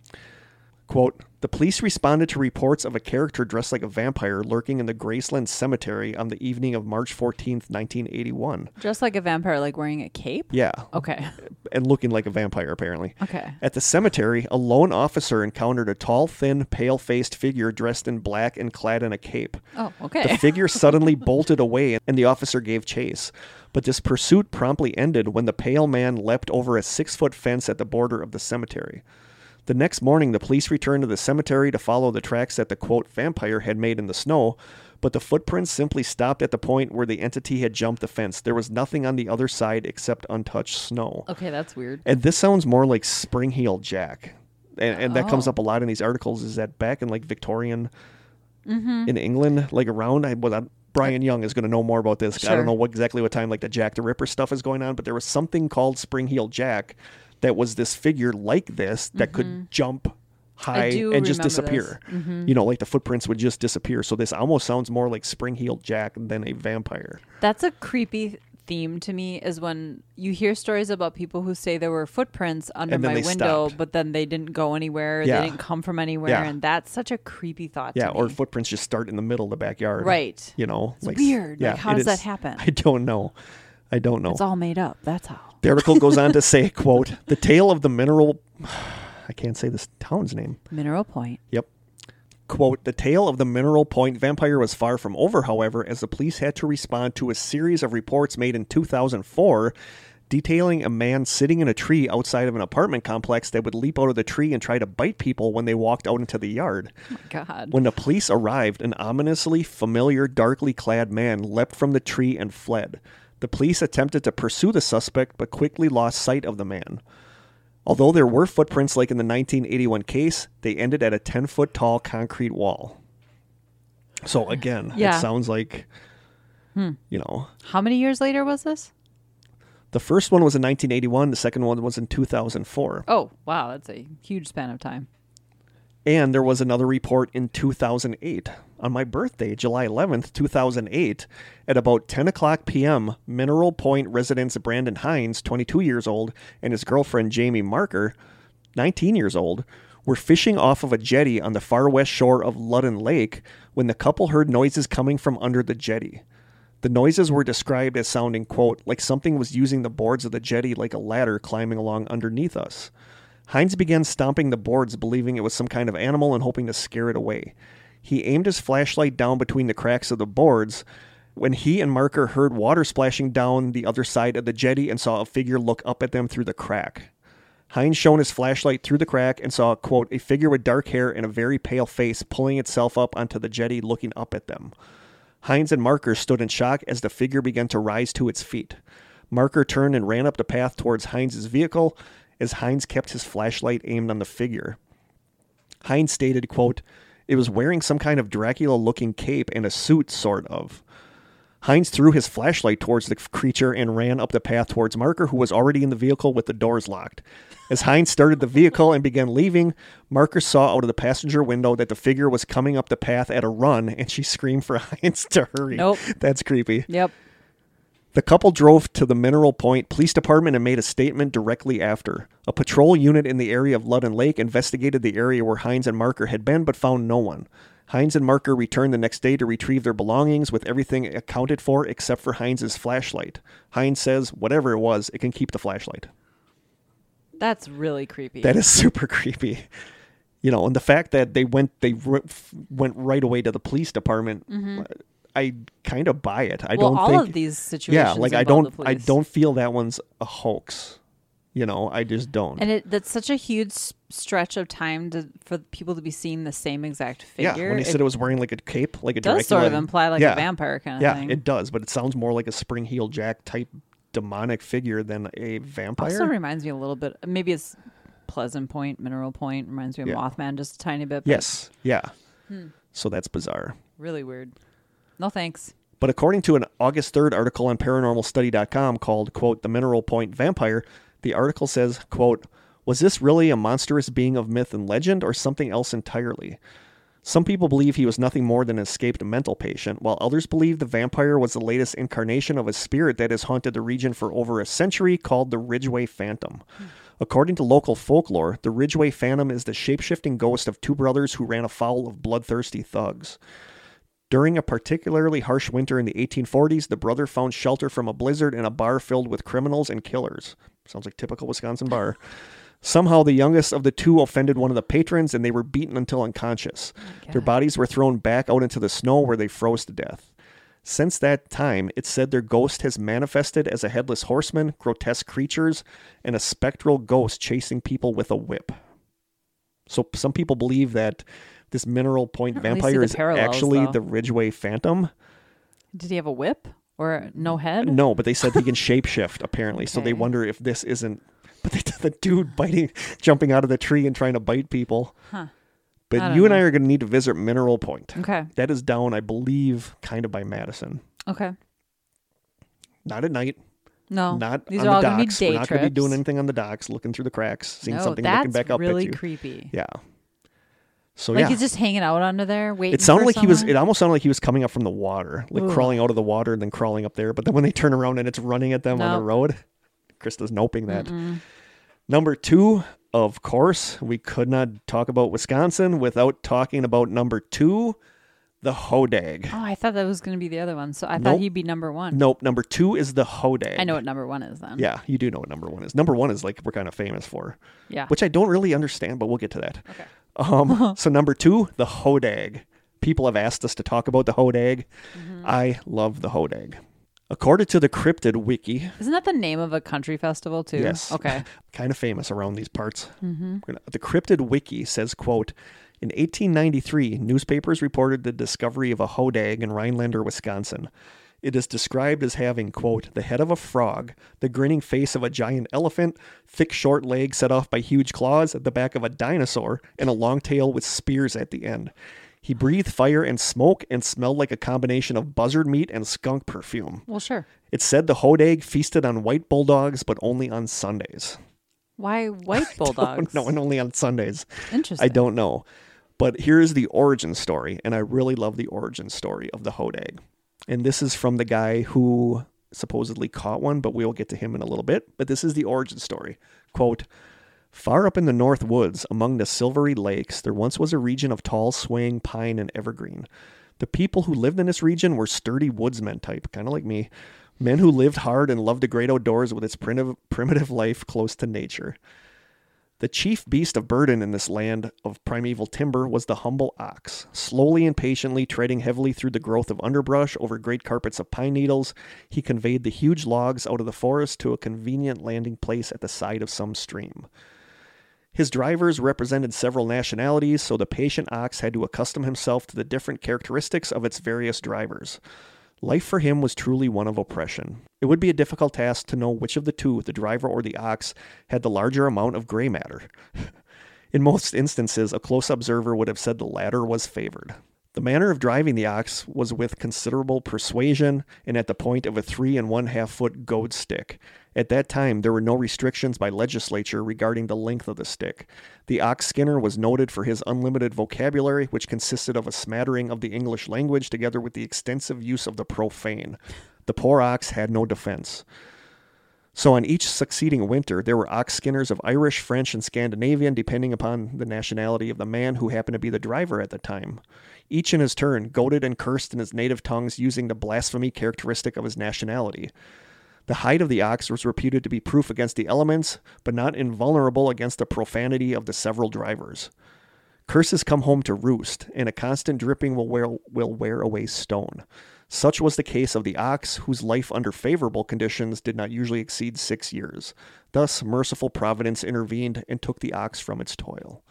Speaker 1: Quote, the police responded to reports of a character dressed like a vampire lurking in the Graceland Cemetery on the evening of March 14th, 1981.
Speaker 2: Just like a vampire, like wearing a cape.
Speaker 1: Yeah,
Speaker 2: Okay. *laughs*
Speaker 1: and looking like a vampire, apparently.
Speaker 2: Okay.
Speaker 1: At the cemetery, a lone officer encountered a tall, thin, pale faced figure dressed in black and clad in a cape.
Speaker 2: Oh,
Speaker 1: The
Speaker 2: okay.
Speaker 1: figure suddenly bolted away, and the officer gave chase. But this pursuit promptly ended when the pale man leapt over a six foot fence at the border of the cemetery. The next morning, the police returned to the cemetery to follow the tracks that the quote vampire had made in the snow, but the footprints simply stopped at the point where the entity had jumped the fence. There was nothing on the other side except untouched snow.
Speaker 2: *laughs* Okay, that's weird.
Speaker 1: And this sounds more like Spring Heel Jack. And, and that
Speaker 2: Oh.
Speaker 1: comes up a lot in these articles is that back in like Victorian
Speaker 2: Mm-hmm.
Speaker 1: in England, like around, I, well, that- Brian Young is going to know more about this. I
Speaker 2: Sure.
Speaker 1: don't know what, exactly what time like the Jack the Ripper stuff is going on, but there was something called Spring Heel Jack that was this figure like this that could jump high
Speaker 2: Mm-hmm. do
Speaker 1: and just
Speaker 2: remember Mm-hmm.
Speaker 1: disappear. You know, like the footprints would just disappear. So this almost sounds more like Spring Heel Jack than a vampire.
Speaker 2: That's a creepy theme to me is when you hear stories about people who say there were footprints under
Speaker 1: And then
Speaker 2: my
Speaker 1: they
Speaker 2: window,
Speaker 1: stopped.
Speaker 2: but then they didn't go anywhere.
Speaker 1: Yeah.
Speaker 2: They didn't come from anywhere.
Speaker 1: Yeah.
Speaker 2: And that's such a creepy thought
Speaker 1: Yeah,
Speaker 2: to
Speaker 1: or
Speaker 2: me.
Speaker 1: footprints just start in the middle of the backyard.
Speaker 2: Right.
Speaker 1: You know, it's
Speaker 2: weird. Like, how does that happen?
Speaker 1: I don't know. I don't know.
Speaker 2: It's all made up. That's how.
Speaker 1: the article goes
Speaker 2: *laughs*
Speaker 1: on to say, "quote The tale of the mineral." *sighs* I can't say this town's name.
Speaker 2: Mineral Point.
Speaker 1: Yep. Quote, the tale of the Mineral Point vampire was far from over, however, as the police had to respond to a series of reports made in 2004 detailing a man sitting in a tree outside of an apartment complex that would leap out of the tree and try to bite people when they walked out into the yard.
Speaker 2: God.
Speaker 1: When the police arrived, an ominously familiar, darkly clad man leapt from the tree and fled. The police attempted to pursue the suspect but quickly lost sight of the man. Although there were footprints like in the 1981 case, they ended at a 10 foot tall concrete wall. So, again,
Speaker 2: Yeah.
Speaker 1: it sounds like, you know,
Speaker 2: How many years later was this?
Speaker 1: the first one was in 1981, the second one was in 2004.
Speaker 2: Oh, wow. That's a huge span of time.
Speaker 1: And there was another report in 2008. On my birthday, July 11th, 2008, at about 10 o'clock p.m., Mineral Point residents Brandon Hines, 22 years old, and his girlfriend Jamie Marker, 19 years old, were fishing off of a jetty on the far west shore of Ludden Lake when the couple heard noises coming from under the jetty. The noises were described as sounding, quote, like something was using the boards of the jetty like a ladder climbing along underneath us. Heinz began stomping the boards, believing it was some kind of animal and hoping to scare it away. He aimed his flashlight down between the cracks of the boards when he and Marker heard water splashing down the other side of the jetty and saw a figure look up at them through the crack. Hines shone his flashlight through the crack and saw, quote, a figure with dark hair and a very pale face pulling itself up onto the jetty looking up at them. Hines and Marker stood in shock as the figure began to rise to its feet. Marker turned and ran up the path towards Hines' vehicle as Hines kept his flashlight aimed on the figure. Hines stated, quote, It was wearing some kind of Dracula looking cape and a suit, sort of. Hines threw his flashlight towards the creature and ran up the path towards Marker, who was already in the vehicle with the doors locked. As Hines started the vehicle and began leaving, Marker saw out of the passenger window that the figure was coming up the path at a run, and she screamed for *laughs* Hines to hurry.
Speaker 2: Nope.
Speaker 1: That's creepy.
Speaker 2: Yep.
Speaker 1: The couple drove to the Mineral Point Police Department and made a statement directly after. A patrol unit in the area of Ludden Lake investigated the area where Hines and Marker had been but found no one. Hines and Marker returned the next day to retrieve their belongings with everything accounted for except for Hines's flashlight. Hines says, whatever it was, it can keep the flashlight.
Speaker 2: That's really creepy.
Speaker 1: That is *laughs* super creepy. You know, and the fact that they went they r- f- went right away to the police department, I kind of buy it. I
Speaker 2: Mm-hmm. well,
Speaker 1: don't
Speaker 2: all
Speaker 1: think
Speaker 2: of these situations.
Speaker 1: yeah like i
Speaker 2: involve
Speaker 1: don't
Speaker 2: the
Speaker 1: i
Speaker 2: police.
Speaker 1: don't feel that one's a hoax you know i just don't
Speaker 2: And it, that's such a huge s- stretch of time to, for people to be seeing the same exact
Speaker 1: yeah
Speaker 2: figure.
Speaker 1: when he
Speaker 2: it
Speaker 1: said it was wearing like a cape like a
Speaker 2: does
Speaker 1: Dracula,
Speaker 2: sort of imply like
Speaker 1: yeah,
Speaker 2: a vampire kind of
Speaker 1: yeah
Speaker 2: thing.
Speaker 1: it does but it sounds more like a spring heel jack type demonic figure than a vampire
Speaker 2: also reminds me a little bit. Maybe it's Pleasant Point, Mineral Point. Reminds me of
Speaker 1: Yeah.
Speaker 2: Mothman just a tiny bit. but
Speaker 1: yes yeah
Speaker 2: Hmm.
Speaker 1: so that's bizarre
Speaker 2: Really weird. No thanks.
Speaker 1: But according to an August 3rd article on paranormalstudy.com called, quote, The Mineral Point Vampire, the article says, quote, was this really a monstrous being of myth and legend or something else entirely? Some people believe he was nothing more than an escaped mental patient, while others believe the vampire was the latest incarnation of a spirit that has haunted the region for over a century called the Ridgeway Phantom. According to local folklore, the Ridgeway Phantom is the shapeshifting ghost of two brothers who ran afoul of bloodthirsty thugs. During a particularly harsh winter in the 1840s, the brother found shelter from a blizzard in a bar filled with criminals and killers. Sounds like typical Wisconsin bar. Somehow, the youngest of the two offended one of the patrons and they were beaten until unconscious. Their bodies were thrown back out into the snow where they froze to death. Since that time, it's said their ghost has manifested as a headless horseman, grotesque creatures, and a spectral ghost chasing people with a whip. So p- some people believe that this Mineral Point
Speaker 2: don't really see
Speaker 1: vampire
Speaker 2: the
Speaker 1: is
Speaker 2: parallels,
Speaker 1: actually
Speaker 2: though.
Speaker 1: the Ridgeway Phantom.
Speaker 2: Did he have a whip or no head?
Speaker 1: No, but they said he can shapeshift apparently. So they
Speaker 2: Okay.
Speaker 1: wonder if this isn't. *laughs* But they, the dude biting, jumping out of the tree and trying to bite people.
Speaker 2: Huh. I
Speaker 1: But
Speaker 2: don't
Speaker 1: you and
Speaker 2: know.
Speaker 1: I are going to need to visit Mineral Point.
Speaker 2: Okay.
Speaker 1: That is down, I believe, kind of by Madison.
Speaker 2: Okay.
Speaker 1: Not at night.
Speaker 2: No.
Speaker 1: not
Speaker 2: these
Speaker 1: on
Speaker 2: are all
Speaker 1: the
Speaker 2: gonna be
Speaker 1: docks.
Speaker 2: day
Speaker 1: We're not going to be doing
Speaker 2: trips.
Speaker 1: anything on the docks. Looking through the cracks, seeing
Speaker 2: no,
Speaker 1: something,
Speaker 2: that's
Speaker 1: looking back up
Speaker 2: really
Speaker 1: at you.
Speaker 2: creepy.
Speaker 1: Yeah. So
Speaker 2: Like
Speaker 1: yeah,
Speaker 2: he's just hanging out under there waiting.
Speaker 1: it sounded
Speaker 2: for
Speaker 1: like he was.
Speaker 2: someone?
Speaker 1: It almost sounded like he was coming up from the water, like
Speaker 2: Ugh.
Speaker 1: crawling out of the water and then crawling up there. But then when they turn around and it's running at them on the
Speaker 2: Nope.
Speaker 1: road, Krista's noping that. Number two, of course, we could not talk about Wisconsin without talking about number two, the Hodag.
Speaker 2: Oh, I thought that was going to be the other one. So I
Speaker 1: Nope.
Speaker 2: thought he'd be number one.
Speaker 1: Nope, number two is the Hodag.
Speaker 2: I know what number one is then.
Speaker 1: Yeah, you do know what number one is. Number one is like we're kind of famous for.
Speaker 2: Yeah.
Speaker 1: which I don't really understand, but we'll get to that.
Speaker 2: Okay. *laughs*
Speaker 1: Um, so number two, the hodag. People have asked us to talk about the hodag.
Speaker 2: Mm-hmm.
Speaker 1: I love the hodag. According to the cryptid wiki,
Speaker 2: Isn't that the name of a country festival too?
Speaker 1: Yes. *laughs*
Speaker 2: Okay. Mm-hmm.
Speaker 1: kind of famous around these parts. The cryptid wiki says, "quote." In 1893, newspapers reported the discovery of a hodag in Rhinelander, Wisconsin. It is described as having, quote, the head of a frog, the grinning face of a giant elephant, thick, short legs set off by huge claws at the back of a dinosaur, and a long tail with spears at the end. He breathed fire and smoke and smelled like a combination of buzzard meat and skunk perfume.
Speaker 2: Well, sure.
Speaker 1: It's said the hodag feasted on white bulldogs, but only on Sundays. *laughs*
Speaker 2: Why white bulldogs?
Speaker 1: No, and only on Sundays. I
Speaker 2: Interesting.
Speaker 1: don't know. But here is the origin story, and I really love the origin story of the hodag. And this is from the guy who supposedly caught one, but we'll get to him in a little bit. But this is the origin story. Quote Far up in the north woods, among the silvery lakes, there once was a region of tall, swaying pine and evergreen. The people who lived in this region were sturdy woodsmen type, kind of like me, men who lived hard and loved the great outdoors with its primitive, primitive life close to nature. The chief beast of burden in this land of primeval timber was the humble ox, slowly and patiently treading heavily through the growth of underbrush over great carpets of pine needles. He conveyed the huge logs out of the forest to a convenient landing place at the side of some stream. His drivers represented several nationalities, so the patient ox had to accustom himself to the different characteristics of its various drivers. Life for him was truly one of oppression. It would be a difficult task to know which of the two, the driver or the ox, had the larger amount of gray matter. In most instances, a close observer would have said the latter was favored. The manner of driving the ox was with considerable persuasion and at the point of a three and one half foot goad stick. At that time, there were no restrictions by legislature regarding the length of the stick. The ox skinner was noted for his unlimited vocabulary, which consisted of a smattering of the English language together with the extensive use of the profane. The poor ox had no defense. So on each succeeding winter, there were ox skinners of Irish, French, and Scandinavian, depending upon the nationality of the man who happened to be the driver at the time. Each in his turn goaded and cursed in his native tongues using the blasphemy characteristic of his nationality. The hide of the ox was reputed to be proof against the elements, but not invulnerable against the profanity of the several drivers. Curses come home to roost, and a constant dripping will wear, will wear away stone. Such was the case of the ox, whose life under favorable conditions did not usually exceed six years. Thus, merciful providence intervened and took the ox from its toil.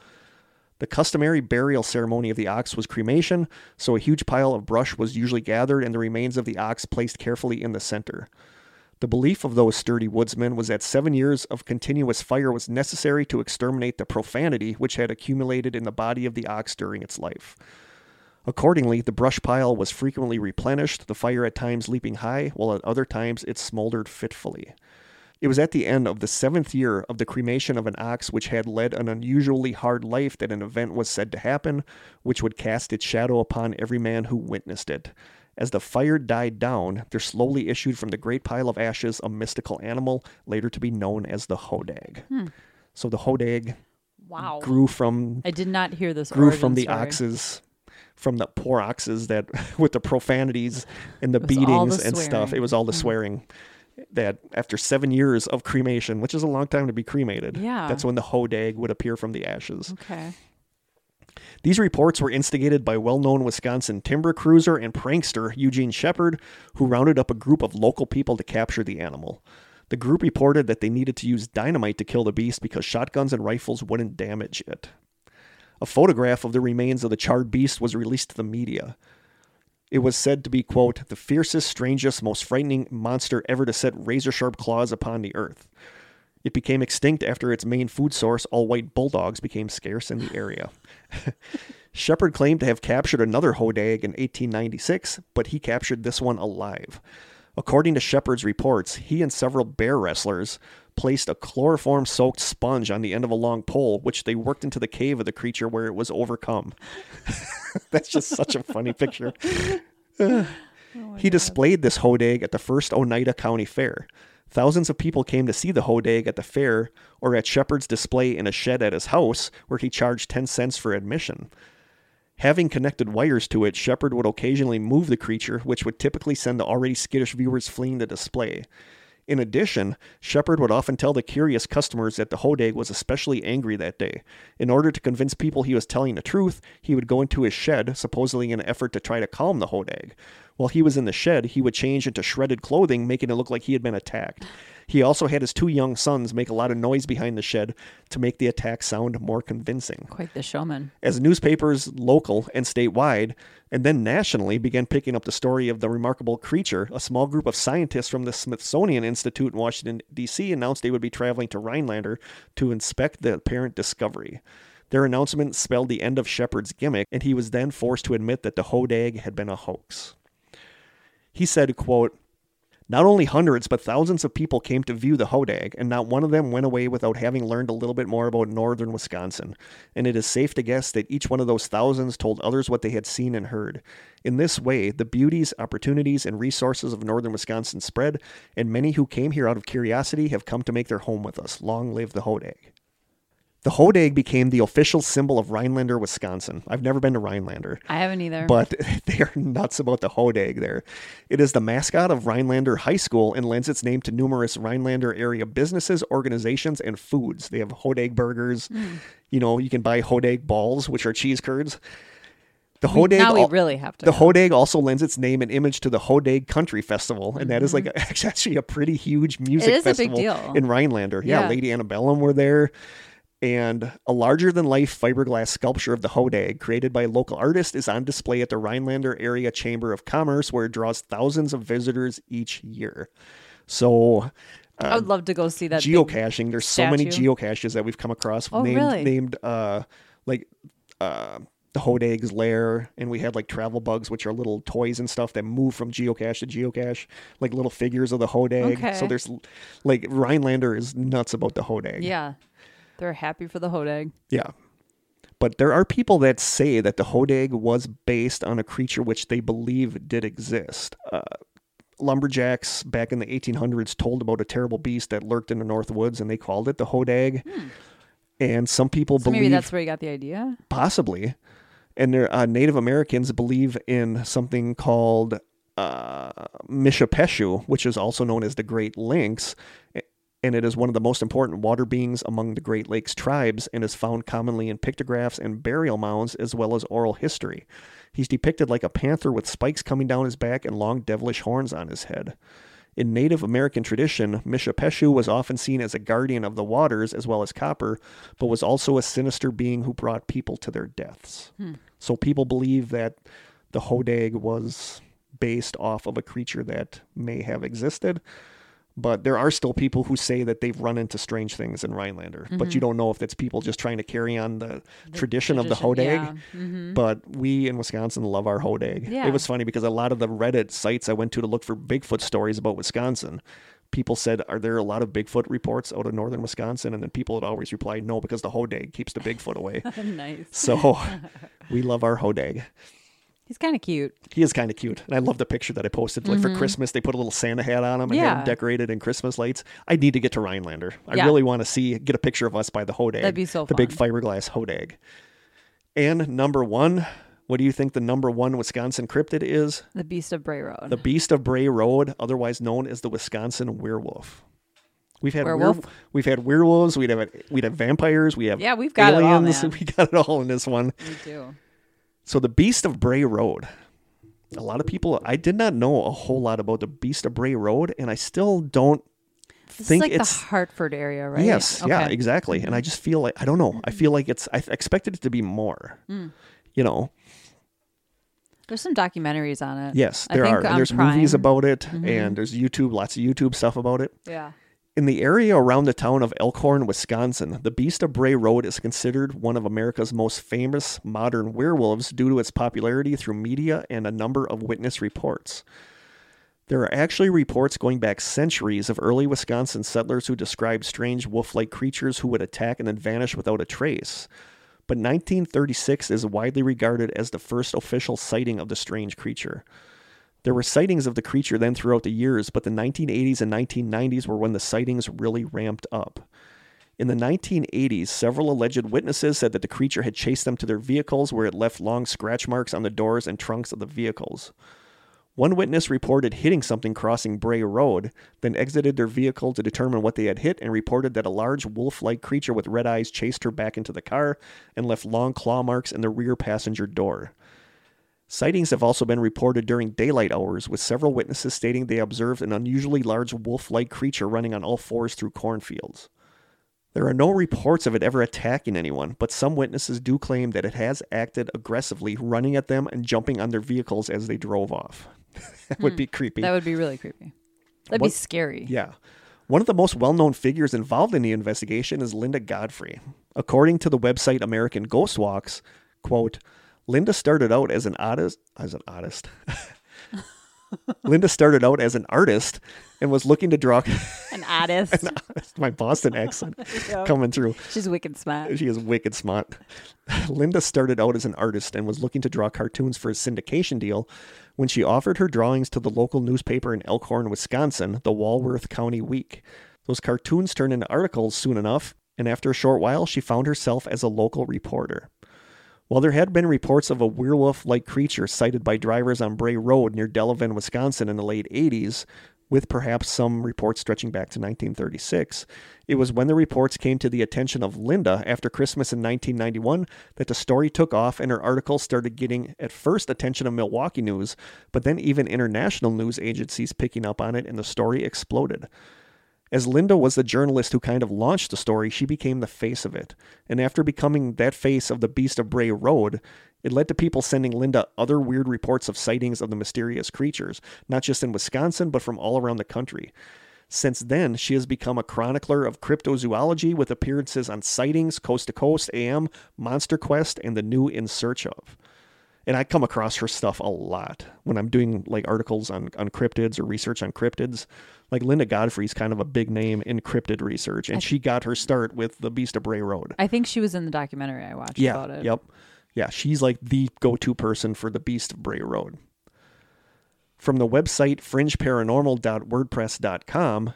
Speaker 1: The customary burial ceremony of the ox was cremation, so a huge pile of brush was usually gathered and the remains of the ox placed carefully in the center. The belief of those sturdy woodsmen was that seven years of continuous fire was necessary to exterminate the profanity which had accumulated in the body of the ox during its life. Accordingly, the brush pile was frequently replenished, the fire at times leaping high, while at other times it smoldered fitfully. It was at the end of the seventh year of the cremation of an ox which had led an unusually hard life that an event was said to happen, which would cast its shadow upon every man who witnessed it. As the fire died down, there slowly issued from the great pile of ashes a mystical animal, later to be known as the hodag. So the hodag
Speaker 2: Wow.
Speaker 1: grew from
Speaker 2: I did not hear this.
Speaker 1: grew
Speaker 2: origin
Speaker 1: from the
Speaker 2: story.
Speaker 1: oxes, from the poor oxes that *laughs* with the profanities and the
Speaker 2: was all the
Speaker 1: beatings and stuff.
Speaker 2: swearing. Mm-hmm.
Speaker 1: It was all the swearing. That after seven years of cremation, which is a long time to be cremated,
Speaker 2: Yeah.
Speaker 1: that's when the hodag would appear from the ashes.
Speaker 2: Okay.
Speaker 1: These reports were instigated by well known Wisconsin timber cruiser and prankster Eugene Shepard, who rounded up a group of local people to capture the animal. The group reported that they needed to use dynamite to kill the beast because shotguns and rifles wouldn't damage it. A photograph of the remains of the charred beast was released to the media. It was said to be, quote, the fiercest, strangest, most frightening monster ever to set razor sharp claws upon the earth. It became extinct after its main food source, all white bulldogs, became scarce in the area. Shepard claimed to have captured another hodag in 1896, but he captured this one alive. According to Shepard's reports, he and several bear wrestlers placed a chloroform soaked sponge on the end of a long pole, which they worked into the cave of the creature where it was overcome. *laughs* That's just such a funny picture. *sighs* he displayed this hodag at the first Oneida County Fair. Thousands of people came to see the hodag at the fair or at Shepard's display in a shed at his house, where he charged 10 cents for admission. Having connected wires to it, Shepard would occasionally move the creature, which would typically send the already skittish viewers fleeing the display. In addition, Shepard would often tell the curious customers that the hodag was especially angry that day. In order to convince people he was telling the truth, he would go into his shed, supposedly in an effort to try to calm the hodag. While he was in the shed, he would change into shredded clothing, making it look like he had been attacked. He also had his two young sons make a lot of noise behind the shed to make the attack sound more convincing
Speaker 2: Quite the showman.
Speaker 1: as newspapers local and statewide and then nationally began picking up the story of the remarkable creature a small group of scientists from the smithsonian institute in washington d.c announced they would be traveling to rhinelander to inspect the apparent discovery their announcement spelled the end of shepard's gimmick and he was then forced to admit that the hodag had been a hoax he said quote not only hundreds, but thousands of people came to view the Hodag, and not one of them went away without having learned a little bit more about northern Wisconsin. And it is safe to guess that each one of those thousands told others what they had seen and heard. In this way, the beauties, opportunities, and resources of northern Wisconsin spread, and many who came here out of curiosity have come to make their home with us. Long live the Hodag. The Hodag became the official symbol of Rhinelander, Wisconsin. I've never been to Rhinelander.
Speaker 2: I haven't either.
Speaker 1: But *laughs* they are nuts about the Hodag there. It is the mascot of Rhinelander High School and lends its name to numerous Rhinelander area businesses, organizations, and foods. They have Hodag burgers.
Speaker 2: Hmm.
Speaker 1: You know, you can buy Hodag balls, which are cheese curds. The Hodag
Speaker 2: now we
Speaker 1: al-
Speaker 2: really have to.
Speaker 1: the
Speaker 2: know.
Speaker 1: Hodag also lends its name and image to the Hodag Country Festival, and that is like *laughs* a, actually a pretty huge music
Speaker 2: Mm-hmm. is a big
Speaker 1: festival
Speaker 2: deal.
Speaker 1: in Rhinelander. Yeah,
Speaker 2: Yeah.
Speaker 1: Lady Antebellum were there, and a larger than life fiberglass sculpture of the Hodag, created by a local artist, is on display at the Rhinelander Area Chamber of Commerce, where it draws thousands of visitors each year. So,
Speaker 2: I would love to go see that. big-
Speaker 1: geocaching. There's so many
Speaker 2: statue.
Speaker 1: geocaches that we've come across
Speaker 2: Oh,
Speaker 1: named
Speaker 2: really?
Speaker 1: named uh like uh the Hodaig's lair, and we had like travel bugs, which are little toys and stuff that move from geocache to geocache, like little figures of the Hodag. So
Speaker 2: Okay.
Speaker 1: there's like Rhinelander is nuts about the Hodag.
Speaker 2: Yeah. They're happy for the Hodag.
Speaker 1: Yeah. But there are people that say that the Hodag was based on a creature which they believe did exist. Uh, lumberjacks back in the 1800s told about a terrible beast that lurked in the North Woods and they called it the Hodag. And some people
Speaker 2: Hmm. So
Speaker 1: believe
Speaker 2: maybe that's where you got the idea.
Speaker 1: possibly. And there, uh, Native Americans believe in something called uh, Mishapeshu, which is also known as the Great Lynx. a- And it is one of the most important water beings among the Great Lakes tribes and is found commonly in pictographs and burial mounds as well as oral history. He's depicted like a panther with spikes coming down his back and long devilish horns on his head. In Native American tradition, Mishapeshu was often seen as a guardian of the waters as well as copper, but was also a sinister being who brought people to their deaths.
Speaker 2: Hmm.
Speaker 1: So people believe that the Hodag was based off of a creature that may have existed. But there are still people who say that they've run into strange things in Rhinelander.
Speaker 2: Mm-hmm.
Speaker 1: But you don't know if that's people just trying to carry on the, tradition, of the Hodag
Speaker 2: Tradition, yeah.
Speaker 1: but we in Wisconsin love our hodag.
Speaker 2: Yeah.
Speaker 1: It was funny because a lot of the Reddit sites I went to to look for Bigfoot stories about Wisconsin, people said, "Are there a lot of Bigfoot reports out of northern Wisconsin?" And then people would always reply, "No, because the hodag keeps the Bigfoot away."
Speaker 2: *laughs* nice.
Speaker 1: so we love our hodag.
Speaker 2: He's kind of cute.
Speaker 1: He is kind of cute, and I love the picture that I posted. Like for Christmas, they put a little Santa hat on him and had
Speaker 2: Mm-hmm. Yeah.
Speaker 1: him decorated in Christmas lights. I need to get to Rhinelander. I
Speaker 2: Yeah.
Speaker 1: really want to see get a picture of us by the hodag.
Speaker 2: That'd be so
Speaker 1: The big
Speaker 2: fun.
Speaker 1: fiberglass hodag. And number one, what do you think the number one Wisconsin cryptid is?
Speaker 2: The Beast of Bray Road.
Speaker 1: The Beast of Bray Road, otherwise known as the Wisconsin werewolf. We've had
Speaker 2: Werewolf?
Speaker 1: Were, we've had werewolves. We'd have we'd have vampires. We have
Speaker 2: Yeah, we've got it all,
Speaker 1: aliens. *laughs*
Speaker 2: man.
Speaker 1: We got it all in this one.
Speaker 2: we do.
Speaker 1: So the Beast of Bray Road. A lot of people I did not know a whole lot about the Beast of Bray Road, and I still don't
Speaker 2: This is
Speaker 1: think
Speaker 2: like
Speaker 1: it's
Speaker 2: the Hartford area, right?
Speaker 1: Yes, yeah,
Speaker 2: Okay.
Speaker 1: exactly. And I just feel like I don't know. I feel like it's I expected it to be more.
Speaker 2: Hmm.
Speaker 1: You know.
Speaker 2: There's some documentaries on it.
Speaker 1: Yes,
Speaker 2: I
Speaker 1: there
Speaker 2: think
Speaker 1: are. And
Speaker 2: on
Speaker 1: there's movies
Speaker 2: Prime. Mm-hmm.
Speaker 1: about it and there's YouTube, lots of YouTube stuff about it.
Speaker 2: Yeah.
Speaker 1: In the area around the town of Elkhorn, Wisconsin, the Beast of Bray Road is considered one of America's most famous modern werewolves due to its popularity through media and a number of witness reports. There are actually reports going back centuries of early Wisconsin settlers who described strange wolf like creatures who would attack and then vanish without a trace. But 1936 is widely regarded as the first official sighting of the strange creature. There were sightings of the creature then throughout the years, but the 1980s and 1990s were when the sightings really ramped up. In the 1980s, several alleged witnesses said that the creature had chased them to their vehicles where it left long scratch marks on the doors and trunks of the vehicles. One witness reported hitting something crossing Bray Road, then exited their vehicle to determine what they had hit and reported that a large wolf like creature with red eyes chased her back into the car and left long claw marks in the rear passenger door. Sightings have also been reported during daylight hours, with several witnesses stating they observed an unusually large wolf like creature running on all fours through cornfields. There are no reports of it ever attacking anyone, but some witnesses do claim that it has acted aggressively, running at them and jumping on their vehicles as they drove off. *laughs* that would be creepy.
Speaker 2: That would be really creepy. That'd be
Speaker 1: What-
Speaker 2: scary.
Speaker 1: Yeah. One of the most well known figures involved in the investigation is Linda Godfrey. According to the website American Ghost Walks, quote, Linda started out as an artist as an artist. *laughs* Linda started out as an artist and was looking to draw *laughs*
Speaker 2: An artist.
Speaker 1: my Boston accent coming through.
Speaker 2: She's wicked smart.
Speaker 1: She is wicked smart. *laughs* Linda started out as an artist and was looking to draw cartoons for a syndication deal. When she offered her drawings to the local newspaper in Elkhorn, Wisconsin, the Walworth County Week, those cartoons turned into articles soon enough, and after a short while, she found herself as a local reporter. While there had been reports of a werewolf like creature sighted by drivers on Bray Road near Delavan, Wisconsin in the late 80s, with perhaps some reports stretching back to 1936, it was when the reports came to the attention of Linda after Christmas in 1991 that the story took off and her article started getting at first attention of Milwaukee news, but then even international news agencies picking up on it and the story exploded. As Linda was the journalist who kind of launched the story, she became the face of it. And after becoming that face of the Beast of Bray Road, it led to people sending Linda other weird reports of sightings of the mysterious creatures, not just in Wisconsin, but from all around the country. Since then, she has become a chronicler of cryptozoology with appearances on Sightings, Coast to Coast, AM, Monster Quest, and The New In Search of. And I come across her stuff a lot when I'm doing like articles on, on cryptids or research on cryptids. Like Linda Godfrey's kind of a big name in cryptid research, and she got her start with The Beast of Bray Road.
Speaker 2: I think she was in the documentary I watched
Speaker 1: Yeah.
Speaker 2: about it.
Speaker 1: Yep. Yeah, she's like the go-to person for the Beast of Bray Road. From the website fringeparanormal.wordpress.com,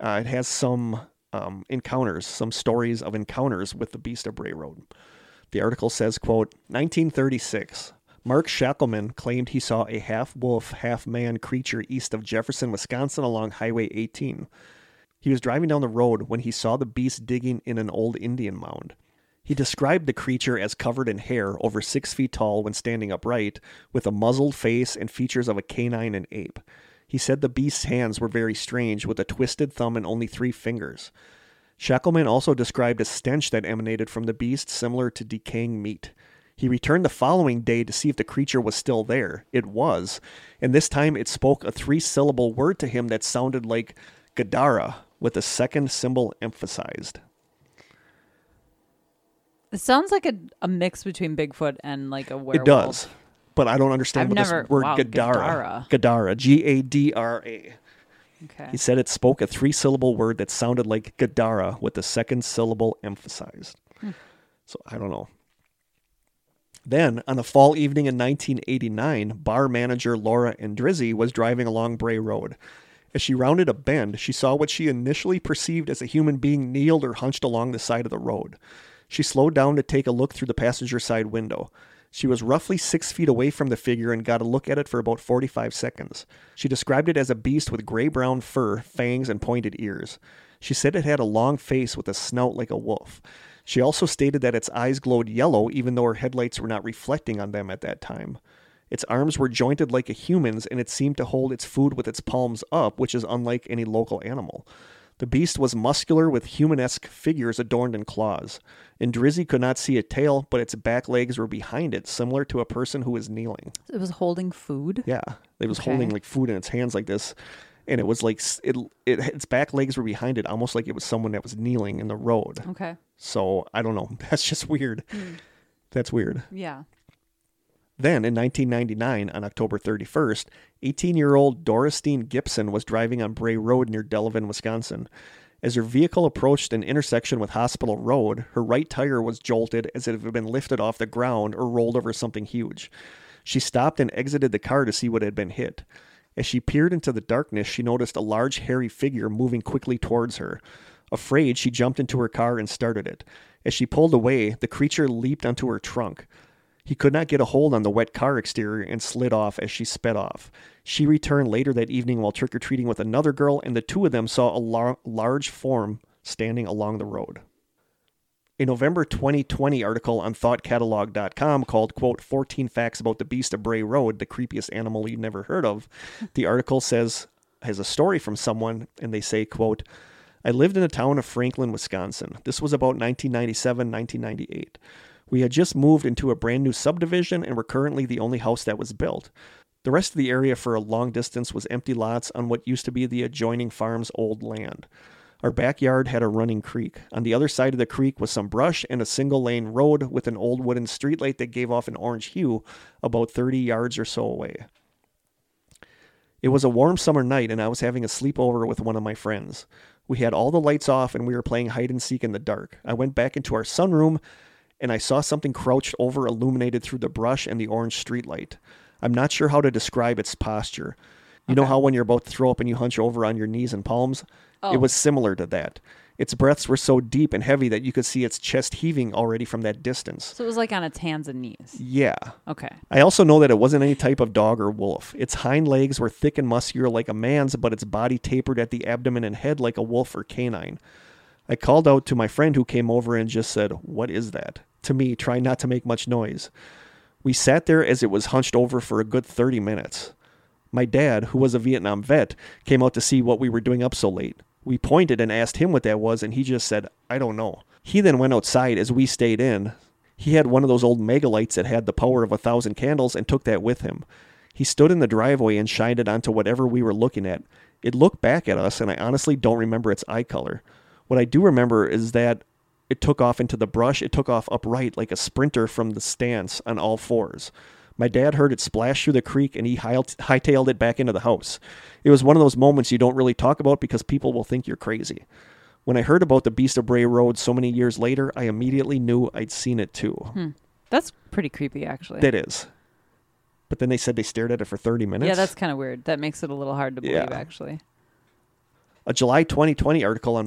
Speaker 1: uh, it has some um, encounters, some stories of encounters with the Beast of Bray Road. The article says, quote, 1936, Mark Shackelman claimed he saw a half-wolf, half-man creature east of Jefferson, Wisconsin along Highway 18. He was driving down the road when he saw the beast digging in an old Indian mound. He described the creature as covered in hair, over six feet tall when standing upright, with a muzzled face and features of a canine and ape. He said the beast's hands were very strange, with a twisted thumb and only three fingers. Shackelman also described a stench that emanated from the beast, similar to decaying meat. He returned the following day to see if the creature was still there. It was, and this time it spoke a three syllable word to him that sounded like Gadara, with the second symbol emphasized.
Speaker 2: It sounds like a, a mix between Bigfoot and like a werewolf.
Speaker 1: It does, but I don't understand
Speaker 2: I've
Speaker 1: what
Speaker 2: never-
Speaker 1: this word
Speaker 2: wow,
Speaker 1: Gadara. Gadara. G A D R A.
Speaker 2: Okay.
Speaker 1: He said it spoke a three syllable word that sounded like Gadara with the second syllable emphasized.
Speaker 2: Hmm.
Speaker 1: So I don't know. Then, on a fall evening in 1989, bar manager Laura Andrizzi was driving along Bray Road. As she rounded a bend, she saw what she initially perceived as a human being kneeled or hunched along the side of the road. She slowed down to take a look through the passenger side window. She was roughly six feet away from the figure and got a look at it for about 45 seconds. She described it as a beast with gray brown fur, fangs, and pointed ears. She said it had a long face with a snout like a wolf. She also stated that its eyes glowed yellow, even though her headlights were not reflecting on them at that time. Its arms were jointed like a human's, and it seemed to hold its food with its palms up, which is unlike any local animal. The beast was muscular with humanesque figures adorned in claws. Drizzy could not see a tail, but its back legs were behind it, similar to a person who was kneeling.
Speaker 2: It was holding food.
Speaker 1: Yeah, it was
Speaker 2: Okay.
Speaker 1: holding like food in its hands like this, and it was like s- it, it its back legs were behind it, almost like it was someone that was kneeling in the road.
Speaker 2: Okay.
Speaker 1: So I don't know. *laughs* That's just weird. That's weird.
Speaker 2: Yeah.
Speaker 1: Then, in 1999, on October 31st, 18 year old Doristine Gibson was driving on Bray Road near Delavan, Wisconsin. As her vehicle approached an intersection with Hospital Road, her right tire was jolted as if it had been lifted off the ground or rolled over something huge. She stopped and exited the car to see what had been hit. As she peered into the darkness, she noticed a large, hairy figure moving quickly towards her. Afraid, she jumped into her car and started it. As she pulled away, the creature leaped onto her trunk. He could not get a hold on the wet car exterior and slid off as she sped off. She returned later that evening while trick or treating with another girl, and the two of them saw a lar- large form standing along the road. A November 2020 article on thoughtcatalog.com called, quote, 14 Facts About the Beast of Bray Road, the creepiest animal you never heard of. The article says, has a story from someone, and they say, quote, I lived in a town of Franklin, Wisconsin. This was about 1997, 1998. We had just moved into a brand new subdivision and were currently the only house that was built. The rest of the area for a long distance was empty lots on what used to be the adjoining farm's old land. Our backyard had a running creek. On the other side of the creek was some brush and a single lane road with an old wooden streetlight that gave off an orange hue about 30 yards or so away. It was a warm summer night, and I was having a sleepover with one of my friends. We had all the lights off, and we were playing hide and seek in the dark. I went back into our sunroom, and I saw something crouched over, illuminated through the brush and the orange streetlight. I'm not sure how to describe its posture. You know how when you're about to throw up and you hunch over on your knees and palms? It was similar to that. Its breaths were so deep and heavy that you could see its chest heaving already from that distance.
Speaker 2: So it was like on its hands and knees.
Speaker 1: Yeah.
Speaker 2: Okay.
Speaker 1: I also know that it wasn't any type of dog or wolf. Its hind legs were thick and muscular like a man's, but its body tapered at the abdomen and head like a wolf or canine. I called out to my friend who came over and just said, What is that? to me, trying not to make much noise. We sat there as it was hunched over for a good 30 minutes. My dad, who was a Vietnam vet, came out to see what we were doing up so late. We pointed and asked him what that was, and he just said, I don't know. He then went outside as we stayed in. He had one of those old megalites that had the power of a thousand candles and took that with him. He stood in the driveway and shined it onto whatever we were looking at. It looked back at us, and I honestly don't remember its eye color. What I do remember is that it took off into the brush. It took off upright like a sprinter from the stance on all fours. My dad heard it splash through the creek and he high- hightailed it back into the house. It was one of those moments you don't really talk about because people will think you're crazy. When I heard about the Beast of Bray Road so many years later, I immediately knew I'd seen it too.
Speaker 2: Hmm. That's pretty creepy, actually.
Speaker 1: That is. But then they said they stared at it for 30 minutes.
Speaker 2: yeah, that's kind of weird. That makes it a little hard to believe,
Speaker 1: Yeah.
Speaker 2: actually.
Speaker 1: A July 2020 article on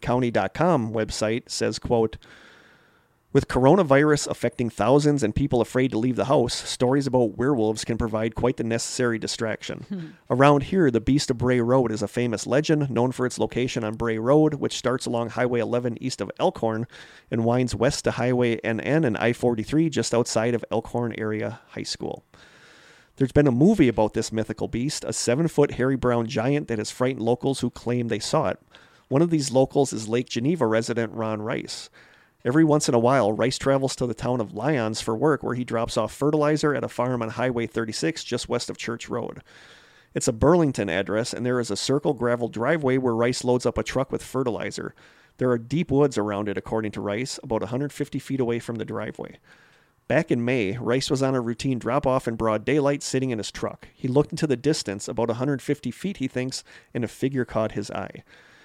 Speaker 1: myracinecounty.com website says, quote, with coronavirus affecting thousands and people afraid to leave the house, stories about werewolves can provide quite the necessary distraction. Around here, the Beast of Bray Road is a famous legend known for its location on Bray Road, which starts along Highway 11 east of Elkhorn and winds west to Highway NN and I 43 just outside of Elkhorn Area High School. There's been a movie about this mythical beast, a seven foot hairy brown giant that has frightened locals who claim they saw it. One of these locals is Lake Geneva resident Ron Rice. Every once in a while, Rice travels to the town of Lyons for work, where he drops off fertilizer at a farm on Highway 36 just west of Church Road. It's a Burlington address, and there is a circle gravel driveway where Rice loads up a truck with fertilizer. There are deep woods around it, according to Rice, about 150 feet away from the driveway. Back in May, Rice was on a routine drop off in broad daylight sitting in his truck. He looked into the distance, about 150 feet, he thinks, and a figure caught his eye.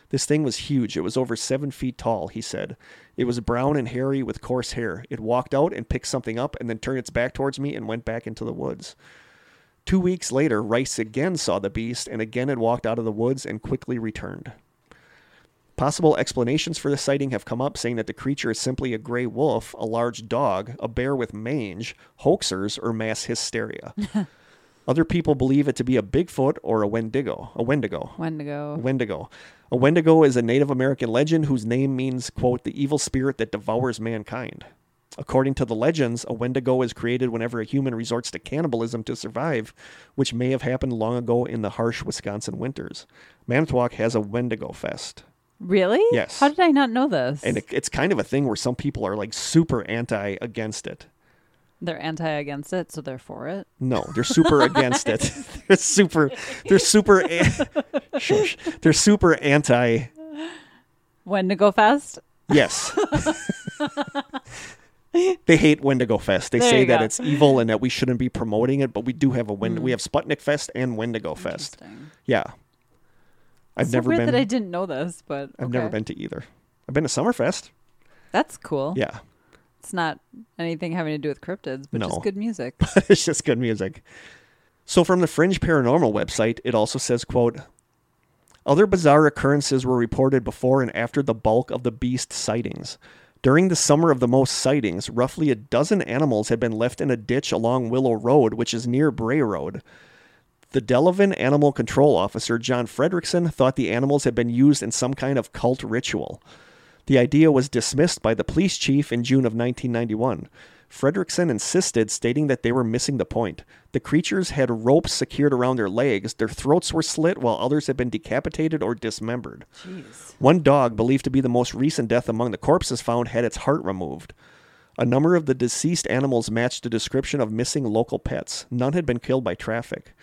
Speaker 1: This thing was huge. It was over seven feet tall, he said. It was brown and hairy with coarse hair. It walked out and picked something up and then turned its back towards me and went back into the woods. Two weeks later, Rice again saw the beast and again it walked out of the woods and quickly returned. Possible explanations for the sighting have come up, saying that the creature is simply a gray wolf, a large dog, a bear with mange, hoaxers, or mass hysteria. Other people believe it to be a Bigfoot or a Wendigo. A Wendigo.
Speaker 2: Wendigo.
Speaker 1: Wendigo. A Wendigo is a Native American legend whose name means, quote, the evil spirit that devours mankind. According to the legends, a Wendigo is created whenever a human resorts to cannibalism to survive, which may have happened long ago in the harsh Wisconsin winters. Manitowoc has a Wendigo Fest.
Speaker 2: Really?
Speaker 1: Yes.
Speaker 2: How did I not know this?
Speaker 1: And it, it's kind of a thing where some people are like super anti against it.
Speaker 2: they're anti against it, so they're for it.
Speaker 1: No, they're super against it. *laughs* They're super. They're super. A- *laughs* Shush. They're super anti
Speaker 2: Wendigo Fest?
Speaker 1: Yes. they hate Wendigo Fest. They
Speaker 2: There
Speaker 1: say
Speaker 2: you
Speaker 1: that
Speaker 2: go. Hmm.
Speaker 1: it's evil and that we shouldn't be promoting it, but we do have a Wend- we have Sputnik Fest and Wendigo Fest.
Speaker 2: Interesting.
Speaker 1: Yeah. I've
Speaker 2: It's so
Speaker 1: never
Speaker 2: weird
Speaker 1: been
Speaker 2: that I didn't know this, but
Speaker 1: I've never
Speaker 2: okay.
Speaker 1: been to either. I've been to Summerfest.
Speaker 2: That's cool.
Speaker 1: Yeah.
Speaker 2: It's not anything having to do with cryptids, but
Speaker 1: No.
Speaker 2: just good music.
Speaker 1: *laughs* it's just good music. So from the Fringe Paranormal website, it also says, quote, other bizarre occurrences were reported before and after the bulk of the beast sightings. During the summer of the most sightings, roughly a dozen animals had been left in a ditch along Willow Road, which is near Bray Road. The Delavan animal control officer, John Fredrickson, thought the animals had been used in some kind of cult ritual. The idea was dismissed by the police chief in June of 1991. Fredrickson insisted, stating that they were missing the point. The creatures had ropes secured around their legs, their throats were slit, while others had been decapitated or dismembered.
Speaker 2: Jeez.
Speaker 1: One dog, believed to be the most recent death among the corpses found, had its heart removed. A number of the deceased animals matched the description of missing local pets. None had been killed by traffic.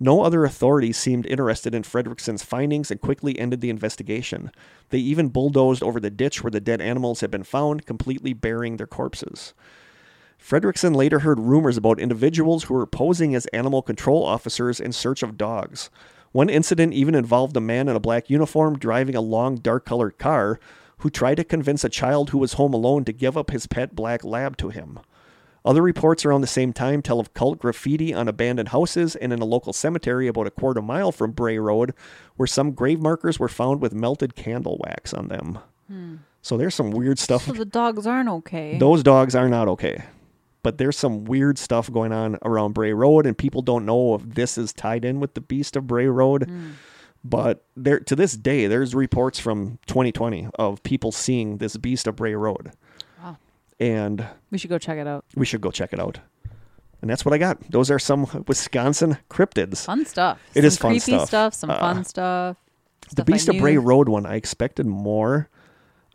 Speaker 1: No other authorities seemed interested in Fredrickson's findings and quickly ended the investigation. They even bulldozed over the ditch where the dead animals had been found, completely burying their corpses. Fredrickson later heard rumors about individuals who were posing as animal control officers in search of dogs. One incident even involved a man in a black uniform driving a long, dark colored car who tried to convince a child who was home alone to give up his pet black lab to him. Other reports around the same time tell of cult graffiti on abandoned houses and in a local cemetery about a quarter mile from Bray Road, where some grave markers were found with melted candle wax on them. So there's some weird stuff
Speaker 2: So the dogs aren't okay.
Speaker 1: those dogs are not okay. But there's some weird stuff going on around Bray Road, and people don't know if this is tied in with the Beast of Bray Road.
Speaker 2: Hmm.
Speaker 1: But there, to this day, there's reports from 2020 of people seeing this Beast of Bray Road,
Speaker 2: Wow.
Speaker 1: and
Speaker 2: We should go check it out.
Speaker 1: we should go check it out. And that's what I got. Those are some Wisconsin cryptids.
Speaker 2: Fun stuff.
Speaker 1: It
Speaker 2: some
Speaker 1: is fun
Speaker 2: creepy
Speaker 1: stuff. Uh,
Speaker 2: some fun stuff.
Speaker 1: The
Speaker 2: stuff I
Speaker 1: Beast of Bray
Speaker 2: knew.
Speaker 1: Road one, I expected more.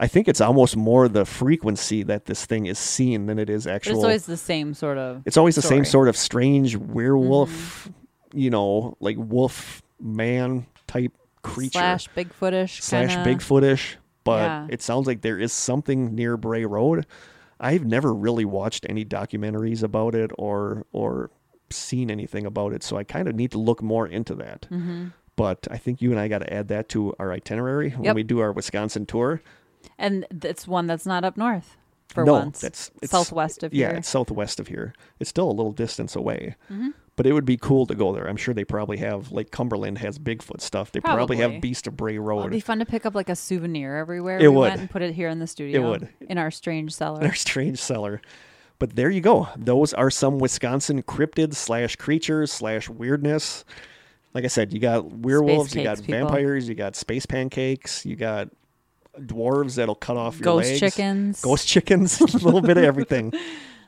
Speaker 1: I think it's almost more the frequency that this thing is seen than it is
Speaker 2: But it's
Speaker 1: actual.
Speaker 2: always the same sort of.
Speaker 1: it's always the same
Speaker 2: story. Mm-hmm.
Speaker 1: sort of strange werewolf, you know, like wolf man type creature
Speaker 2: slash Bigfootish.
Speaker 1: slash
Speaker 2: kinda.
Speaker 1: Bigfootish. But
Speaker 2: Yeah.
Speaker 1: it sounds like there is something near Bray Road. I've never really watched any documentaries about it or or seen anything about it, so I kind of need to look more into that.
Speaker 2: Mm-hmm.
Speaker 1: But I think you and I got to add that to our itinerary when
Speaker 2: Yep.
Speaker 1: we do our Wisconsin tour.
Speaker 2: and th- it's one that's not up north for
Speaker 1: no,
Speaker 2: once.
Speaker 1: that's it's,
Speaker 2: southwest of
Speaker 1: yeah,
Speaker 2: here. Mm-hmm.
Speaker 1: it's southwest of here. It's still a little distance away, but it would be cool to go there. I'm sure they probably have like Cumberland has Bigfoot stuff. They probably, have
Speaker 2: Probably.
Speaker 1: Beast of Bray
Speaker 2: It'd
Speaker 1: Road. *laughs*
Speaker 2: be fun to pick up like a souvenir everywhere.
Speaker 1: It
Speaker 2: we
Speaker 1: would.
Speaker 2: went and put it here in the studio.
Speaker 1: would.
Speaker 2: in our strange cellar.
Speaker 1: their strange cellar. But there you go. Those are some Wisconsin cryptids slash creatures slash weirdness. Like I said, you got werewolves, you got
Speaker 2: cakes, people.
Speaker 1: vampires, you got space pancakes, you got dwarves that'll cut off your
Speaker 2: Ghost
Speaker 1: legs,
Speaker 2: chickens.
Speaker 1: ghost chickens, *laughs* a little bit of
Speaker 2: *laughs*
Speaker 1: everything.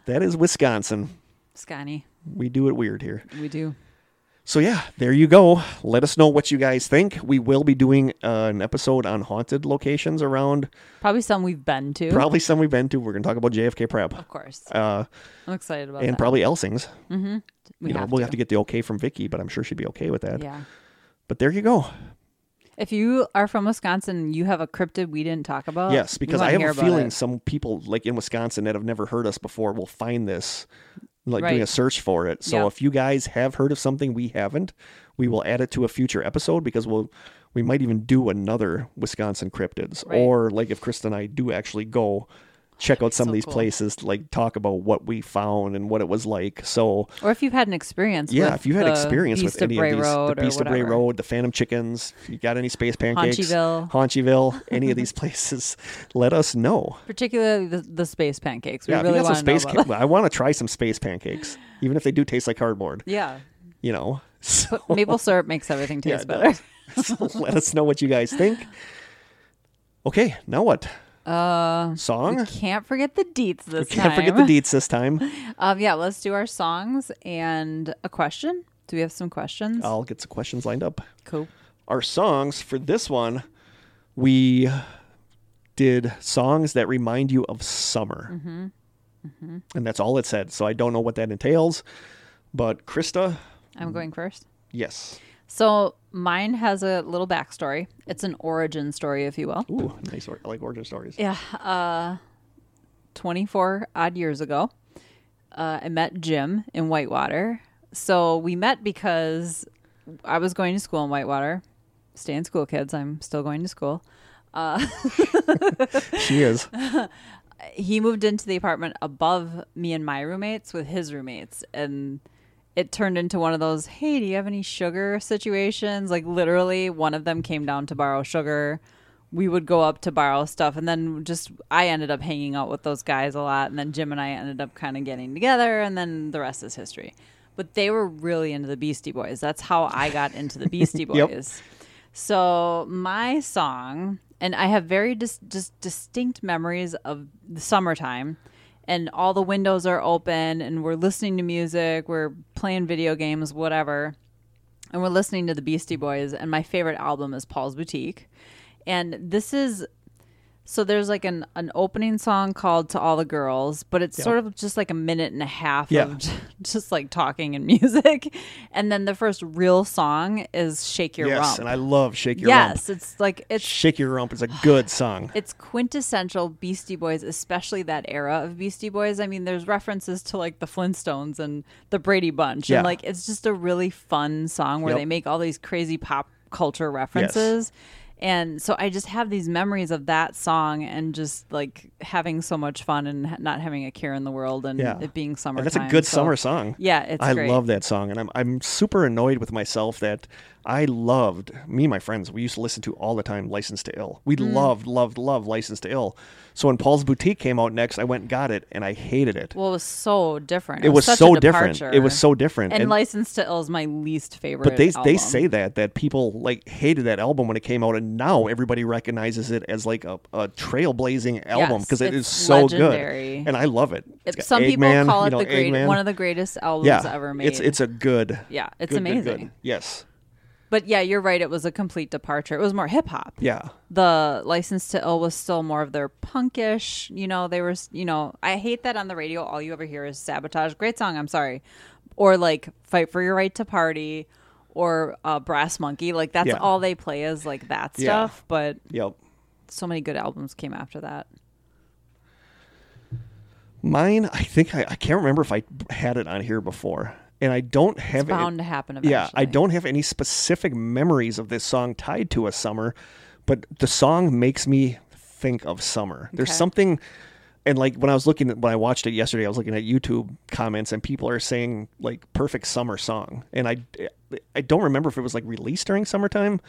Speaker 1: That is Wisconsin.
Speaker 2: Scotty,
Speaker 1: We do it weird here.
Speaker 2: we do.
Speaker 1: So yeah, there you go. Let us know what you guys think. We will be doing uh, an episode on haunted locations around
Speaker 2: Probably some we've been to.
Speaker 1: probably some we've been to. We're going to talk about JFK prep.
Speaker 2: Of course.
Speaker 1: Uh,
Speaker 2: I'm excited about
Speaker 1: and
Speaker 2: that.
Speaker 1: probably Elsings.
Speaker 2: we
Speaker 1: you know,
Speaker 2: have
Speaker 1: we'll
Speaker 2: to.
Speaker 1: have to get the okay from Vicky, but I'm sure she'd be okay with that.
Speaker 2: Yeah.
Speaker 1: But there you go.
Speaker 2: If you are from Wisconsin, you have a cryptid we didn't talk about.
Speaker 1: yes,
Speaker 2: we
Speaker 1: because
Speaker 2: wanna
Speaker 1: I have
Speaker 2: hear
Speaker 1: a
Speaker 2: about
Speaker 1: feeling
Speaker 2: it.
Speaker 1: some people like in Wisconsin that have never heard us before will find this like doing
Speaker 2: Right.
Speaker 1: a search for it. So
Speaker 2: Yeah.
Speaker 1: if you guys have heard of something we haven't, we will add it to a future episode because we'll we might even do another Wisconsin cryptids
Speaker 2: Right.
Speaker 1: or like if Krista and I do actually go check out some of
Speaker 2: so
Speaker 1: these
Speaker 2: cool.
Speaker 1: places to, like talk about what we found and what it was like. So
Speaker 2: Or if you've had an experience.
Speaker 1: Yeah,
Speaker 2: with
Speaker 1: if you had
Speaker 2: the
Speaker 1: experience
Speaker 2: Beast
Speaker 1: with any
Speaker 2: of Bray
Speaker 1: of these,
Speaker 2: Road
Speaker 1: the Beast
Speaker 2: or
Speaker 1: of Bray
Speaker 2: whatever.
Speaker 1: Road, the Phantom Chickens, you got any space pancakes,
Speaker 2: Haunchyville.
Speaker 1: Haunchyville, any of
Speaker 2: *laughs*
Speaker 1: these places, let us know.
Speaker 2: particularly the, the space pancakes. We
Speaker 1: yeah, if you
Speaker 2: really
Speaker 1: got some
Speaker 2: want to know
Speaker 1: space.
Speaker 2: about
Speaker 1: Ca- I want to try some space pancakes, even if they do taste like cardboard.
Speaker 2: that. *laughs* Yeah,
Speaker 1: You
Speaker 2: *laughs*
Speaker 1: know, so,
Speaker 2: but maple syrup makes everything
Speaker 1: yeah,
Speaker 2: taste
Speaker 1: it *laughs*
Speaker 2: better.
Speaker 1: does. So let us know what you guys think. Okay, now what? Uh, song.
Speaker 2: *laughs* Can't forget the deets this
Speaker 1: Can't
Speaker 2: time.
Speaker 1: forget the deets this time.
Speaker 2: *laughs* Um, yeah, let's do our songs and a question. Do we have some questions?
Speaker 1: I'll get some questions lined up.
Speaker 2: cool.
Speaker 1: our songs for this one, we did songs that remind you of summer.
Speaker 2: Mm-hmm.
Speaker 1: And that's all it said. So I don't know what that entails. But Krista, Mm-hmm.
Speaker 2: I'm going first.
Speaker 1: yes.
Speaker 2: So mine has a little backstory. It's an origin story, if you will.
Speaker 1: Ooh, nice. Or- I like origin stories.
Speaker 2: Yeah, uh, 24 odd years ago, uh, I met Jim in Whitewater. So we met because I was going to school in Whitewater. Stay in school, kids. I'm still going to school.
Speaker 1: She is.
Speaker 2: he moved into the apartment above me and my roommates with his roommates and it turned into one of those hey do you have any sugar situations like literally one of them came down to borrow sugar we would go up to borrow stuff and then just i ended up hanging out with those guys a lot and then jim and i ended up kind of getting together and then the rest is history but they were really into the beastie boys that's how i got into the beastie boys
Speaker 1: Yep.
Speaker 2: so my song, and I have very dis- just distinct memories of the summertime, and all the windows are open, and we're listening to music, we're playing video games, whatever, and we're listening to the Beastie Boys. And my favorite album is Paul's Boutique, and this is. So there's like an, an opening song called "To All the Girls," but it's sort of just like a minute and a half
Speaker 1: Yeah.
Speaker 2: of *laughs* j- just like talking and music, and then the first real song is "Shake Your
Speaker 1: yes.
Speaker 2: Rump."
Speaker 1: And I love Shake Your Rump.
Speaker 2: yes, it's like it's
Speaker 1: Shake Your Rump is a good song.
Speaker 2: it's quintessential Beastie Boys, especially that era of Beastie Boys. I mean, there's references to like the Flintstones and the Brady Bunch,
Speaker 1: Yeah.
Speaker 2: and like it's just a really fun song where
Speaker 1: Yep.
Speaker 2: they make all these crazy pop culture references. And so I just have these memories of that song and just like having so much fun and ha- not having a care in the world and
Speaker 1: Yeah.
Speaker 2: it being summer.
Speaker 1: And that's a good summer song.
Speaker 2: Yeah, it's
Speaker 1: I
Speaker 2: great.
Speaker 1: love that song, and I'm I'm super annoyed with myself that I loved me and my friends. We used to listen to all the time "License to Ill." We
Speaker 2: Mm.
Speaker 1: loved, loved, loved "License to Ill." So when Paul's Boutique came out next, I went and got it, and I hated it.
Speaker 2: Well, it was so different.
Speaker 1: it was
Speaker 2: such a
Speaker 1: so different. It
Speaker 2: departure.
Speaker 1: was so different.
Speaker 2: And, License to Ill is my least favorite.
Speaker 1: but they they
Speaker 2: album.
Speaker 1: say that that people like hated that album when it came out, and now everybody recognizes it as like a, a trailblazing album
Speaker 2: Yes,
Speaker 1: because it is
Speaker 2: it's
Speaker 1: so
Speaker 2: legendary.
Speaker 1: good, and I love it. It's
Speaker 2: If
Speaker 1: got
Speaker 2: some people
Speaker 1: Eggman,
Speaker 2: call it
Speaker 1: you know,
Speaker 2: the great,
Speaker 1: Eggman.
Speaker 2: one of the greatest albums
Speaker 1: yeah,
Speaker 2: ever made.
Speaker 1: It's it's a good
Speaker 2: yeah,
Speaker 1: good,
Speaker 2: it's
Speaker 1: good,
Speaker 2: amazing.
Speaker 1: good. Yes.
Speaker 2: But yeah, you're right. It was a complete departure. It was more hip hop.
Speaker 1: Yeah.
Speaker 2: The License to Ill was still more of their punkish. You know, they were. You know, I hate that on the radio. All you ever hear is sabotage. Great song. I'm sorry, or like fight for your right to party, or uh, Brass Monkey. Like that's
Speaker 1: Yeah.
Speaker 2: all they play is like that
Speaker 1: Yeah.
Speaker 2: stuff. But
Speaker 1: Yep.
Speaker 2: so many good albums came after that.
Speaker 1: Mine, I think I, I can't remember if I had it on here before, and I don't have
Speaker 2: It's bound
Speaker 1: it.
Speaker 2: to happen eventually.
Speaker 1: Yeah, I don't have any specific memories of this song tied to a summer, but the song makes me think of summer. There's
Speaker 2: Okay.
Speaker 1: something, and like when I was looking at when I watched it yesterday, I was looking at YouTube comments, and people are saying like perfect summer song, and I I don't remember if it was like released during summertime.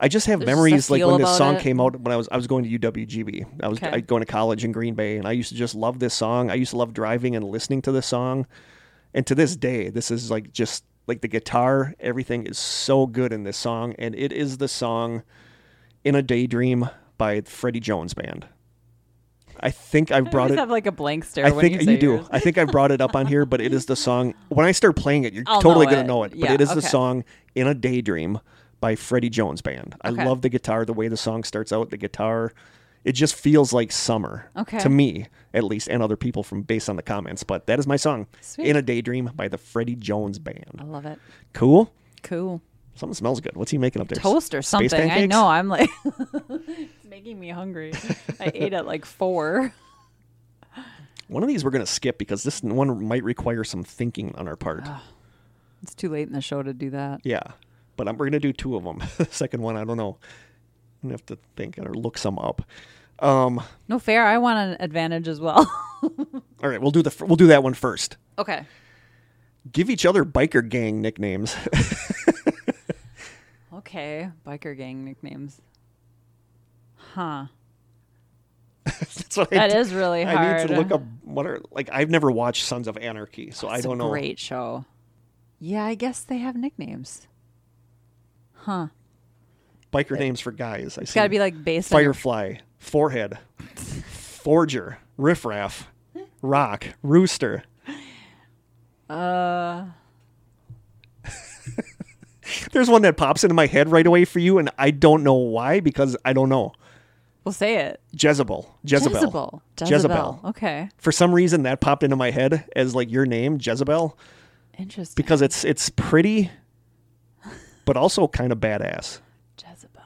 Speaker 1: I just have
Speaker 2: There's just a
Speaker 1: memories like when
Speaker 2: feel
Speaker 1: this
Speaker 2: about
Speaker 1: song
Speaker 2: it.
Speaker 1: came out when I was I was going to UWGB. I was
Speaker 2: Okay.
Speaker 1: I, going to college in Green Bay, and I used to just love this song. I used to love driving and listening to this song, and to this day, this is like just like the guitar, everything is so good in this song, and it is the song "In a Daydream" by the Freddie Jones Band. I think I've
Speaker 2: I
Speaker 1: brought
Speaker 2: always
Speaker 1: it.
Speaker 2: have like a blank stare.
Speaker 1: I
Speaker 2: when
Speaker 1: think
Speaker 2: you, say
Speaker 1: do.
Speaker 2: yours.
Speaker 1: I think I brought it up on here, but it is the song. When I start playing it, you're
Speaker 2: I'll
Speaker 1: totally
Speaker 2: know
Speaker 1: gonna
Speaker 2: it.
Speaker 1: know it. But
Speaker 2: Yeah,
Speaker 1: it is the
Speaker 2: okay.
Speaker 1: song "In a Daydream" by Freddie Jones Band. I
Speaker 2: Okay.
Speaker 1: love the guitar, the way the song starts out, the guitar. It just feels like summer
Speaker 2: Okay.
Speaker 1: to me, at least, and other people from based on the comments. But that is my song,
Speaker 2: Sweet. Oh.
Speaker 1: "In a Daydream" by the Freddie Jones Band.
Speaker 2: I love it.
Speaker 1: Cool.
Speaker 2: Cool.
Speaker 1: Something smells good. What's he making up there?
Speaker 2: toast or
Speaker 1: Space
Speaker 2: something. I
Speaker 1: pancakes?
Speaker 2: know. I'm like, *laughs* it's making me hungry.
Speaker 1: *laughs*
Speaker 2: I ate at like four.
Speaker 1: One of these we're gonna skip because this one might require some thinking on our part.
Speaker 2: Ah. It's too late in the show to do that.
Speaker 1: Yeah, but I'm, we're gonna do two of them. the *laughs* second one, I don't know. I'm gonna have to think or look some up. Um,
Speaker 2: No fair. I want an advantage as well. *laughs*
Speaker 1: all right, we'll do the fir- we'll do that one first.
Speaker 2: okay.
Speaker 1: Give each other biker gang nicknames. *laughs*
Speaker 2: Okay. Biker gang nicknames. Huh.
Speaker 1: That's what I
Speaker 2: That
Speaker 1: did.
Speaker 2: is really hard.
Speaker 1: I need to look up what are like. I've never watched Sons of Anarchy, so I
Speaker 2: It's a
Speaker 1: don't know.
Speaker 2: Great show. Yeah, I guess they have nicknames.
Speaker 1: biker names for guys. I
Speaker 2: It's
Speaker 1: see
Speaker 2: got to be like based on. your-
Speaker 1: Firefly, Forehead, Forger, Riffraff, Rock, Rooster.
Speaker 2: Uh,
Speaker 1: *laughs* There's one that pops into my head right away for you, and I don't know why because I don't know.
Speaker 2: we'll say it.
Speaker 1: Jezebel. Jezebel.
Speaker 2: Jezebel.
Speaker 1: Jezebel.
Speaker 2: Okay.
Speaker 1: For some reason, that popped into my head as like your name, Jezebel,
Speaker 2: Interesting.
Speaker 1: because it's it's pretty, but also kind of badass,
Speaker 2: Jezebel.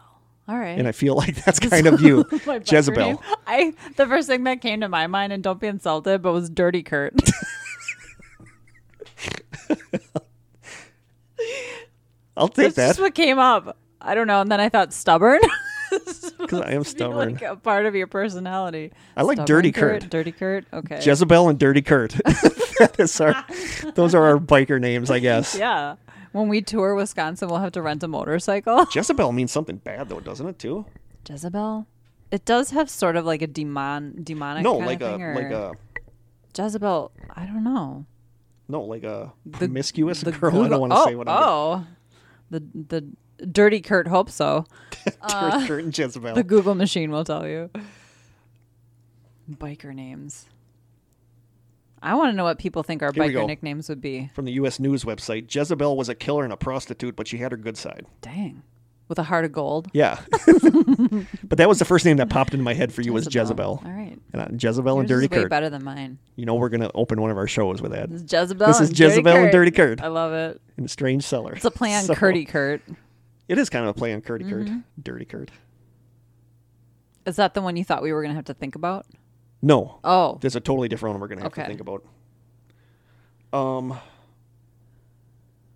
Speaker 2: All right.
Speaker 1: and I feel like that's kind of you,
Speaker 2: *laughs* My biker name.
Speaker 1: Jezebel.
Speaker 2: I the first thing that came to my mind, and don't be insulted, but was
Speaker 1: *laughs*
Speaker 2: Dirty Kurt.
Speaker 1: I'll take
Speaker 2: That's just
Speaker 1: that
Speaker 2: what came up. I don't know, and then I thought stubborn. *laughs*
Speaker 1: because I am stubborn.
Speaker 2: like a part of your personality.
Speaker 1: I like
Speaker 2: Stubborn
Speaker 1: Dirty Kurt.
Speaker 2: Dirty Kurt. Okay.
Speaker 1: Jezebel and Dirty Kurt. *laughs* that is our, those are our biker names, I guess.
Speaker 2: yeah. When we tour Wisconsin, we'll have to rent a motorcycle. *laughs*
Speaker 1: Jezebel means something bad though, doesn't it too?
Speaker 2: Jezebel. It does have sort of like a demon, demonic.
Speaker 1: No,
Speaker 2: kind
Speaker 1: like
Speaker 2: of
Speaker 1: a
Speaker 2: thing, or-
Speaker 1: like a
Speaker 2: Jezebel. I don't know.
Speaker 1: no, like a promiscuous
Speaker 2: The
Speaker 1: girl. I
Speaker 2: Google-
Speaker 1: don't want to
Speaker 2: oh,
Speaker 1: say what I'm
Speaker 2: oh. The the Dirty Kurt. Hope so.
Speaker 1: *laughs* Dirty Kurt and Jezebel.
Speaker 2: oh. The Google machine will tell you. Biker names. I want to know what people think our
Speaker 1: Here we go.
Speaker 2: biker nicknames would be.
Speaker 1: From the U.S. News website, Jezebel was a killer and a prostitute, but she had her good side.
Speaker 2: Dang. With a heart of gold. *laughs*
Speaker 1: Yeah. but that was the first name that popped into my head for you was Jezebel.
Speaker 2: All right.
Speaker 1: And uh, Jezebel and
Speaker 2: Yours is
Speaker 1: Dirty
Speaker 2: way
Speaker 1: Kurt.
Speaker 2: better than mine.
Speaker 1: You know we're going to open one of our shows with that.
Speaker 2: This is Jezebel.
Speaker 1: This is
Speaker 2: and
Speaker 1: Jezebel
Speaker 2: Dirty
Speaker 1: and
Speaker 2: Kurt.
Speaker 1: Dirty Kurt.
Speaker 2: I love it.
Speaker 1: In Strange Cellar.
Speaker 2: It's a play on
Speaker 1: *laughs* So,
Speaker 2: Curdy Mm-hmm. Kurt.
Speaker 1: It is kind of a play on Curdy Kurt. Dirty Kurt.
Speaker 2: Is that the one you thought we were going to have to think about?
Speaker 1: No.
Speaker 2: Oh,
Speaker 1: There's a totally different one we're going to have to
Speaker 2: Okay.
Speaker 1: think about. Um.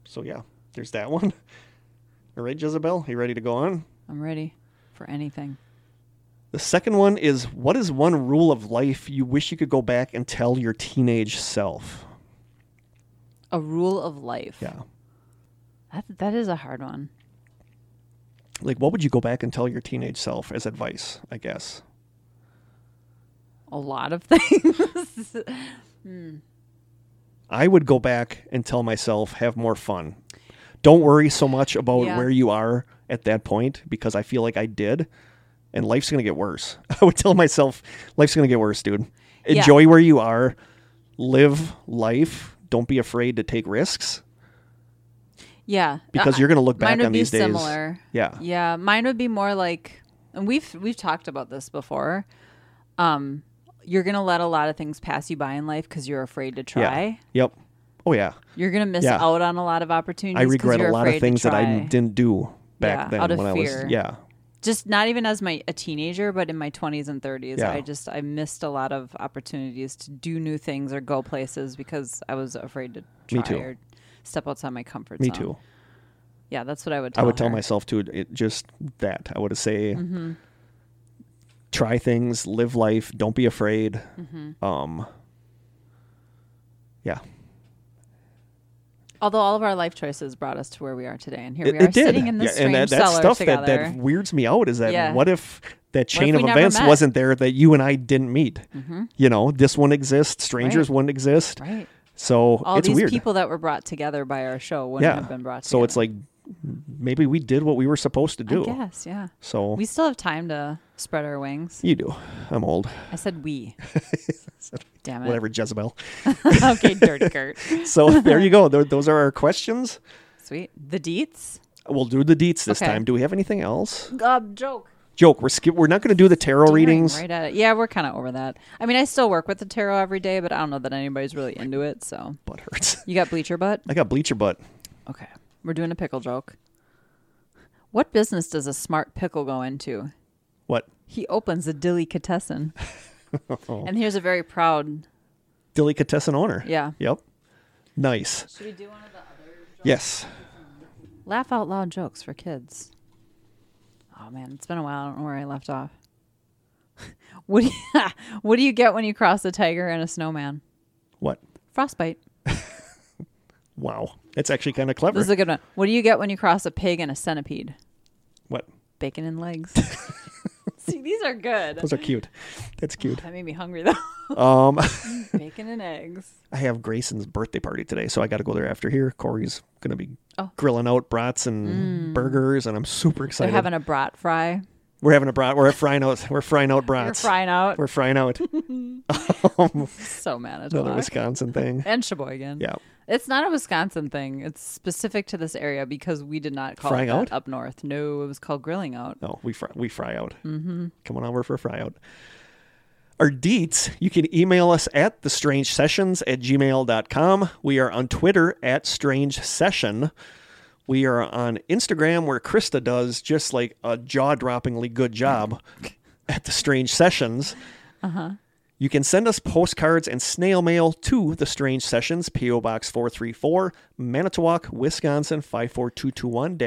Speaker 1: So yeah, there's that one. *laughs* All right, Jezebel, you ready to go on?
Speaker 2: I'm ready for anything.
Speaker 1: The second one is what is one rule of life you wish you could go back and tell your teenage self?
Speaker 2: A rule of life.
Speaker 1: Yeah.
Speaker 2: That, that is a hard one.
Speaker 1: like what would you go back and tell your teenage self as advice i guess
Speaker 2: A lot of *laughs* things.
Speaker 1: i would go back and tell myself have more fun don't worry so much about
Speaker 2: Yeah.
Speaker 1: where you are at that point because i feel like i did and life's going to get worse *laughs* i would tell myself life's going to get worse dude
Speaker 2: Yeah.
Speaker 1: enjoy where you are live life don't be afraid to take risks
Speaker 2: Yeah.
Speaker 1: because
Speaker 2: Uh,
Speaker 1: you're going to look back
Speaker 2: mine would
Speaker 1: on
Speaker 2: be
Speaker 1: these days.
Speaker 2: similar.
Speaker 1: Yeah.
Speaker 2: Yeah, mine would be more like, and we've we've talked about this before. Um, you're gonna let a lot of things pass you by in life because you're afraid to try.
Speaker 1: Yeah. Yep. Oh yeah.
Speaker 2: You're gonna miss
Speaker 1: Yeah.
Speaker 2: out on a lot of opportunities.
Speaker 1: I
Speaker 2: 'cause
Speaker 1: regret
Speaker 2: you're
Speaker 1: a lot of
Speaker 2: afraid to
Speaker 1: things that I
Speaker 2: try.
Speaker 1: didn't do back
Speaker 2: Yeah,
Speaker 1: then
Speaker 2: out of
Speaker 1: when I
Speaker 2: fear.
Speaker 1: was yeah.
Speaker 2: Just not even as my a teenager, but in my 20s and 30s,
Speaker 1: Yeah.
Speaker 2: I just I missed a lot of opportunities to do new things or go places because I was afraid to try
Speaker 1: Me too.
Speaker 2: or step outside my comfort
Speaker 1: Me
Speaker 2: zone.
Speaker 1: too.
Speaker 2: Yeah, that's what I would.
Speaker 1: I
Speaker 2: Tell
Speaker 1: would tell
Speaker 2: her.
Speaker 1: myself to it, just that. I would say
Speaker 2: Mm-hmm.
Speaker 1: try things, live life, don't be afraid.
Speaker 2: Mm-hmm.
Speaker 1: Um Yeah.
Speaker 2: Although all of our life choices brought us to where we are today, and here
Speaker 1: It,
Speaker 2: we are
Speaker 1: it did.
Speaker 2: sitting in this
Speaker 1: yeah, and that,
Speaker 2: strange
Speaker 1: that
Speaker 2: cellar
Speaker 1: stuff
Speaker 2: together.
Speaker 1: that that weirds me out is that
Speaker 2: Yeah.
Speaker 1: what if that chain
Speaker 2: we
Speaker 1: of
Speaker 2: never
Speaker 1: events
Speaker 2: met? Mm-hmm.
Speaker 1: wasn't there that you and I didn't meet? You know, this one exists, strangers
Speaker 2: Right.
Speaker 1: wouldn't exist.
Speaker 2: right.
Speaker 1: So
Speaker 2: All
Speaker 1: it's
Speaker 2: these
Speaker 1: weird.
Speaker 2: people that were brought together by our show wouldn't
Speaker 1: yeah.
Speaker 2: have been brought together.
Speaker 1: so it's like maybe we did what we were supposed to do.
Speaker 2: Yes, yeah.
Speaker 1: So
Speaker 2: We still have time to spread our wings.
Speaker 1: you do. I'm old.
Speaker 2: I
Speaker 1: *laughs*
Speaker 2: said we. Damn it.
Speaker 1: Whatever, Jezebel.
Speaker 2: *laughs* okay, dirty Kurt.
Speaker 1: So *laughs* there you go. Tho- Those are our questions.
Speaker 2: Sweet. The deets?
Speaker 1: We'll do the deets this
Speaker 2: Okay.
Speaker 1: time. Do we have anything else?
Speaker 2: Gob joke.
Speaker 1: Joke. We're skip. We're not going to do the tarot readings.
Speaker 2: Right at it. Yeah, we're kind of over that. I mean, I still work with the tarot every day, but I don't know that anybody's really into it. So
Speaker 1: Butt hurts. *laughs*
Speaker 2: you got bleacher butt?
Speaker 1: I got bleacher butt.
Speaker 2: Okay. We're doing a pickle joke. What business does a smart pickle go into?
Speaker 1: What?
Speaker 2: He opens a delicatessen. And here's a very proud.
Speaker 1: Delicatessen owner.
Speaker 2: Yeah.
Speaker 1: Yep. Nice.
Speaker 2: Should we do one of the other
Speaker 1: Yes.
Speaker 2: laugh out loud jokes for kids? Oh man, it's been a while. I don't know where I left off. *laughs* what do you, *laughs* what do you get when you cross a tiger and a snowman?
Speaker 1: What?
Speaker 2: Frostbite.
Speaker 1: Wow. That's actually kind of clever.
Speaker 2: This is a good one. What do you get when you cross a pig and a centipede?
Speaker 1: what?
Speaker 2: Bacon and legs. *laughs* See, these are good.
Speaker 1: Those are cute. That's cute. *laughs*
Speaker 2: That made me hungry though. *laughs*
Speaker 1: Um, *laughs*
Speaker 2: Bacon and eggs.
Speaker 1: I have Grayson's birthday party today, so I got to go there after here. Corey's going to be
Speaker 2: Oh.
Speaker 1: grilling out brats and burgers, and I'm super
Speaker 2: They're
Speaker 1: excited.
Speaker 2: having a brat fry.
Speaker 1: We're having a brat. We're frying out. We're frying out
Speaker 2: They're
Speaker 1: brats.
Speaker 2: frying out.
Speaker 1: We're frying out
Speaker 2: so Manitoba.
Speaker 1: another Wisconsin
Speaker 2: *laughs*
Speaker 1: thing.
Speaker 2: and Sheboygan.
Speaker 1: Yeah.
Speaker 2: It's not a Wisconsin thing. It's specific to this area because we did not call
Speaker 1: Frying
Speaker 2: it that
Speaker 1: out?
Speaker 2: up north. No, it was called grilling out.
Speaker 1: No, we fry, we fry out. Mm-hmm. Come on over for a fry out. Our deets, you can email us at thestrangesessions at gmail.com. We are on Twitter at Strange Session. We are on Instagram where Krista does just like a jaw droppingly good *laughs* job at the Strange Sessions. Uh-huh. You can send us postcards and snail mail to the Strange Sessions, P.O. Box 434, Manitowoc, Wisconsin 54221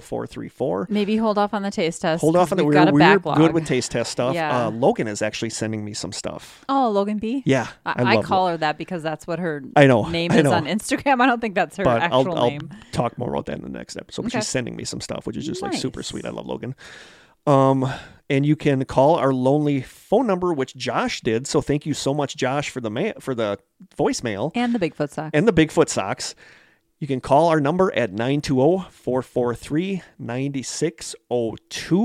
Speaker 1: 0434.
Speaker 2: Maybe hold off on the taste test.
Speaker 1: Hold off
Speaker 2: 'cause
Speaker 1: on that.
Speaker 2: we've
Speaker 1: We
Speaker 2: got
Speaker 1: were, we
Speaker 2: a
Speaker 1: were
Speaker 2: backlog.
Speaker 1: good with taste test stuff.
Speaker 2: Yeah.
Speaker 1: Uh, Logan is actually sending me some stuff.
Speaker 2: Oh, Logan B.
Speaker 1: Yeah,
Speaker 2: I,
Speaker 1: I
Speaker 2: I,
Speaker 1: love
Speaker 2: call her that because that's what her
Speaker 1: I know,
Speaker 2: name
Speaker 1: I
Speaker 2: is
Speaker 1: know.
Speaker 2: on Instagram. I don't think that's her
Speaker 1: But
Speaker 2: actual
Speaker 1: I'll, I'll
Speaker 2: name.
Speaker 1: talk more about that in the next episode. But
Speaker 2: Okay.
Speaker 1: she's sending me some stuff, which is just like super
Speaker 2: Nice.
Speaker 1: sweet. I love Logan. Um, and you can call our lonely phone number, which Josh did. So thank you so much, Josh, for the ma- for the voicemail.
Speaker 2: And the Bigfoot sock.
Speaker 1: and the Bigfoot socks. You can call our number at oh, 920 443 9602.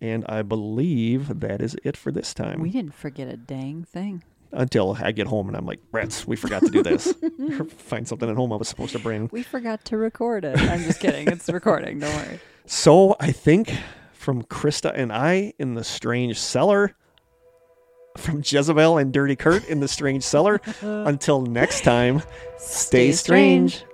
Speaker 1: And I believe that is it for this time.
Speaker 2: we didn't forget a dang thing.
Speaker 1: Until I get home and I'm like, Rats, we forgot to do this. *laughs* Find something at home I was supposed to bring.
Speaker 2: We forgot to record it. I'm just
Speaker 1: *laughs*
Speaker 2: kidding. It's recording. Don't worry.
Speaker 1: So I think from Krista and I in the Strange Cellar, from Jezebel and Dirty Kurt in the Strange Cellar, until next time, stay,
Speaker 2: Stay strange.
Speaker 1: strange.